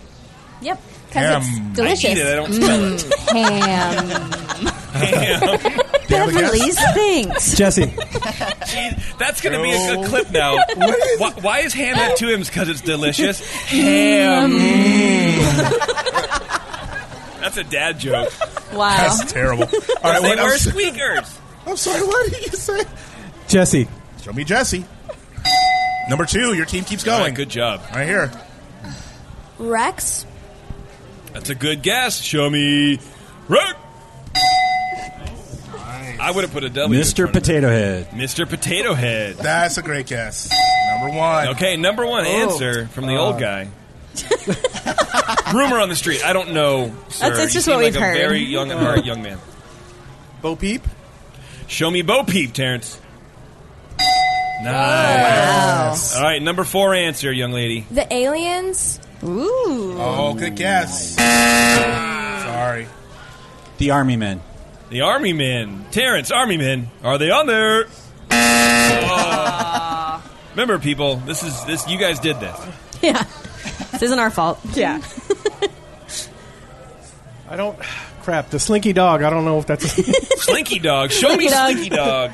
I: Yep. Because
B: Ham.
I: it's delicious.
B: I eat it, I don't smell
I: Mm, ham.
G: Beverly's thanks.
V: Jesse.
B: That's going to be a good clip now. why, why is ham at two M's? Because it's delicious. Ham. That's a dad joke.
G: Wow.
F: Mm. That's terrible. All right,
B: they
F: what
B: were
F: else?
B: squeakers.
F: I'm sorry, what did you say?
V: Jesse.
F: Show me Jesse. Number two, your team keeps
B: All
F: going.
B: right, good job.
F: Right here.
A: Rex.
B: That's a good guess. Show me. Rick. I would have put a W. in
J: Mr.
B: front of it.
J: Potato Head.
B: Mr. Potato Head.
F: That's a great guess. Number one.
B: Okay, number one
F: Oh.
B: answer from the old
F: Uh.
B: guy. Rumor on the street. I don't know,
G: That's-
B: sir.
G: that's
B: You
G: just
B: seem
G: what
B: like
G: we've
B: a
G: heard.
B: Very young and hard young man.
V: Bo Peep.
B: Show me Bo Peep, Terrence. Nice. All right, number four answer, young lady.
A: The aliens. Ooh.
F: Oh, good guess. Sorry.
J: The Army Men.
B: The Army Men, Terrence. Army Men, are they on there? Oh. Remember, people, this is this. You guys did this.
G: Yeah. This isn't our fault. Yeah.
V: I don't. Crap. The slinky dog. I don't know if that's. A,
B: Slinky Dog. Show me
G: Slinky Dog.
B: Slinky Dog.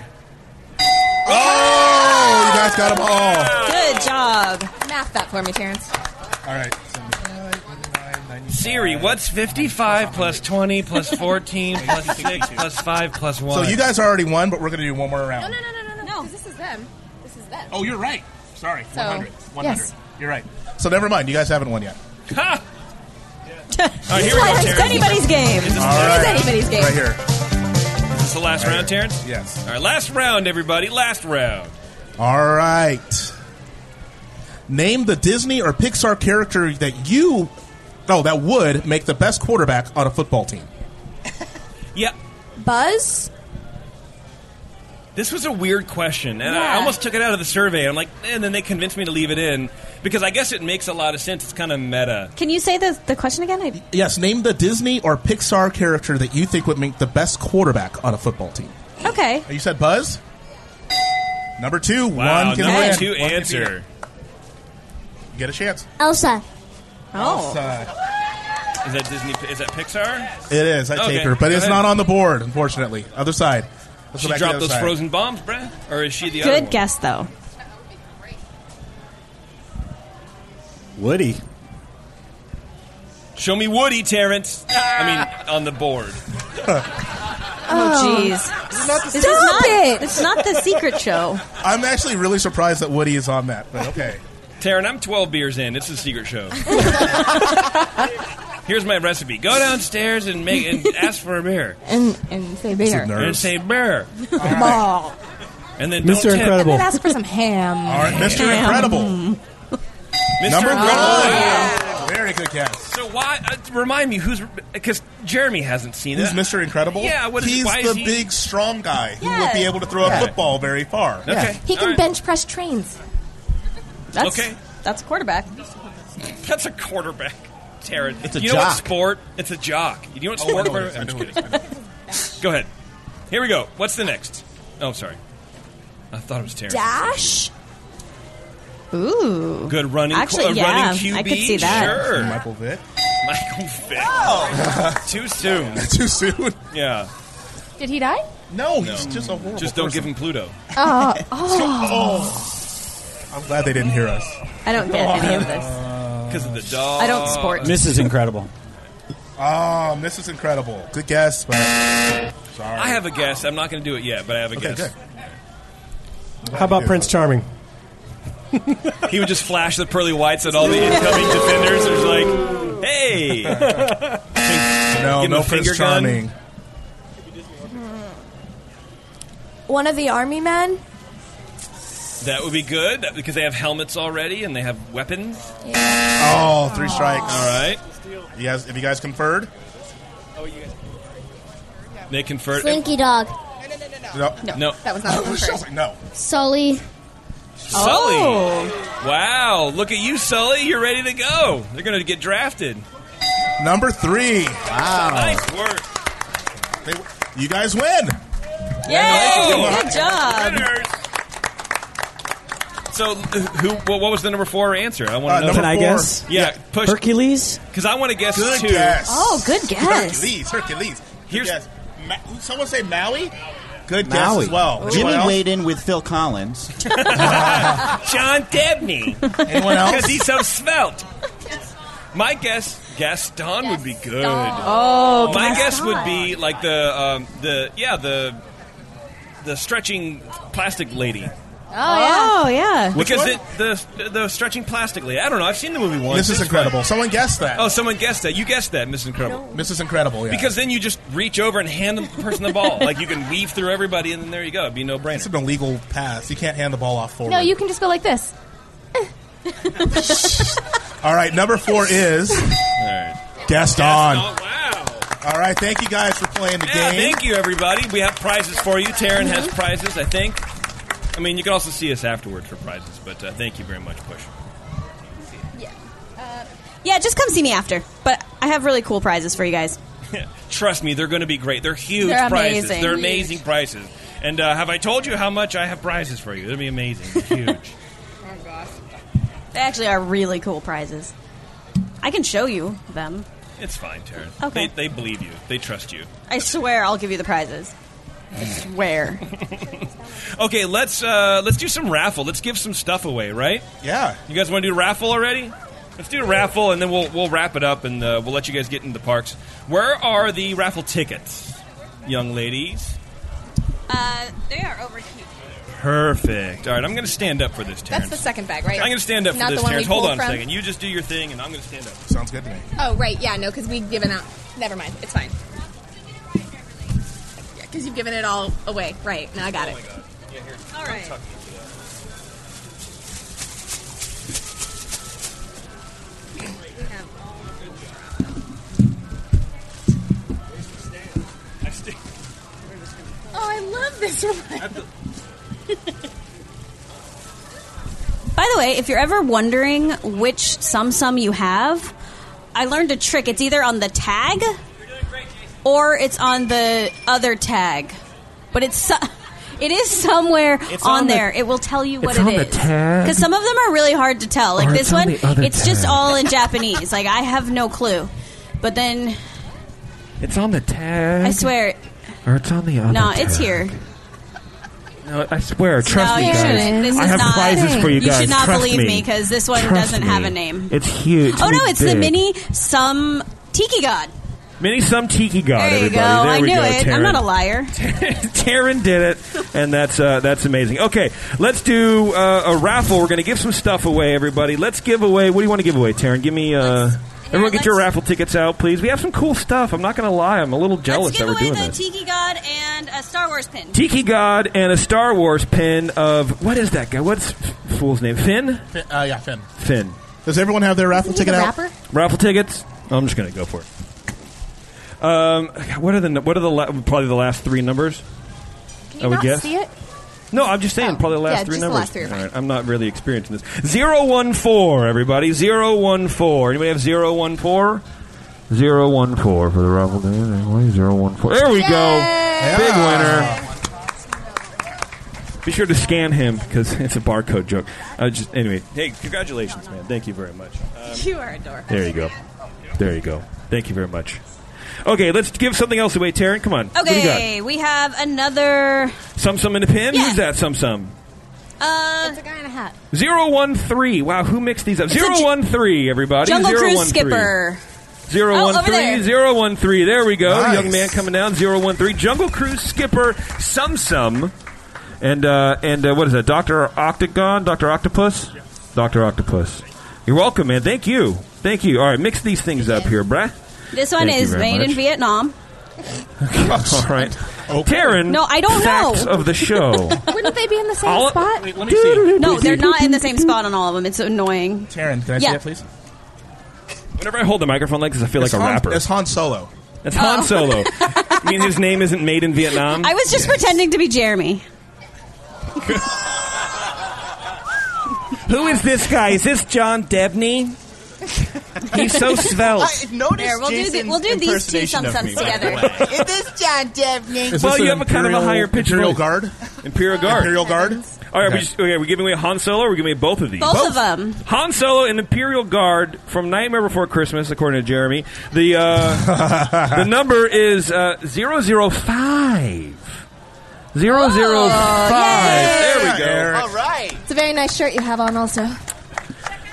F: Oh, you guys got them all.
G: Good job.
I: Math that for me, Terrence.
F: All right.
B: Siri, what's 55 plus 20 plus 14 plus 6 plus 5 plus 1?
F: So you guys already won, but we're going to do one more round.
I: No, no, no, no, no. This is them. This is them.
F: Oh, you're right. Sorry.
I: So,
F: 100. 100.
I: yes.
F: You're right. So never mind. You guys haven't won yet.
B: Ha! All right, here we go,
G: It's
B: Terrence.
G: anybody's game.
B: Is this-
F: All right.
G: anybody's game.
F: Right here.
B: Is this the last round, Terrence?
F: Yes.
B: All right, last round, everybody. Last round.
F: All right. Name the Disney or Pixar character that you, oh, that would make the best quarterback on a football team.
A: Buzz?
B: This was a weird question, and I almost took it out of the survey. I'm like, and then they convinced me to leave it in because I guess it makes a lot of sense. It's kind of meta.
G: Can you say the, the question again? I,
F: Yes, name the Disney or Pixar character that you think would make the best quarterback on a football team.
G: okay.
F: You said Buzz? Number two.
B: Wow,
F: one can
B: number
F: win.
B: two
F: One can be
B: answer.
F: it. Get a chance.
T: Elsa.
G: Oh.
F: Elsa.
B: uh, Is that Disney? Is that Pixar?
F: It is. I
B: Okay,
F: take her, but
B: go
F: it's
B: ahead.
F: not on the board, unfortunately. Other side. Let's
B: She
F: go back to
B: dropped
F: the other
B: those
F: side.
B: frozen bombs, bruh? Or is she the other
G: Good
B: one?
G: guess, though.
B: Woody. Show me Woody, Terrence. I mean, on the board.
G: Oh, jeez.
F: Stop
G: This is not- It's not the secret show.
F: I'm actually really surprised that Woody is on that, but okay.
B: Taryn, I'm 12 beers in. It's a secret show. Here's my recipe. Go downstairs and make and ask for a beer.
I: And and say bear.
B: And say beer.
I: Ball.
B: And then
I: Mr.
B: Don't tip.
I: Incredible. And then ask for some ham.
F: All right, Mr.
I: Ham.
F: Incredible.
B: Mr.
F: Number
B: Incredible.
F: one.
G: Oh,
B: Wow.
F: Very good guess.
B: So why? Uh, remind me who's because Jeremy hasn't seen
F: Who's
B: it.
F: Mr. Incredible?
B: Yeah, what is,
F: He's
B: why
F: the
B: is he?
F: big, strong guy who
B: Yeah.
F: would be able to throw
B: Yeah.
F: a football very far.
B: Okay. Yeah.
I: He can bench press trains.
G: That's,
B: Okay.
G: That's a quarterback.
B: That's a quarterback, Taryn.
G: It's a
B: you know what
G: jock.
B: sport? It's a jock. You know what
F: Oh, I
B: sport?
F: know it is. I
B: I'm
F: know
B: just
F: it is.
B: kidding. Go ahead. Here we go. What's the next? Oh, sorry. I thought it was Terrence.
A: Dash?
G: Ooh.
B: Good running.
G: Actually,
B: a
G: yeah,
B: running QB.
G: I could see that.
B: Sure.
F: Michael Vick.
B: Michael Vick.
F: Oh.
B: Too soon.
F: Too soon.
B: Yeah.
I: Did he die?
F: No, he's just a horrible Oh.
B: Just don't
F: person.
B: give him Pluto.
I: Oh.
F: I'm glad they didn't hear us.
G: I don't get any of this.
B: Because Uh, of the dog.
G: I don't sport.
F: Mrs.
J: Incredible.
F: Oh, Mrs. Incredible. Good guess, but sorry.
B: I have a guess. I'm not going to do it yet, but I have a
F: Okay,
B: guess.
V: How about Prince Charming?
B: He would just flash the pearly whites at all the incoming defenders. There's like, hey.
F: no,
B: Give him
F: no
B: a
F: Prince
B: finger gun.
F: Charming.
A: One of the army men?
B: That would be good that- because they have helmets already and they have weapons.
F: Oh, three strikes.
B: All right.
F: You guys, have you guys conferred?
B: They convert.
T: Slinky Dog.
F: Oh. No.
B: No, No.
I: that was not
F: She was like, no.
T: Sully.
B: Sully.
T: Oh.
B: Wow. Look at you, Sully. You're ready to go. They're going to get drafted.
F: Number three. Wow.
B: Nice work.
F: You guys win.
B: Yay!
G: Good job.
B: So, who? What what was the number four answer? I
J: Uh,
B: want to know.
J: number Can I four. guess?
B: Yeah, push
J: Hercules?
B: because I want to guess
F: Good
B: too.
F: guess.
G: Oh, good guess.
F: Hercules, Hercules. Good
B: Here's-
F: guess. Ma- someone say Maui. Good guess
H: Maui.
F: as well.
H: Jimmy
F: Anyone else?
H: weighed in with Phil Collins.
B: John Debney.
H: Anyone else?
B: Because he's so svelte. My guess, Gaston would be good.
G: Oh,
B: my guess
G: Gaston.
B: would be like the um, the yeah the the stretching plastic lady.
G: Oh, yeah.
B: because it, the the stretching plastic lady. I don't know. I've seen the movie once.
F: This is
B: It's
F: incredible.
B: fun.
F: Someone guessed that.
B: Oh, someone guessed that. You guessed that, Miss Incredible.
F: This is incredible. Yeah.
B: Because then you just reach over and hand the person the ball. like you can weave through everybody, and then there you go. It'd be no
F: it's
B: brainer.
F: an illegal Oh, pass. You can't hand the ball off forward.
I: No, you can just go like this.
F: All right, number four is Gaston.
B: wow.
F: All right, thank you guys for playing the
B: Yeah,
F: game. Mm-hmm.
B: thank you, everybody. We have prizes for you. Taryn has prizes, I think. I mean, you can also see us afterwards for prizes, but uh, thank you very much, Push.
G: Yeah, just come see me after. But I have really cool prizes for you guys.
B: Trust me, they're going to be great. They're huge
G: They're
B: prizes.
G: amazing.
B: They're
G: Huge.
B: amazing prizes. And uh, have I told you how much I have prizes for you? It'll be amazing. They're huge.
G: They actually are really cool prizes. I can show you them.
B: it's fine, Taryn.
G: Okay.
B: They, they believe you. They trust you.
G: I swear I'll give you the prizes. I swear.
B: Okay, let's uh, let's do some raffle. Let's give some stuff away, right?
F: Yeah.
B: You guys want to do raffle already? Let's do a raffle, and then we'll we'll wrap it up, and uh, we'll let you guys get into the parks. Where are the raffle tickets, young ladies?
G: Uh, they are over here.
B: Perfect. All right, I'm going to stand up for this,
I: That's
B: Terrence.
I: the second bag, right?
B: I'm going to stand up
I: Not
B: for this,
I: the one we
B: Terrence. Hold
I: pulled
B: on
I: from?
B: a second. You just do your thing, and I'm going to stand up.
F: Sounds good to me.
I: Oh, right. Yeah, no, because we've given out. Never mind. It's fine. Because you've given it all away. Right. Now I got it.
B: Yeah, here.
G: All right.
I: Oh, this
G: By the way, if you're ever wondering which sum sum you have, I learned a trick. It's either on the tag or it's on the other tag, but it's so- it is somewhere
D: It's
G: on,
D: on the-
G: there. it will tell you what
D: it's on
G: it
D: the
G: is
D: tag?
G: because some of them are really hard to tell. Like
D: Or
G: this
D: it's on
G: one,
D: the other
G: it's just
D: tag.
G: all in Japanese. Like I have no clue. But then
D: It's on the tag.
G: I swear,
D: Or it's on the
G: no,
D: other tag.
G: it's here.
D: No, I swear. Trust
G: no,
D: me,
G: you
D: guys.
G: shouldn't. This
D: I
G: is
D: have
G: not.
D: prizes for you guys.
G: should not
D: Trust
G: believe me
D: me
G: because this one
D: Trust
G: doesn't have
D: me.
G: a name.
D: It's huge.
G: oh no,
D: really
G: it's the
D: big.
G: mini some tiki god.
D: mini some tiki
G: There
D: god.
G: you
D: everybody.
G: go.
D: There
G: I
D: we
G: knew
D: go,
G: it. I'm
D: Taryn.
G: not a liar.
B: Taryn did it, and that's uh, that's amazing. Okay, let's do uh, a raffle. We're going to give some stuff away, everybody. Let's give away. What do you want to give away, Taryn? Give me. Uh, everyone, get your raffle tickets out, please. We have some cool stuff. I'm not going to lie. I'm a little jealous that we're doing this.
G: Tiki god and a Star Wars pin.
B: Tiki God and a Star Wars pin of what is that guy? What's F- fool's name? Finn.
F: Fin- uh, yeah, Finn.
B: Finn.
F: Does everyone have their raffle ticket out?
B: Raffle tickets. I'm just going to go for it. Um, what are the what are the la- probably the last three numbers? I would guess.
I: see it? Oh.
B: No, I'm just saying, probably the last
I: Yeah,
B: three
I: just the
B: numbers.
I: last three are
B: All right, I'm not really experiencing this. Zero one four, everybody. Zero one four. Anybody have zero one four? Zero one four for the raffle. Zero one four. There we go. Big winner. Be sure to scan him because it's a barcode joke. I was just anyway. Hey, congratulations, man. Thank you very much. Um,
G: you are adorable.
B: There you go. There you go. Thank you very much. Okay, let's give something else away, Taryn. Come on. What do you got?
G: Okay, we have another.
B: Some some in a pin. Who's that? Some some.
G: Uh, it's a guy in a hat.
B: Zero one three. Wow, who mixed these up? Zero one three. Everybody.
G: Jungle
B: Zero,
G: Cruise
B: one, three.
G: skipper.
B: Zero
G: Oh,
B: one
G: over
B: three,
G: there.
B: zero one three. There we go.
G: Nice.
B: Young man coming down. Zero one three. Jungle Cruise skipper. Sum sum. And uh, and uh, what is that? Doctor Octagon. Doctor Octopus. Doctor Octopus. You're welcome, man. Thank you. Thank you. All right, mix these things up here, brah.
G: This one
B: Thank you
G: is
B: very
G: made
B: much.
G: in Vietnam.
B: All right, Taryn.
G: No, I don't
B: facts
G: know.
B: of the show.
G: Wouldn't they be in the same
B: All-
G: spot?
F: let me see.
G: No, they're not in the same spot on all of them. It's annoying.
F: Taryn, can I
G: yeah.
F: see it, please?
B: Whenever I hold the microphone like this, I feel
F: It's
B: like a
F: Han-
B: rapper.
F: It's Han Solo.
B: That's Han Solo. I mean, his name isn't made in Vietnam.
G: Oh. I was just pretending to be Jeremy.
B: Who is this guy? Is this John Debney? He's so svelte.
H: I noticed
G: There, we'll do the-
H: Jason's
G: we'll do these two
H: impersonation of
G: sumsums
H: me, by the
G: together.
H: way.
G: It is John Debney.
B: well, you have a kind of a higher pitch.
F: Imperial
B: voice.
F: Guard?
B: Imperial Guard.
F: Imperial Guard?
B: All right, we just, okay, we're giving away Han Solo. Or we're giving away both of these.
G: Both, of them.
B: Han Solo and Imperial Guard from Nightmare Before Christmas, according to Jeremy. The uh, the number is uh, 005. 005.
G: Oh,
B: Oh, There we go.
I: All right. Oh, It's a very nice shirt you have on, also.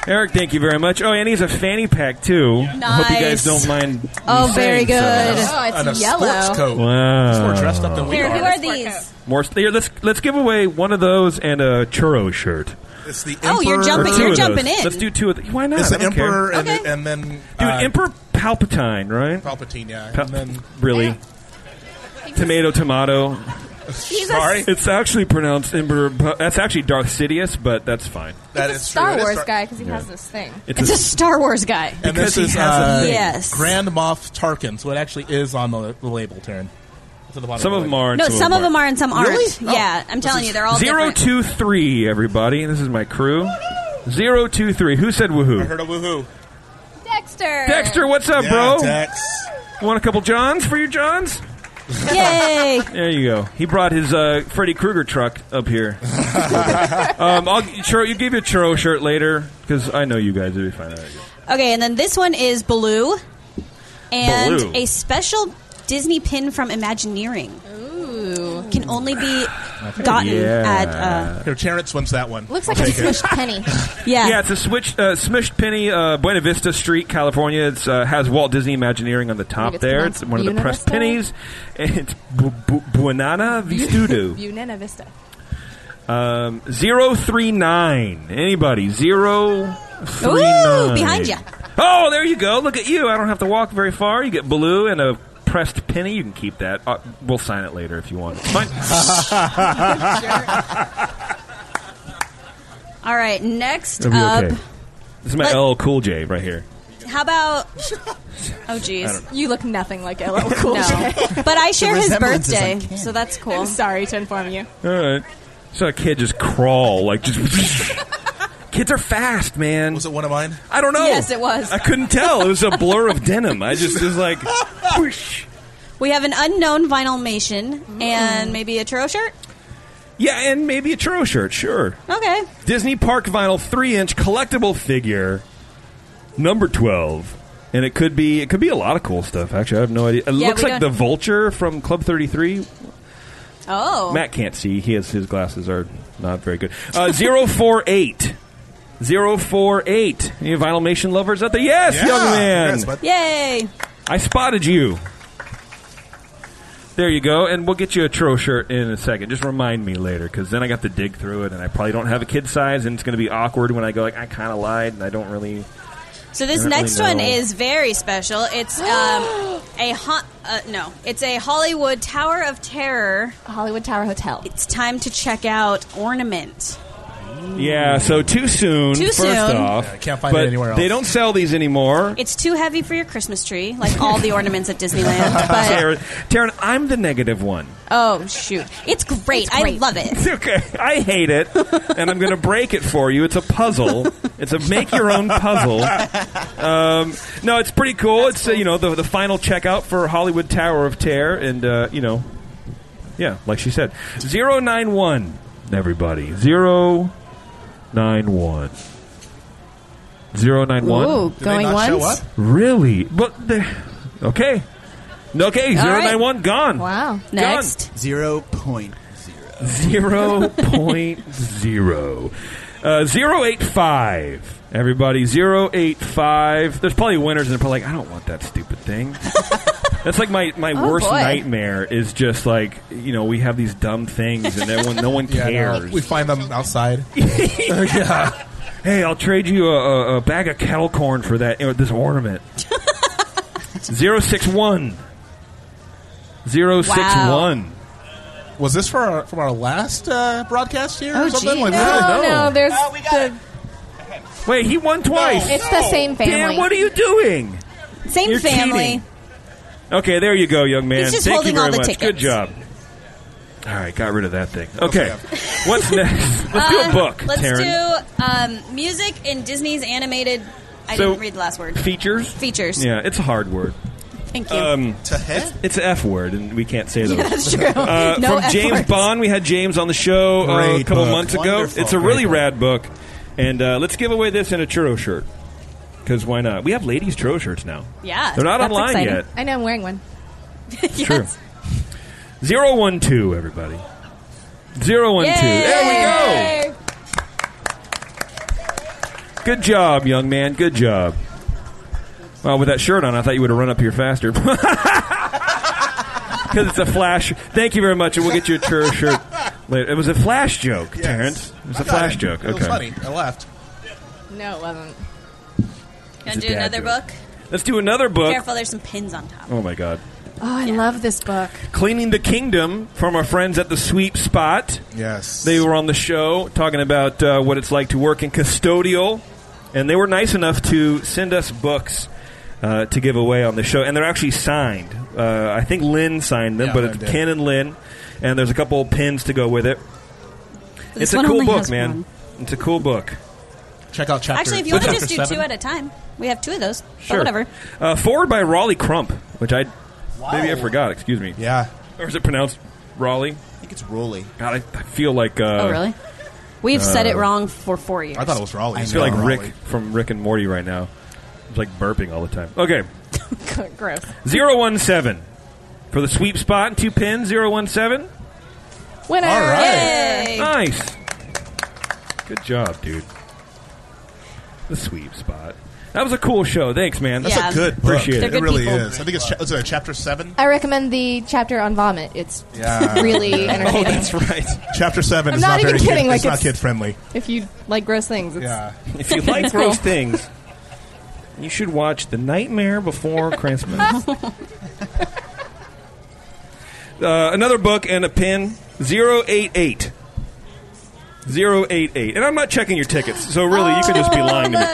B: Eric, thank you very much. Oh, and he's a fanny pack too. I hope you
I: Nice.
B: guys don't mind. me
I: Oh, very
B: saying so.
I: good. Oh, it's And a yellow. sports coat.
B: Wow.
F: He's more dressed up than we
G: Here, who are
I: Let's work
G: these?
B: More here, let's let's give away one of those and a churro shirt.
F: It's the Emperor.
G: Oh, you're jumping-
B: Or two
G: you're
B: of those.
G: jumping in.
B: Let's do two of them. Why not?
F: It's
B: I
F: the
B: don't care.
F: Emperor and, and then.
B: Dude,
F: uh,
B: Emperor Palpatine, right?
F: Palpatine, yeah.
B: Pa-
F: and then
B: really? Tomato, tomato. Sorry, it's actually pronounced Emperor. Pa- That's actually Darth Sidious, but that's fine.
F: that
I: It's
F: is
I: a Star
F: true. It is
I: Wars
F: Star-
I: guy because he
B: Yeah.
I: has this thing.
B: It's
G: It's a Star Wars guy.
F: And
B: Because
F: this is
B: he has a
F: uh,
B: thing.
G: Yes.
F: Grand Moff Tarkin, so it actually is on the, the label, Taryn. It's on the bottom
B: Some of
F: the
B: them
F: label.
B: are. and
G: No, some of them are and some aren't.
F: Really? Oh.
G: Yeah, I'm telling you, they're all
B: Zero
G: different.
B: two three, everybody. This is my crew. Zero two three. Who said woohoo?
F: I heard a woohoo.
I: Dexter.
B: Dexter, what's up,
F: Yeah,
B: bro?
F: Dex.
B: Want a couple Johns for you, Johns?
G: Yay!
B: There you go. He brought his uh, Freddy Krueger truck up here. um, I'll churro. You give you a churro shirt later because I know you guys will be fine. All right, good.
G: Okay, and then this one is blue, and
B: Baloo.
G: a special Disney pin from Imagineering. Ooh, can only be gotten at. uh,
F: Here, Terrence wins that one.
G: Looks
F: I'll
G: like a
F: take it.
G: smushed penny.
B: Yeah.
G: Yeah.
B: it's a switch, uh, smushed penny, uh, Buena Vista Street, California. It's uh, has Walt Disney Imagineering on the top
I: it's
B: there.
I: pronounced
B: It's one of the
I: Buena
B: pressed
I: Vista?
B: pennies. And it's bu- bu- Buonana Vistudo.
I: Buena Vista.
B: Um, zero three nine. Anybody? Zero three
G: Ooh,
B: nine.
G: behind ya.
B: Oh, there you go. Look at you. I don't have to walk very far. You get blue and a pressed penny. You can keep that. Uh, we'll sign it later if you want. It's fine.
G: All right, next
B: It'll be
G: up.
B: okay. This is my
G: Let-
B: LL Cool J right here.
G: How about? Oh,
I: I
G: geez.
I: don't You look nothing like LL Cool
G: No.
I: J.
G: But I share his
I: resemblance is
G: birthday,
I: uncanny.
G: so that's cool.
I: I'm sorry to inform you.
B: All right. Saw a kid just crawl like just. Kids are fast, man. Was
F: it one of mine?
B: I don't know.
G: Yes, it was.
B: I couldn't tell. It was a blur of denim. I just it was like
G: We have an unknown vinylmation and maybe a churro shirt.
B: Yeah, and maybe a churro shirt, sure.
G: Okay.
B: Disney Park vinyl three inch collectible figure, number twelve. And it could be it could be a lot of cool stuff, actually. I have no idea. It
G: Yeah,
B: looks
G: we
B: like the
G: don't-
B: vulture from Club thirty three.
G: Oh.
B: Matt can't see. He has his glasses are not very good. Uh zero four eight. Zero four eight. Any vinylmation lovers out there? Yes,
G: Yeah.
B: young man.
G: Congrats, bud. Yay.
B: I spotted you. There you go, and we'll get you a Tro shirt in a second. Just remind me later, because then I got to dig through it, and I probably don't have a kid size, and it's going to be awkward when I go like I kind of lied, and I don't really.
G: So this
B: don't really
G: next one
B: know.
G: is very special. It's um, a ha- uh, no, it's a Hollywood Tower of Terror,
I: Hollywood Tower Hotel.
G: It's time to check out Ornament.
B: Yeah, so too soon.
G: Mm. Too
B: first
G: soon.
B: off,
F: Yeah, I can't find
B: But
F: it anywhere else.
B: They don't sell these anymore.
G: It's too heavy for your Christmas tree, like all the ornaments at Disneyland. But
B: Taryn, Taryn, I'm the negative one.
G: oh shoot, it's great. I love it.
B: okay. I hate it, and I'm going to break it for you. It's a puzzle. It's a make-your-own puzzle. Um, no, it's pretty cool. it's Uh, you know the the final checkout for Hollywood Tower of Terror, and uh, you know, yeah, like she said, zero nine one. Everybody zero nine one. Zero nine one.
F: Ooh, Did they going not show once? up?
B: Really? But they- okay, okay.
F: All
B: Zero
F: right.
B: nine one gone.
I: Wow.
B: Next.
W: Zero point.
B: Zero point zero. Uh, zero eight five. Everybody, zero eight five. There's probably winners, and they're probably like, I don't want that stupid thing. That's like my, my
F: Oh,
B: worst
F: boy.
B: nightmare is just like you know we have these dumb things and everyone no one
F: Yeah, no,
B: cares. Oh,
F: we find them outside.
B: yeah. Hey, I'll trade you a, a, a bag of kettle corn for that or this ornament. Zero six one. Zero six one.
F: Was this for our, from our last uh, broadcast here or
I: Oh,
F: something?
I: gee.
F: Like,
I: No,
F: what?
I: no, there's the
B: Wait, he won twice.
I: It's the same family.
B: Dan, what are you doing?
G: Same
B: You're
G: family.
B: cheating. Okay, there you go, young man.
G: He's just
B: Thank
G: holding
B: you very
G: all the
B: much.
G: tickets.
B: Good job. All right, got rid of that thing. Okay, what's next? Let's do a
G: Uh,
B: book,
G: Let's
B: Taryn.
G: do um, music in Disney's animated. I
B: So,
G: didn't read the last word.
B: Features.
G: Features.
B: Yeah, it's a hard word.
G: Thank you.
B: Um,
F: it's,
B: it's an F word, and we can't say those.
G: Yeah, that's true.
B: Uh,
G: No
B: from
G: F
B: James
G: words.
B: Bond, we had James on the show uh, a
F: Great
B: couple
F: book.
B: months ago.
F: Wonderful.
B: It's a
F: Great
B: really
F: book.
B: rad book, and uh, let's give away this in a churro shirt. Because why not? We have ladies' churro shirts now.
I: Yeah,
B: they're not
I: that's
B: online
I: exciting.
B: yet.
I: I know I'm wearing one.
B: It's True. Zero one two, everybody. Zero one two. There
I: we go.
B: we go. Good job, young man. Good job. Well, with that shirt on, I thought you would have run up here faster. Because it's a flash. Thank you very much, and we'll get you a churro shirt later. It was a flash joke, Terrence. It was
F: I
B: a
F: got
B: flash
F: it.
B: joke.
F: It was
B: Okay.
F: funny. I laughed.
I: No, it wasn't.
G: Gonna
B: It's a
G: do
B: dad
G: another
B: joke.
G: book.
B: Let's do another book.
G: Careful, there's some pins on top.
B: Oh my god.
I: Oh, I love this book.
B: Cleaning the Kingdom from our friends at the Sweep Spot.
F: Yes.
B: They were on the show talking about uh, what it's like to work in custodial, and they were nice enough to send us books uh, to give away on the show, and they're actually signed. Uh, I think Lynn signed them,
F: Yeah,
B: but
F: Lynn
B: it's
F: did.
B: Ken and Lynn, and there's a couple pins to go with it.
G: This
B: it's a
G: one
B: cool
G: only
B: book,
G: has
B: man.
G: one.
B: It's a cool book.
F: Check out chapter.
G: Actually, if you want to just do two at a time, we have two of those. but
B: Sure.
G: whatever.
B: Uh, forward by Raleigh Crump, which I maybe I forgot. Excuse me.
F: Yeah.
B: Or is it pronounced Raleigh? I think
W: it's Raleigh.
B: God, I, I feel like. Uh,
G: oh, really? We've said
B: uh,
G: it wrong for four years.
B: I feel like Rick from Rick and Morty right now. It's like burping all the time. Okay,
I: Gross.
B: zero one seven for the sweep spot. Two pins. Zero one seven.
I: Winner.
B: All Uh,
I: right.
B: Nice. Good job, dude. The sweep spot. That was a cool show. Thanks, man.
I: That's a Yeah. good
F: Book.
B: Appreciate
F: it.
B: it.
F: really is. I think it's, cha- is it chapter seven.
I: I recommend the chapter on vomit. It's really entertaining.
B: right.
F: Oh, Chapter seven
I: I'm
F: is
I: not
F: not,
I: even
F: very
I: kidding,
F: Kid,
I: like,
F: it's not
I: it's-
F: kid friendly.
I: If you like gross things, it's
F: Yeah.
B: If you like
I: It's
B: gross
I: cool.
B: things, you should watch The Nightmare Before Christmas. uh, another book and a pin 088 088 and i'm not checking your tickets so really you can just be lying to me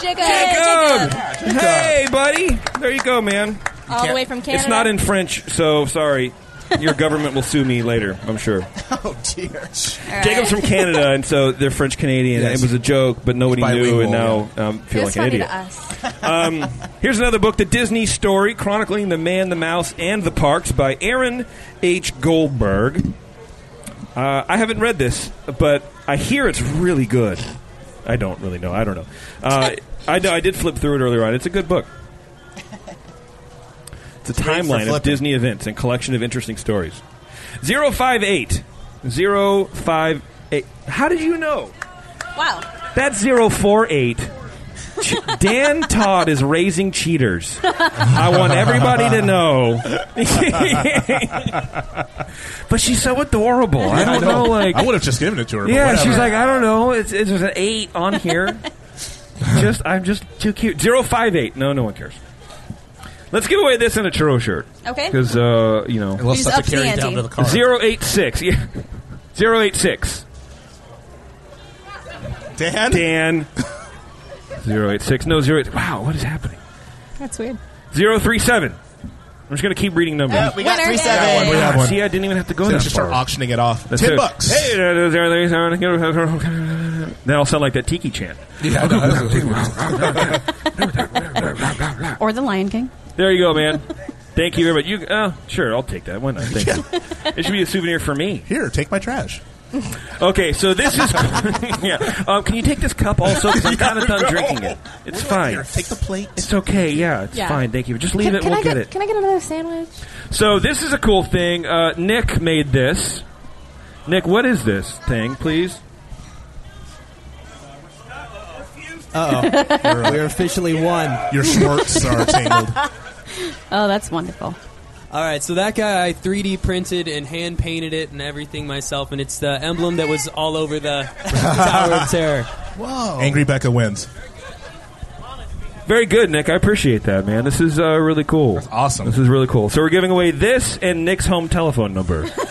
X: Jacob.
B: Oh, Jacob! Hey, buddy. There you go, man.
X: All the way from Canada.
B: It's not in French, so sorry. Your government will sue me later, I'm sure.
K: Oh dear.
B: Jacob's from Canada, and so they're French Canadian.
K: Yes.
B: It was a joke, but nobody knew,
K: bilingual,
B: and now um, I feel like an idiot. um, here's another book, The Disney Story, chronicling the man, the mouse, and the parks by Aaron H. Goldberg. Uh, I haven't read this, but I hear it's really good. I don't really know. I don't know. Uh, I, know- I did flip through it earlier on. It's a good book. It's a
D: Great for
B: timeline of
D: flipping.
B: Disney events and collection of interesting stories. 058. 058. How did you know?
G: Wow.
B: That's 048. Ch- Dan Todd is raising cheaters. I want everybody to know. but she's so adorable. I don't know, like
F: I would have just given it to her. but
B: yeah,
F: whatever.
B: she's like, I don't know. It's, it's there's an eight on here. just I'm just too cute. Zero five eight. No, no one cares. Let's give away this and a churro shirt.
G: Okay.
B: Because uh, you know,
G: We'll just have to up the carry it down ante. to the car.
B: Zero eight six. Yeah. Zero eight six.
F: Dan.
B: Dan. zero eight six. No zero eight. Wow, what is happening?
I: That's weird.
B: Zero three seven. I'm just gonna keep reading numbers.
K: Yeah, we got Winner. three seven.
F: We have one, we have one.
B: See, I didn't even have to go
F: So
B: that
F: just start
B: far.
F: auctioning it off.
B: That's
F: Ten
B: it.
F: bucks.
B: Hey, then I'll sound like that tiki chant.
F: Yeah,
G: Or the Lion King.
B: There you go, man. Thank you very much. You, uh, sure, I'll take that. Why not? Thank you. It should be a souvenir for me.
F: Here, take my trash.
B: Okay, so this is. yeah. Um, can you take this cup also? 'Cause I'm kind of done drinking it. It's fine.
F: take the plate.
B: It's okay. Yeah, it's
I: Yeah.
B: fine. Thank you. Just leave it.
I: Can
B: We'll
I: I
B: get it.
I: Can I get another sandwich?
B: So this is a cool thing. Uh, Nick made this. Nick, what is this thing, please?
Y: Uh-oh. We're officially one.
F: Your
Y: smirks are tangled.
G: Oh, that's wonderful.
L: All right, so that guy I 3D printed and hand painted it and everything myself, and it's the emblem that was all over the Tower of Terror.
F: Whoa! Angry Becca wins.
B: Very good, Nick. I appreciate that, man. This is uh, really cool. That's
F: awesome.
B: This is really cool. So we're giving away this and Nick's home telephone number. so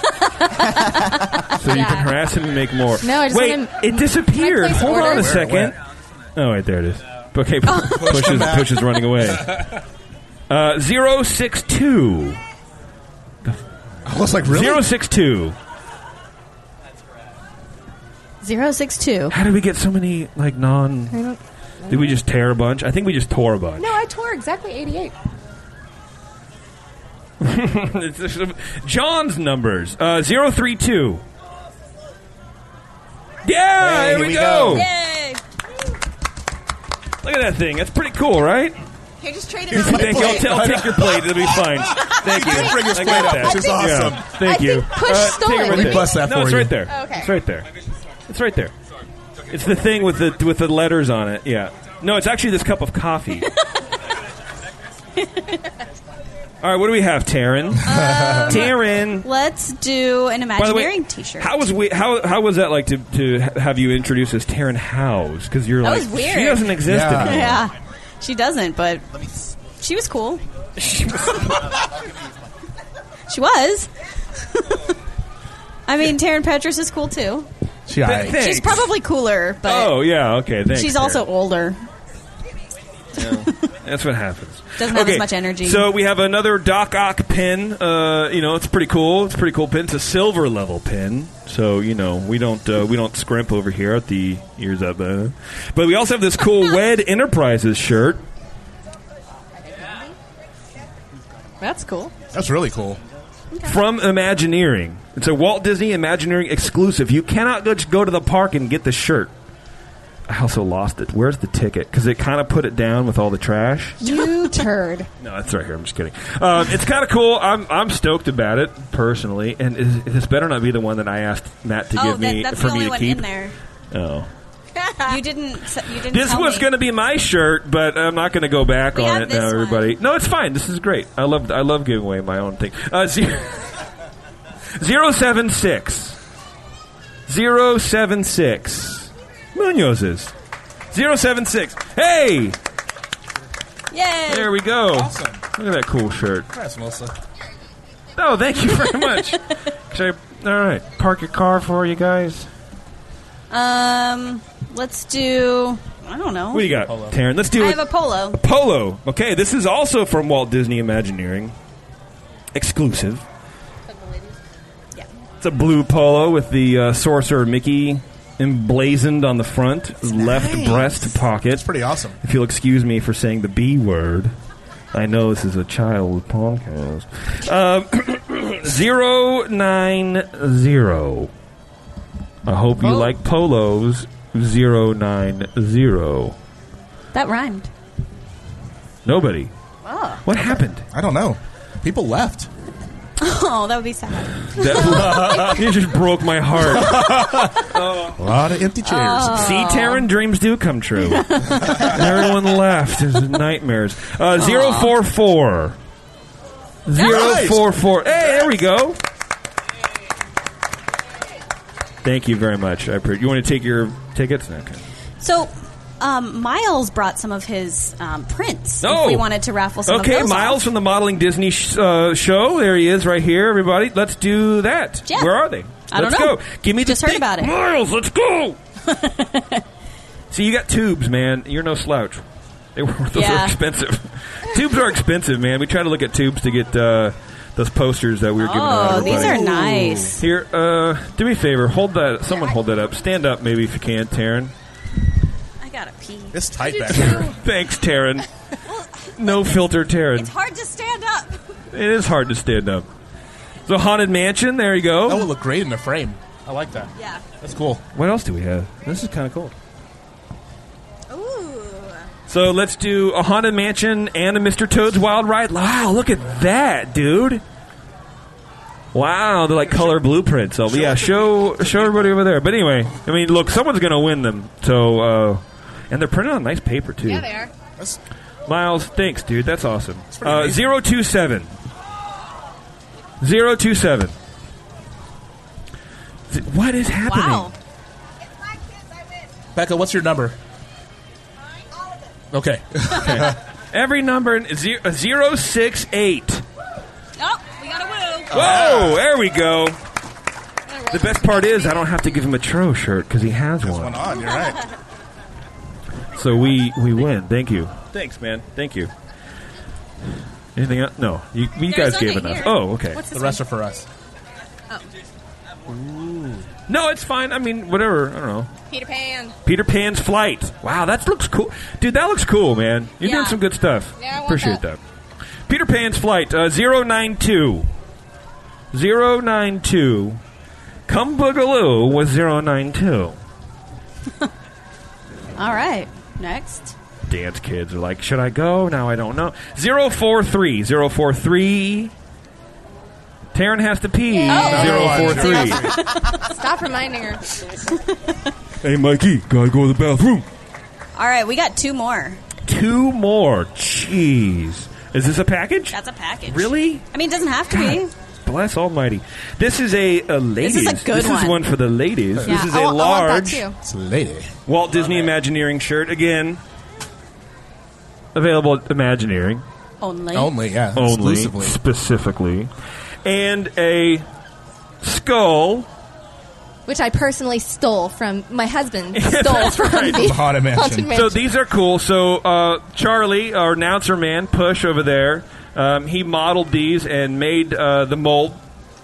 B: you can harass him and make more.
I: No, I just
B: Wait,
I: wanna-
B: it disappeared.
I: My place
B: Hold
I: order.
B: on a
I: Where,
B: second.
I: where?
B: Oh, wait, there it is. Okay, push,
F: him
B: is,
F: back.
B: push is running away. Uh, 062.
F: I was like, really?
B: 062.
G: 062.
B: How did we get so many, like, non.
I: I don't-
B: Did we just tear a bunch? I think we just tore a bunch.
I: No, I tore exactly 88.
B: It's just- John's numbers uh, 032. Yeah,
E: Hey,
B: here,
E: here
B: we,
E: we
B: go.
E: go.
G: Yay!
B: Look at that thing. That's pretty cool, right?
G: Here, just trade
B: Thank you. I'll, tell- I'll take your plate. It'll be fine. Thank you.
F: You did bring his
B: I
F: plate
B: got
F: up,
B: that.
F: which is
B: Yeah.
F: awesome.
B: Thank
F: I
B: you.
F: think push
B: Uh,
F: stole
B: take it
F: it.
B: right
F: We
B: there.
F: bust that
B: no,
F: for
B: it's
F: you.
B: right there.
F: Okay.
B: It's right there. It's right there. It's the thing with the with the letters on it. Yeah. No, it's actually this cup of coffee. All right, what do we have, Taryn?
F: Uh,
B: Taryn.
G: Let's do an
B: By the way,
G: Imagineering t-shirt.
B: How was we, how how was that like to, to ha- have you introduce as Taryn Howes? Because you're
G: that
B: like
G: was weird.
B: she doesn't exist
G: Yeah.
B: anymore.
G: Yeah. She doesn't, but she was cool. she was. I mean, Taryn Petrus is cool too.
B: She all right.
G: She's
B: Thanks.
G: probably cooler, but
B: oh yeah, okay. Thanks.
G: she's
B: Taryn.
G: also older.
B: that's what happens.
G: Doesn't have as much energy.
B: So we have another Doc Ock pin. Uh, you know, it's pretty cool. It's a pretty cool pin. It's a silver level pin. So you know, we don't uh, we don't scrimp over here at the ears up. Uh. But we also have this cool Wed Enterprises shirt.
I: That's cool.
F: That's really cool.
B: from Imagineering. It's a Walt Disney Imagineering exclusive. You cannot just go to the park and get the shirt. I also lost it. Where's the ticket? Because it kind of put it down with all the trash.
I: You turd.
B: No, that's right here. I'm just kidding. Um, it's kind of cool. I'm I'm stoked about it personally, and is, this better not be the one that I asked Matt to
G: oh,
B: give
G: that,
B: me
G: that's
B: for
G: the only
B: me to
G: one
B: keep.
G: in there.
B: Oh,
G: You didn't. s- You didn't.
B: this
G: tell
B: was
G: me.
B: going to be my shirt, but I'm not going to go back
G: We
B: on
G: have
B: it now,
G: this one.
B: everybody. No, it's fine. This is great. I love I love giving away my own thing. Uh, zero, zero seven six. Zero seven six. Munoz's. Zero seven six. Hey,
G: Yay!
B: there we go.
F: Awesome.
B: Look at that cool shirt.
F: Congrats, Melissa.
B: No, thank you very much. Should I, all right, park your car for you guys.
G: Um, let's do. I don't know.
B: What do you got, Taryn? Let's do
G: I
B: it.
G: have a polo.
B: Polo. Okay, this is also from Walt Disney Imagineering. Exclusive. It's a blue polo with the uh, sorcerer Mickey emblazoned on the front left breast pocket. It's
F: pretty awesome.
B: If you'll excuse me for saying the B word, I know this is a child podcast. Um, zero nine zero. I hope
G: Oh.
B: you like polos. Zero nine zero.
G: That rhymed.
B: Nobody.
G: Ah.
B: What happened?
F: I don't know. People left.
G: Oh, that would be sad.
B: That, you just broke my heart. Oh.
F: A lot of empty
G: chairs. Oh.
B: See, Taryn, dreams do come true. Everyone left. It's nightmares. Uh, zero four four. Zero
D: Nice.
B: four four. Hey, there we go. Thank you very much. I appreciate. You want to take your tickets? Okay.
G: So, um, Miles brought some of his um, prints.
B: No.
G: If we wanted to raffle some
B: okay,
G: of those.
B: Miles
G: off.
B: from the Modeling Disney sh- uh, show. There he is, right here. Everybody, let's do that.
G: Yeah.
B: Where are they?
G: I don't
B: let's
G: know.
B: go. Give me the
G: Just heard
B: stick.
G: about it.
B: Miles. Let's go. See, you got tubes, man. You're no slouch. They were those
G: Yeah.
B: are expensive. tubes are expensive, man. We try to look at tubes to get uh, those posters that we were giving out.
G: Oh, these are
B: everybody.
G: nice.
B: Here, uh, do me a favor. Hold that. Someone hold that up. Stand up, maybe if you can, Taryn.
G: I gotta pee.
F: It's tight back here.
B: Thanks, Taryn. No filter, Taryn.
G: It's hard to stand up.
B: It is hard to stand up. So haunted mansion. There you go.
F: That would look great in a frame. I like that.
G: Yeah.
F: That's cool.
B: What else do we have? This is kind of cool. Ooh. So let's do a haunted mansion and a Mr. Toad's Wild Ride. Wow, look at that, dude. Wow, they're like color blueprints. So yeah, show show everybody over there. But anyway, I mean, look, someone's gonna win them. So, uh, and they're printed on nice paper too.
F: Yeah, they are. That's-
B: Miles, thanks, dude. That's awesome.
F: pretty
B: Uh,
F: amazing.
B: zero two seven. Zero two seven. Z- What is happening?
F: Becca, what's your number? Okay.
B: Okay. Every number in ze- uh, zero six eight.
G: Oh, we got a woo.
F: Ah.
B: Whoa, there we go. The best part is I don't have to give him a tro shirt because he has one.
F: on, you're right.
B: So we we win. Thank you. Thanks, man. Thank you. Anything else? No, you, you
F: There's
B: guys gave
F: nothing
B: enough.
F: here.
B: Oh, okay.
F: What's this The rest one? are for us.
G: Oh.
B: No, it's fine. I mean, whatever. I don't know.
L: Peter Pan.
B: Peter Pan's flight. Wow, that looks cool, dude. That looks cool, man. You're
L: Yeah.
B: doing some good stuff.
L: Yeah, I want
B: Appreciate that. Peter Pan's flight uh, 092. 092. Come Boogaloo was 092.
G: All right, next.
B: Dance kids are like, should I go? Now I don't know. 043. 043. Taryn has to pee.
L: Oh.
B: 043.
L: Stop reminding her.
B: hey, Mikey, gotta go to the bathroom.
G: All right, we got two more.
B: Two more. Jeez. Is this a package?
G: That's a package.
B: Really?
G: I mean, it doesn't have to be.
B: Bless Almighty! This is a, a ladies.
G: a good one.
B: for the ladies.
G: Yeah, Oh,
B: This is
G: I
B: a
G: wa- I want that
B: large.
G: too.
F: It's a lady.
B: Walt Disney Imagineering shirt again. Available at Imagineering.
G: Only.
B: Oh. Only, specifically, and a skull.
I: Which I personally stole from my husband. Stole from the Haunted
B: So
I: Mansion.
B: these are cool. So uh, Charlie, our announcer man, push over there. Um, he modeled these and made uh, the mold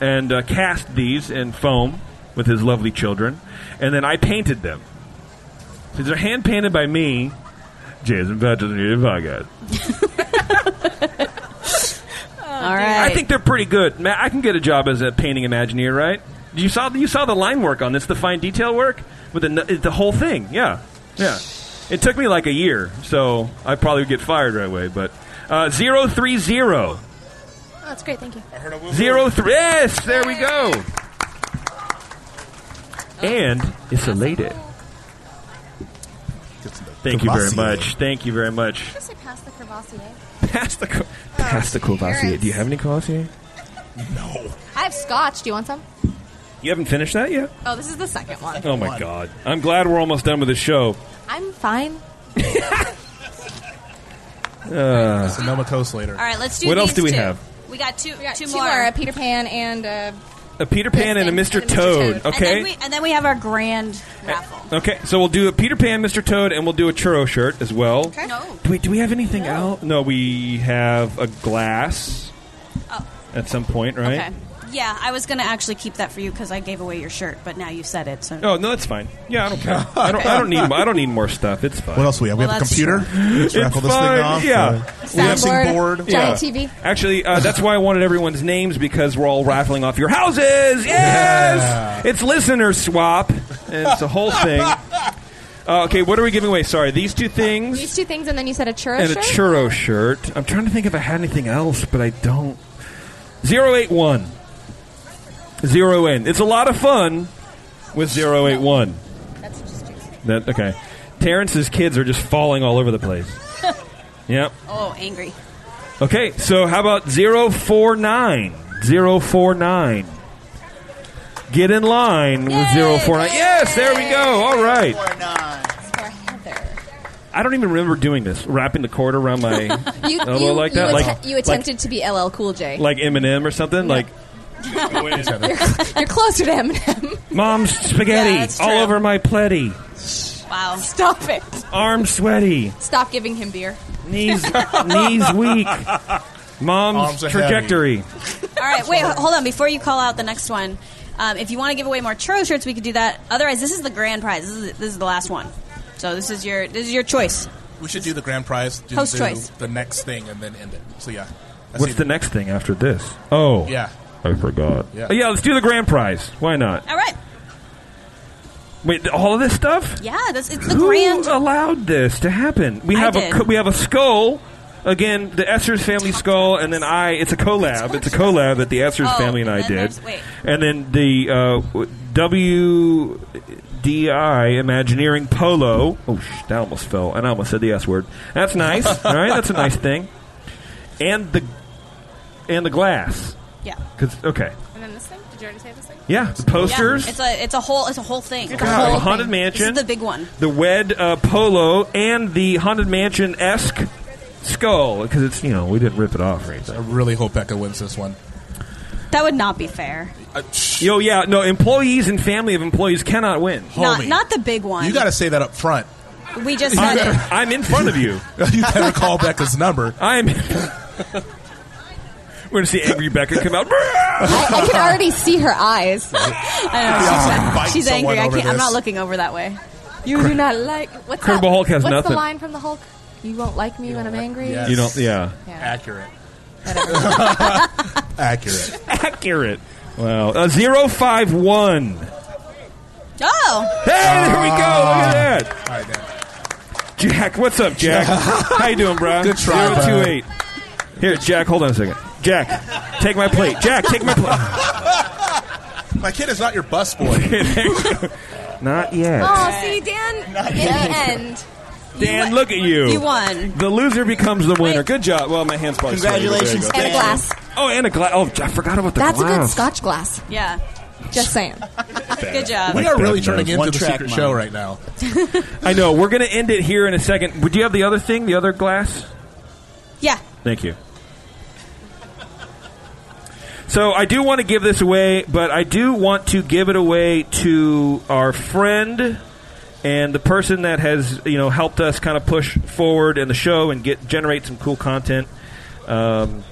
B: and uh, cast these in foam with his lovely children, and then I painted them. So these are hand painted by me, Jason Patches and Native Podcast.
G: All right.
B: I think they're pretty good. Ma- I can get a job as a painting Imagineer, right? You saw you saw the line work on this, the fine detail work with the n- the whole thing. Yeah, yeah. It took me like a year, so I probably would get fired right away. But uh, zero three zero
I: Oh, that's great. Thank you.
B: zero three. Yes, there we go. And it's a lady. Thank you very
D: Cavassier.
B: much. Thank you very much.
I: Just say pass the crevassier.
B: Pass the co- pass the Courvoisier. Do you have any Courvoisier?
I: I have scotch. Do you want some?
B: You haven't finished that yet.
I: Oh, this is the second one.
B: Oh my god! I'm glad we're almost done with the show.
I: I'm fine.
B: Uh,
F: Sonoma Coast later.
G: All right, let's do.
B: What
G: these
B: else do we
G: two.
B: have?
G: We got two,
I: We got
G: two,
I: two
G: more.
I: more. A Peter Pan and uh,
B: a Peter Pan and a Mr. Toad. Okay.
G: And then, we, and then we have our grand raffle.
B: Okay, so we'll do a Peter Pan, Mr. Toad, and we'll do a churro shirt as well.
G: No.
B: Do we, do we have anything out? No, we have a glass at some point, right?
G: Oh. Okay. Yeah, I was going to actually keep that for you because I gave away your shirt, but now you said it. So.
B: Oh no, that's fine. Yeah, I don't care. I don't. I don't need. I don't need more stuff. It's fine.
F: What else we have? We Well, have a that's computer? true.
B: It's
F: Raffle this thing
B: fine,
F: off?
B: Yeah.
F: Uh, Soundboard, board. giant TV.
B: Actually, uh, that's why I wanted everyone's names because we're all raffling off your houses. Yes, it's listener swap. And it's a whole thing. Uh, okay, what are we giving away? Sorry, these two things
D: These two things, and then you said a churro
B: and a
D: shirt?
B: churro shirt. I'm trying to think if I had anything else, but I don't. Zero eight one. Zero in. It's a lot of fun with zero eight one. That okay. Terrence's kids are just falling all over the place. yep.
G: oh, angry.
B: Okay, so how about 049? 049. Get in line with 049. Yes, there we go. All right. I don't even remember doing this, wrapping the cord around my
I: you,
B: elbow
I: you-
B: like that.
I: you
B: like,
I: att- you attempted to be LL Cool J.
B: like, like Eminem or something. Like,
I: you're, you're closer to Eminem.
B: mom's spaghetti
I: Yeah, that's true.
B: all over my pleddy.
I: Wow. Stop it.
B: Arm sweaty.
I: Stop giving him beer.
B: Knees, knees weak. Mom's
F: Arms are heavy.
B: trajectory.
G: All right, wait, hold on. Before you call out the next one, um, if you want to give away more churro shirts, we could do that. Otherwise, this is the grand prize. This is, this is the last one. So this is your this is your choice.
F: We should do the grand prize. Do,
G: Host
F: do
G: choice.
F: The next thing and then end it. So yeah. I see
B: What's the next thing after this? Oh.
F: Yeah.
B: I forgot.
F: Yeah.
B: Yeah. yeah, let's do the grand prize. Why not?
G: All right.
B: Wait, th- all of this stuff?
G: Yeah, this, it's the
B: Who
G: grand.
B: allowed this to happen? We
G: I
B: have a
G: did.
B: co- we have a skull. Again, the Essers family skull, and then I. It's a collab. It's a collab that the Essers
G: Oh,
B: family and I
G: and then
B: did.
G: there's- wait.
B: And then the uh, WDI Imagineering Polo. Oh, sh- that almost fell, and I almost said the S word. That's nice. all right, that's a nice thing. And the and the glass.
G: Yeah.
B: 'Cause- okay.
D: And then this thing? Did you already say this thing?
B: Yeah, the posters.
G: Yeah, it's a it's a whole it's a whole thing.
B: a God, whole the haunted thing. mansion.
G: This is the big one.
B: the wed uh, polo and the haunted mansion esque skull because it's you know we didn't rip it off or anything. I
F: really hope Becca wins this one.
G: That would not be fair.
B: Yo, yeah, no. Employees and family of employees cannot win.
G: Not not the big one.
F: You got to say that up front.
G: we just said it.
B: I'm, I'm in front of you.
F: you better call Becca's number.
B: I'm. We're gonna see angry Becca come out.
I: I, I can already see her eyes.
B: Yeah.
I: I know,
B: Bite
I: she's, she's
B: someone
I: angry. I
B: over
I: can't, I'm
B: this.
I: not looking over that way. You do not like. What's
B: Incredible Hulk has
D: What's
B: nothing.
D: the line from the Hulk? You won't like me when I'm angry.
B: You don't. Yeah.
F: Accurate.
B: Accurate. Accurate. Wow. Uh, zero five one.
G: Oh.
B: Hey, there we go. Look at that. Jack, what's up, Jack? How you doing, bro?
F: Good try, bro.
B: Zero two eight. Here, Jack. Hold on a second. Jack, take my plate. Jack, take my plate.
F: My kid is not your bus boy.
B: Not yet.
D: Oh, see, Dan, in the end.
B: Dan, look at you.
D: You won.
B: The loser becomes the winner. Good job. Well, my hand's probably sweaty, but there you
D: Congratulations,
B: go.
D: And a Dan. glass.
B: Oh, and a glass. Oh, I forgot about the
D: That's a
B: glass.
D: good Scotch glass.
G: Yeah.
D: Just saying.
G: Good job.
F: we
B: Like
F: are really
B: that
F: turning
B: knows.
F: into
B: One
F: the
B: track
F: secret
B: mind.
F: show right now.
B: I know. We're going to end it here in a second. Would you have the other thing, the other glass?
G: Yeah.
B: Thank you. So I do want to give this away, but I do want to give it away to our friend and the person that has you know helped us kind of push forward in the show and get generate some cool content. Um,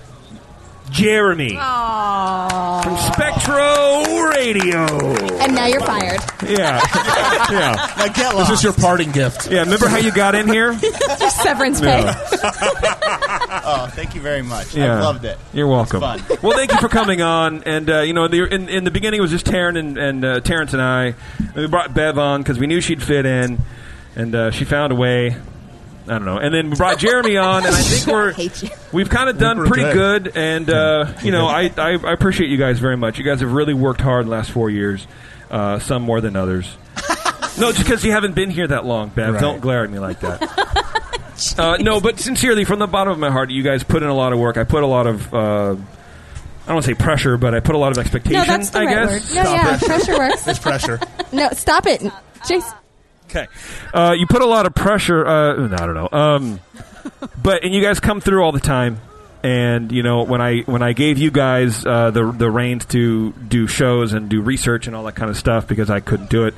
B: Jeremy from Spectro Radio.
I: And now you're fired.
B: Yeah, yeah.
F: Now get
B: lost.
F: This is your parting gift.
B: Yeah, remember how you got in here?
I: Your severance pay.
B: Yeah.
H: oh, thank you very much.
B: Yeah.
H: I loved it.
B: You're welcome.
H: It's fun.
B: well, thank you for coming on. And uh, you know, the, in, in the beginning, it was just Taryn and, and uh, Terrence and I. And we brought Bev on because we knew she'd fit in, and uh, she found a way. I don't know. And then we brought Jeremy on, and I think we're we've kind of done
F: we're
B: pretty
F: good.
B: good. And uh, you know, I, I I appreciate you guys very much. You guys have really worked hard in the last four years, uh, some more than others. no, just because you haven't been here that long, Bev.
F: Right.
B: Don't glare at me like that. Uh, no, but sincerely, from the bottom of my heart, you guys put in a lot of work. I put a lot of, uh, I don't want to say pressure, but I put a lot of expectation.
I: No, that's the
B: I
I: right
B: guess.
I: word. No,
F: Stop
I: yeah,
F: it.
I: pressure works.
F: It's pressure.
I: No, stop it, Jason.
B: Okay, uh, you put a lot of pressure. Uh, I don't know, um, but and you guys come through all the time.
D: And you know when I when I gave you guys uh, the the reins to do shows and do research and all that kind of stuff because I couldn't do it,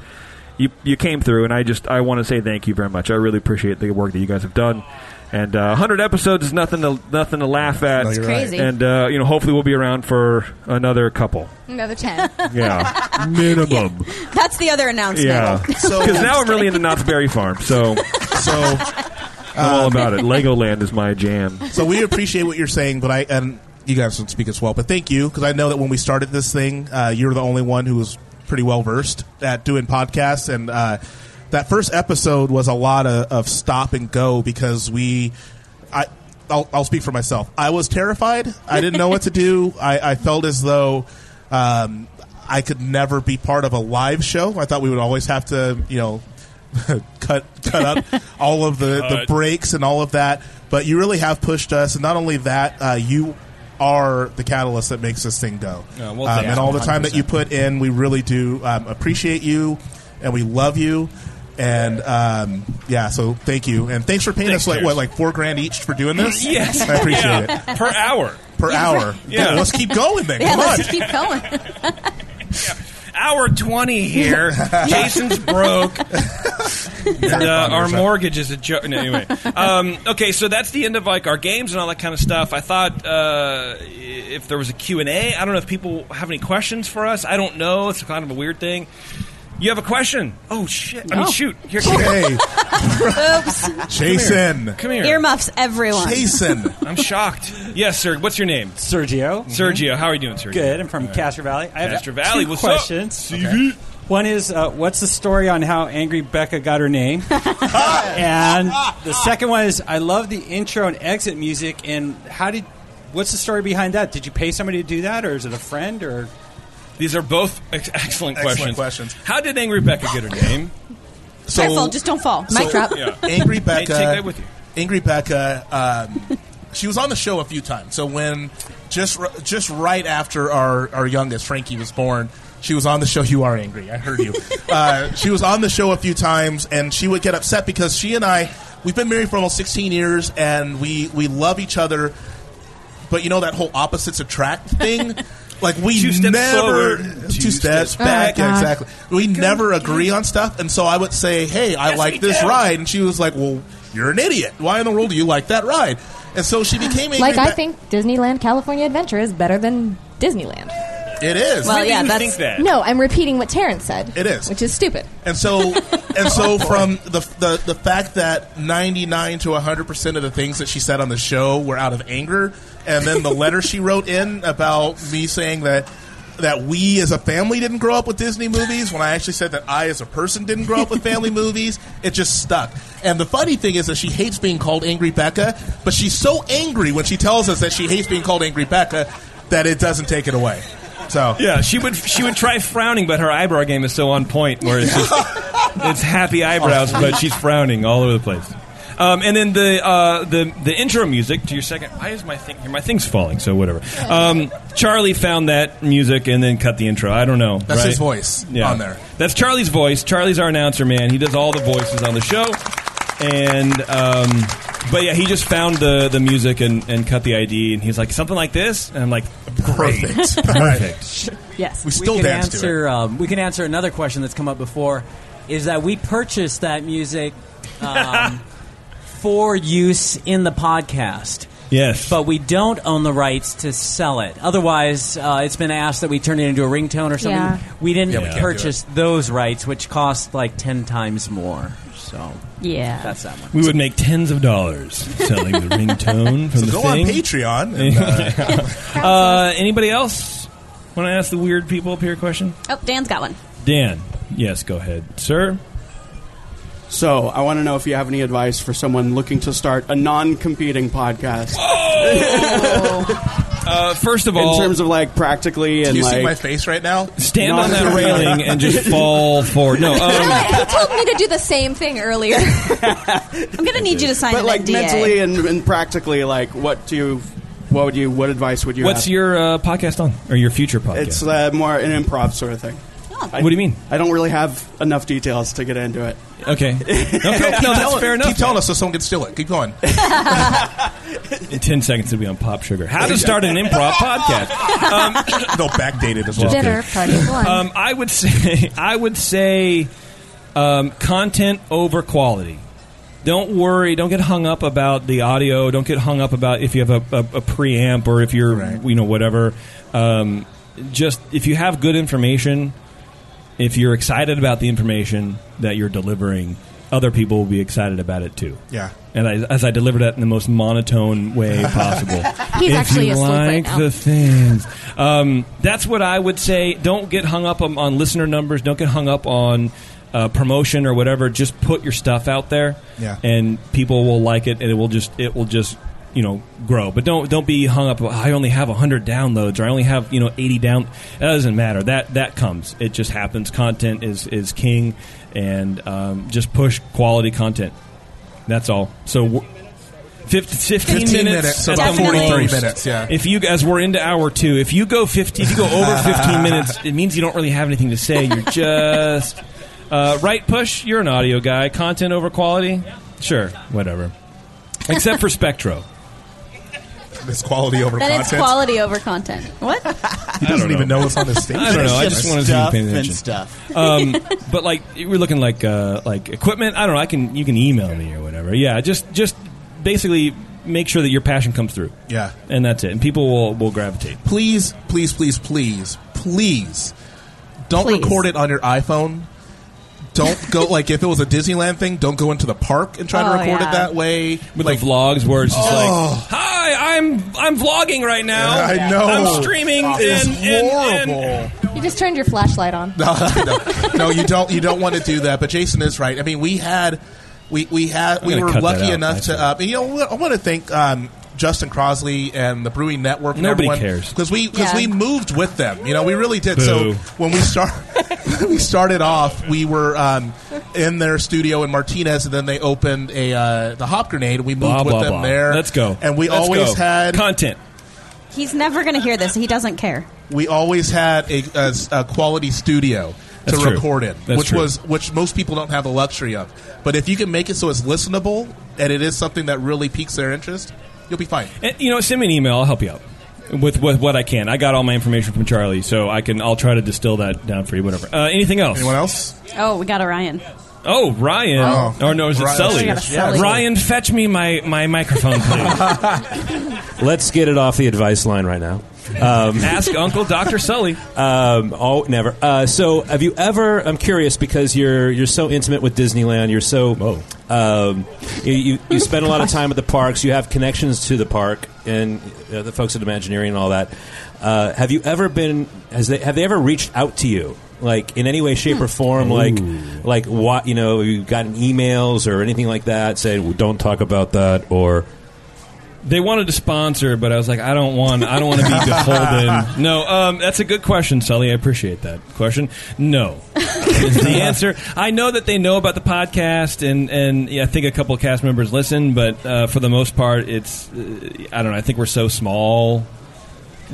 D: you you came through and I just I want to say thank you very much. I really appreciate the work that you guys have done. And uh, 100 episodes is nothing to nothing to laugh at.
F: That's
U: you're right. crazy.
D: And uh, you know hopefully we'll be around for another couple.
U: Another 10.
D: Yeah, minimum.
U: That's the other announcement.
D: Yeah, because now I'm really into Knott's Berry Farm, so so I'm
B: Uh,
D: all about it. Legoland is my jam.
F: So we appreciate what you're saying, but I and you guys don't speak as well. But thank you because I know that when we started this thing, uh, you were the only one who was pretty well versed at doing podcasts, and uh, that first episode was a lot of, of stop and go because we, I. I'll, I'll speak for myself. I was terrified. I didn't know what to do. I, I felt as though um, I could never be part of a live show. I thought we would always have to, you know, cut cut up all of the, the
D: Cut.
F: breaks and all of that. But you really have pushed us, and not only that, uh, you are the catalyst that makes this thing go.
B: Yeah, well,
F: Um,
B: thanks.
F: and all the time that you put in, we really do um, appreciate you, and we love you. And um, yeah, so thank you, and thanks for paying
B: Thanks,
F: us like what,
B: cheers.
F: like four grand each for doing this.
B: Yes.
F: I appreciate
B: Yeah.
F: it
B: per hour.
F: per hour.
B: Yeah.
F: let's keep going then.
B: Yeah,
F: Come
B: let's
F: on.
B: keep
U: going.
B: Hour 20 here. Jason's broke. And, uh, our mortgage is a joke. No, anyway, um, okay, so that's the end of like our games and all that kind of stuff. I thought uh, if there was a Q and A, I don't know if people have any questions for us. I don't know. It's kind of a weird thing. You have a question? Oh shit! I mean,
G: No.
B: shoot. Here, come
F: here.
G: Oops.
B: Jason. Come here.
G: Earmuffs, everyone.
B: I'm shocked. Yes, sir. What's your name? Mm-hmm.
M: Sergio.
B: Sergio. How are you doing, Sergio?
M: Good. I'm from Castro Valley. I have
B: Castro Valley.
M: two
B: What's up?
M: questions. One is, uh, what's the story on how Angry Becca got her name? and the second one is, I love the intro and exit music. And how did? What's the story behind that? Did you pay somebody to do that, or is it a friend? Or
B: these are both ex- excellent
F: Excellent
B: questions. How did Angry Becca get her name?
G: Careful, just don't fall. Mic drop.
B: Yeah.
F: Angry
B: Hey,
F: Becca.
B: take that with you.
F: Angry Becca. Um, she was on the show a few times. So when just r- just right after our our youngest Frankie was born, she was on the show. You are angry. I heard you. uh, she was on the show a few times, and she would get upset because she and I we've been married for almost 16 years, and we we love each other. But you know that whole opposites attract thing. Like we
B: Two steps
F: never
B: forward,
F: two, steps,
G: Oh,
F: back. Yeah, exactly. We never agree on stuff, and so I would say, "Hey, I
B: Yes, we
F: like this
B: do.
F: ride," and she was like, "Well, you're an idiot. Why in the world do you like that ride?" And so she became angry.
U: Like, I
F: back-
U: think Disneyland California Adventure is better than Disneyland.
F: it is.
U: No, I'm repeating what Terrence said.
F: It is.
U: Which is stupid.
F: And so, and so, from the, the the fact that ninety nine to hundred percent of the things that she said on the show were out of anger, and then the letter she wrote in about me saying that that we as a family didn't grow up with Disney movies, when I actually said that I as a person didn't grow up with family movies, it just stuck. And the funny thing is that she hates being called Angry Becca, but she's so angry when she tells us that she hates being called Angry Becca that it doesn't take it away. So
B: Yeah, she would she would try frowning, but her eyebrow game is so on point where it's just, it's happy eyebrows, but she's frowning all over the place. Um, and then the uh, the the intro music to your second. Why is my thing here? My thing's falling, so whatever. Um, Charlie found that music and then cut the intro. I don't know.
F: That's
B: right?
F: his voice on there.
B: That's Charlie's voice. Charlie's our announcer man. He does all the voices on the show. And um, but yeah, he just found the the music and, and cut the ID, and he's like something like this, and I'm like
F: perfect,
B: perfect.
M: yes,
B: We still
M: can
B: dance to it.
M: answer. Um, we can answer another question that's come up before: is that we purchased that music um, for use in the podcast.
B: Yes,
M: but we don't own the rights to sell it. Otherwise, uh, it's been asked that we turn it into a ringtone or something.
U: Yeah.
M: We didn't
B: Yeah, we can't do
M: purchase those rights, which cost like ten times more. So
U: Yeah.
M: that's that one.
B: We would make tens of dollars selling the ringtone from
M: So
B: the
M: go on
B: thing.
F: Patreon and,
B: uh, uh, anybody else want to ask the weird people up here a question?
G: Oh, Dan's got one.
B: Dan, yes, go ahead, sir.
O: So, I want to know if you have any advice for someone looking to start a non-competing podcast.
B: Uh, first of
O: in
B: all,
O: terms of like practically
F: do
O: and
F: you
O: like
F: see my face right now?
B: stand on that railing and just fall forward. No, um,
U: He told me to do the same thing earlier. I'm going to need you to sign
O: but like mentally and, and practically like what do you what would you what advice would you
B: what's
O: have?
B: your uh, podcast on or your future podcast?
O: It's uh, more an improv sort of thing.
B: What do you mean?
O: I don't really have enough details to get into it.
B: Okay. Okay, no, that's fair enough.
F: Keep telling us so someone can steal it. Keep going.
B: In 10 seconds, it'll be on Pop Sugar. How to start an improv podcast. Um,
F: no, backdated as well.
B: Dinner
F: party one.
B: Um, I would say, I would say, um, content over quality. Don't worry. Don't get hung up about the audio. Don't get hung up about if you have a, a, a preamp or if you're, you know, whatever. Um, just if you have good information, if you're excited about the information that you're delivering, other people will be excited about it too.
F: Yeah.
B: And I, as I deliver that in the most monotone way possible.
K: He's
B: if
K: actually
B: you
K: asleep
B: like
K: right now.
B: the things, um, that's what I would say. Don't get hung up on, on listener numbers. Don't get hung up on uh, promotion or whatever. Just put your stuff out there,
F: Yeah.
B: and people will like it, and it will just it will just you know grow. But don't don't be hung up. I only have hundred downloads, or I only have you know eighty down. That doesn't matter. That that comes. It just happens. Content is is king, and um, just push quality content. That's all. So. w- 15, 15
F: 15
B: minutes,
F: minutes,
B: at
F: about
B: the
F: 43
B: most.
F: minutes, yeah.
B: If you guys, we're into hour two. If you go 15, if you go over 15 minutes, it means you don't really have anything to say. You're just uh, right. Push. You're an audio guy. Content over quality. Sure, whatever. Except for Spectro.
F: It's quality over
G: Then it's
F: content.
G: quality over content. What?
F: He doesn't even know what's on the stage.
B: I don't know. I
F: It's
B: just
F: just
B: wanted to
F: stuff
B: be paying
F: and
B: attention.
F: stuff.
B: Um, but like we're looking like uh, like equipment. I don't know. I can you can email me or whatever. Yeah. Just just basically make sure that your passion comes through.
F: Yeah.
B: And that's it. And people will will gravitate.
F: please, please, please, please, please, don't
B: Please.
F: record it on your iPhone. Don't go like if it was a Disneyland thing. Don't go into the park and try
B: Oh,
F: to record
B: yeah.
F: it that way.
B: With the vlogs where it's just
F: Oh.
B: like, "Hi, I'm I'm vlogging right now.
F: I know.
B: I'm streaming."
F: It's
B: and, and- and-
I: You just turned your flashlight on.
F: No, no, no, you don't. You don't want to do that. But Jason is right. I mean, we had, we we had,
B: I'm
F: we
B: gonna
F: were
B: cut that
F: lucky
B: out,
F: enough to. Uh, you know, I want to thank um, Justin Crosley and the Brewing Network. And
B: Nobody
F: everyone,
B: cares.
F: because we because
B: Yeah.
F: we moved with them. You know, we really did.
B: Boo.
F: So when we start. when we started off. We were um, in their studio in Martinez, and then they opened a uh, the Hop Grenade. We moved
B: blah
F: with
B: blah
F: them
B: blah.
F: there,
B: Let's go.
F: and we
B: Let's
F: always
B: go.
F: had
B: content.
G: He's never going to hear this. He doesn't care.
F: we always had a, a, a quality studio
B: That's
F: to
B: true.
F: record in,
B: That's
F: which
B: true.
F: was which most people don't have the luxury of. But if you can make it so it's listenable and it is something that really piques their interest, you'll be fine.
B: And, you know, send me an email. I'll help you out with with what I can. I got all my information from Charlie, so I can. I'll try to distill that down for you. Whatever. Uh, anything else?
F: Anyone else?
G: Oh, we got Orion.
B: Oh, Ryan.
G: Oh.
B: Or no, is it
G: Ryan.
B: Sully?
G: We got a Sully.
B: Ryan, fetch me my my microphone, please.
D: Let's get it off the advice line right now. Um,
B: Ask Uncle Doctor Sully.
D: Um, oh, never. Uh, so, have you ever? I'm curious because you're you're so intimate with Disneyland. You're so um, you, you you spend a lot of time at the parks. You have connections to the park and uh, the folks at Imagineering and all that. Uh, have you ever been? Has they have they ever reached out to you? Like in any way, shape, or form, like like what you know, you gotten emails or anything like that saying well, don't talk about that, or
B: They wanted to sponsor, but I was like, I don't want. I don't want to be beholden. No, um, that's a good question, Sully. I appreciate that question. No, is the answer. I know that they know about the podcast, and and yeah, I think a couple of cast members listen, but uh, for the most part, it's uh, I don't know. I think we're so small,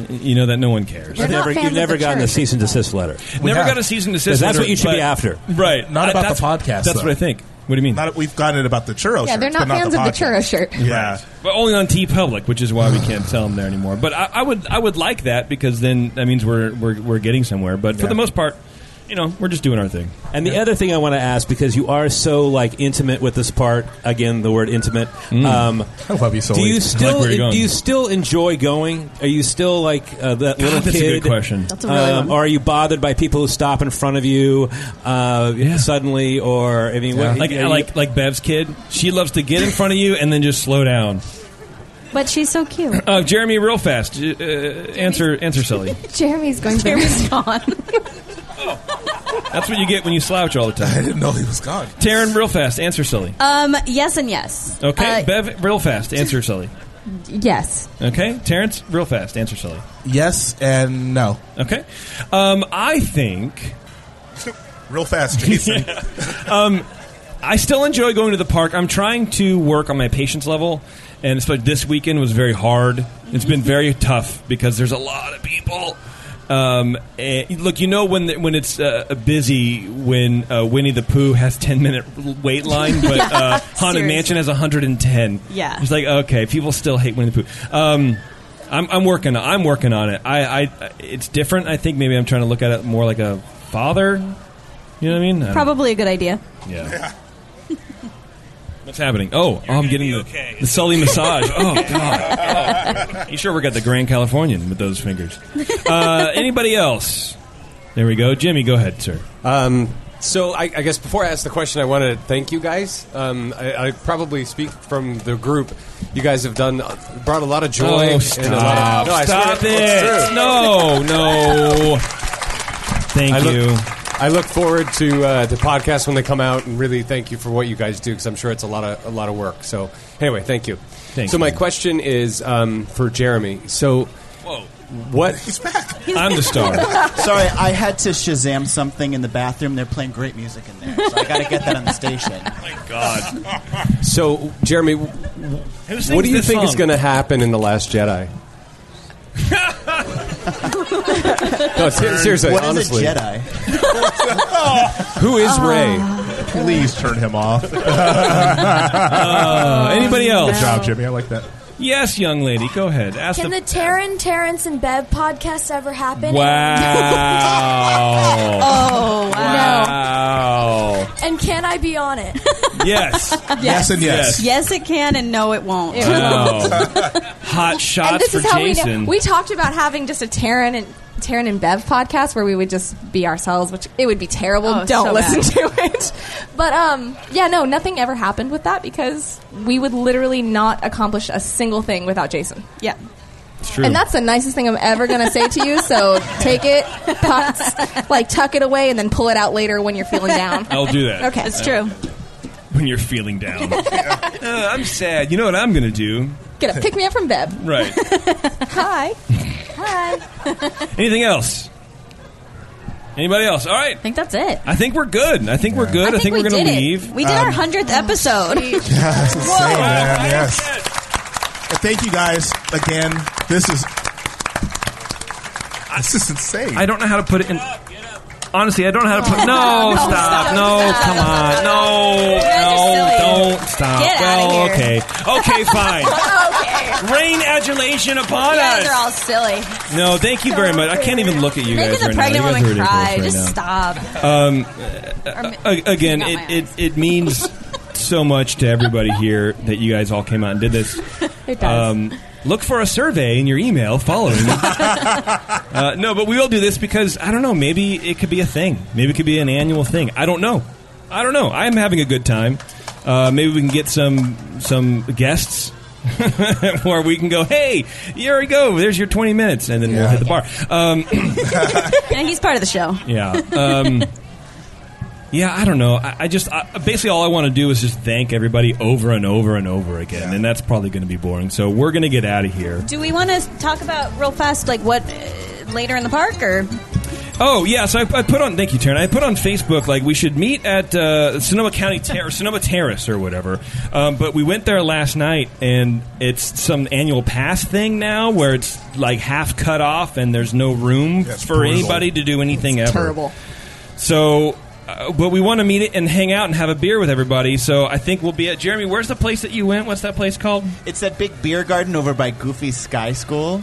B: you know, that no one cares.
D: You've never, you've never gotten a cease and desist letter.
B: never got a season to desist.
D: That's
B: letter,
D: what you should be
B: but-
D: after.
B: right?
F: Not
B: I-
F: about the
B: that's-
F: podcast,
B: That's
F: though.
B: what I think. What do you mean?
F: Not, we've gotten it about the churro.
I: Yeah,
F: shirts,
I: they're
F: but
I: not
F: not
I: fans
F: the
I: of the
F: podcast.
I: churro shirt.
F: Yeah.
B: But only on T Public, which is why we can't sell them there anymore. But I, I would I would like that because then that means we're we're, we're getting somewhere. But for
D: Yeah.
B: the most part, you know, we're just doing our thing.
D: And the other thing I want to ask, because you are so like intimate with this part, again the word intimate. Um,
F: Mm. I love you so
D: do
F: much. I
D: you
F: like
D: still
F: where you're going.
D: do you still enjoy going? Are you still like uh, that little
B: that's a
D: kid?
B: good question. That's a really
D: um,
B: one.
D: Or are you bothered by people who stop in front of you uh, suddenly? Or I mean, what,
B: Like
D: are you-
B: like like Bev's kid, she loves to get in front of you and then just slow down.
G: But she's so cute.
B: Uh, Jeremy, real fast, uh, answer answer Sully.
I: Jeremy's going to
G: Jeremy's gone.
B: That's what you get when you slouch all the time. I
F: didn't know he was gone.
B: Taryn, real fast, answer Sully.
G: Um, yes and yes.
B: Okay,
G: Uh,
B: Bev, real fast, answer Sully.
I: Yes.
B: Okay, Terrence, real fast, answer Sully.
F: Yes and no.
B: Okay, um, I think
F: Real fast, Jason.
B: um, I still enjoy going to the park. I'm trying to work on my patience level, and it's like this weekend was very hard. It's been very tough because there's a lot of people. Um, and look, you know when the, when it's uh, busy when uh, Winnie the Pooh has ten minute wait line, but uh, Haunted
G: Seriously.
B: Mansion has hundred and ten.
G: Yeah.
B: it's like okay, people still hate Winnie the Pooh. Um, I'm, I'm working. I'm working on it. I, I it's different. I think maybe I'm trying to look at it more like a father. You know what I mean? I don't-
G: Probably a good idea.
B: Yeah. What's happening? Oh, oh I'm getting the, the Sully massage. Oh God! you sure we got the Grand Californian with those fingers? Uh, anybody else? There we go. Jimmy, go ahead, sir.
C: Um, so I, I guess before I ask the question, I want to thank you guys. Um, I, I probably speak from the group. You guys have done brought a lot of joy.
B: Oh,
C: and a lot
B: stop!
C: of- No, I swear
B: stop
C: to- it's
B: it!
C: true.
B: No, no. Thank
C: I look-
B: you.
C: I look forward to uh, the podcast when they come out, and really thank you for what you guys do because I'm sure it's a lot of a lot of work. So anyway, thank you.
B: Thank
C: so
B: you.
C: my question is um, for Jeremy. So
B: Whoa.
C: what?
B: I'm the star.
H: Sorry, I had to Shazam something in the bathroom. They're playing great music in there, so I got to get that on the station.
B: My God.
C: So Jeremy, w-
H: Who
C: what
H: sings
C: do you
H: this
C: think is
H: song?
C: going to happen in the Last Jedi? No, ser- seriously,
F: What is a
C: honestly.
F: Jedi?
C: Who is
F: Ah.
C: Ray?
F: Please turn him off.
B: Uh, anybody else?
F: Good job, Jimmy. I like that.
B: Yes, young lady, go ahead. Ask
A: Can
B: the.
A: the Taryn, Terrence, and Bev podcast ever happen?
B: wow.
A: Oh, wow.
B: wow.
A: And can I be on it?
B: Yes.
G: Yes, it can, and no, it won't.
B: Wow. Hot shots
I: and this
B: for
I: is how we
B: Jason.
I: know. We talked about having just a Taryn and Taryn and Bev podcast where we would just be ourselves, which it would be terrible.
R: Oh,
I: Don't
R: so
I: listen
R: bad.
I: to it. But um, yeah, no, nothing ever happened with that because we would literally not accomplish a single thing without Jason.
G: Yeah.
B: It's
I: And that's the nicest thing I'm ever going to say to you. So take it, pockets, like tuck it away, and then pull it out later when you're feeling down.
B: I'll do that.
I: Okay,
B: It's true. when you're feeling down. Uh, I'm sad. You know what I'm going to do?
I: Get up, pick me up from Beb.
B: Right.
I: Hi. Hi.
B: Anything else? Anybody else? All right. I
G: think that's it.
B: I think we're good. I think we're good. I think, we're going
G: did
B: to
G: it.
B: leave.
G: We did
F: Um,
G: our hundredth episode.
F: That's insane,
G: Whoa.
F: man. Yes. And thank you guys again. This is this is insane.
B: I don't know how to put it in. Honestly, I don't know how to put. No,
F: No,
B: stop.
F: stop,
B: No,
F: stop.
B: come on. No, no, don't stop.
F: Get outta
B: well,
F: here.
B: okay, okay, fine. Rain adulation upon
G: you guys
B: us.
G: are all silly.
B: No, thank you very much. I can't even look at you
G: Making
B: guys
G: the
B: right
G: pregnant
B: now. You guys are
G: woman
B: ridiculous
G: cry.
B: right
G: Just
B: now.
G: stop.
B: Um, uh, a- again, it, it, it means so much to everybody here that you guys all came out and did this.
I: It does.
B: Um, look for a survey in your email following. uh, no, but we will do this because I don't know. Maybe it could be a thing. Maybe it could be an annual thing. I don't know. I don't know. I'm having a good time. Uh, maybe we can get some some guests. or we can go, hey, here we go. There's your 20 minutes, and then we'll hit the bar. Um,
G: And he's part of the show.
B: yeah. Um, yeah, I don't know. I, I just I, basically all I want to do is just thank everybody over and over and over again, and that's probably going to be boring. So we're going to get out of here.
G: Do we want to talk about real fast, like what uh, later in the park, or
B: Oh yeah, so I, I put on thank you, Taryn. I put on Facebook like we should meet at uh, Sonoma County Ter- or Sonoma Terrace or whatever. Um, but we went there last night, and it's some annual pass thing now where it's like half cut off, and there's no room
Q: That's
B: for
Q: brutal.
B: anybody to do anything ever.
Q: terrible.
B: So. Uh, but we want to meet it and hang out and have a beer with everybody. So I think we'll be at Jeremy. Where's the place that you went? What's that place called?
H: It's that big beer garden over by Goofy Sky School.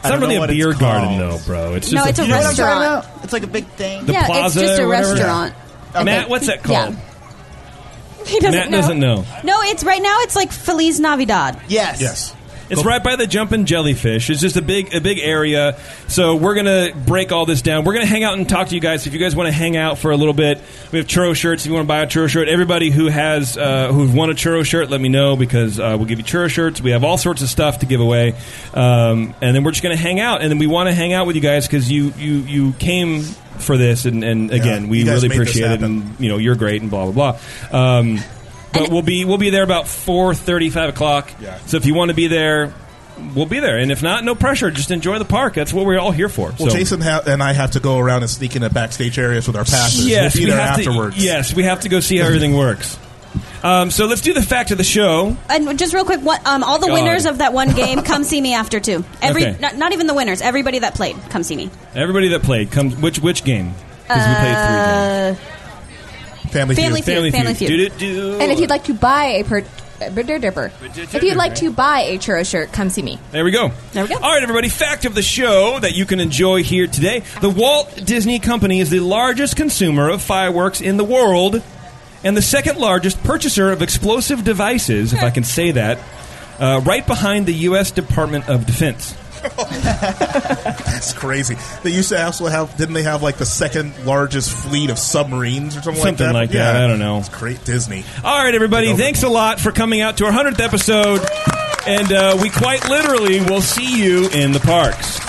B: It's not really a beer garden though, bro. It's just
H: No, it's a
B: you know what I'm
H: restaurant.
B: talking about?
H: It's like a big thing.
B: The plaza or whatever? Matt, what's that called?
G: he doesn't
B: Matt
G: know?
B: doesn't know.
G: No, it's right now. It's like Feliz Navidad.
H: Yes.
B: Yes. It's right by the jumping jellyfish. It's just a big, a big area. So we're gonna break all this down. We're gonna hang out and talk to you guys. If you guys want to hang out for a little bit, we have churro shirts. If you want to buy a churro shirt, everybody who has uh, who won a churro shirt, let me know because uh, we'll give you churro shirts. We have all sorts of stuff to give away, um, and then we're just gonna hang out. And then we want to hang out with you guys because you you you came for this, and, and again, we
F: you guys
B: really
F: made this
B: appreciate it.
F: happen.
B: And you know, you're great, and blah blah blah. Um, but we'll be we'll be there about four thirty, five o'clock.
F: Yeah.
B: So if you want to be there, we'll be there. And if not, no pressure. Just enjoy the park. That's what we're all here for.
F: Well,
B: so.
F: Jason ha- and I have to go around and sneak into backstage areas with our passes.
B: Yes,
F: we'll be
B: we
F: there
B: have to-
F: afterwards.
B: yes, we have to go see how everything works. Um, so let's do the fact of the show.
G: And just real quick, what, um, all the
B: God.
G: winners of that one game, come see me after too. Every
B: Okay.
G: not, not even the winners, everybody that played, come see me.
B: Everybody that played comes. Which which game? 'Cause we played three.
G: Uh,
B: Family
G: Family Feud. Feud, Family Feud.
B: Do-do-do.
S: And if you'd like to buy a per- if you'd like to buy a churro shirt, come see me.
B: There we go. There we go. All right, everybody. Fact of the show that you can enjoy here today: the Walt Disney Company is the largest consumer of fireworks in the world, and the second largest purchaser of explosive devices, if I can say that, uh, right behind the U.S. Department of Defense.
F: That's crazy. They used to also have, didn't they have like the second largest fleet of submarines or something, like
B: Something
F: that?
B: like that, I don't know.
F: It's great Disney.
B: All right, everybody. Thanks a lot for coming out to our hundredth episode, and uh, we quite literally will see you in the parks.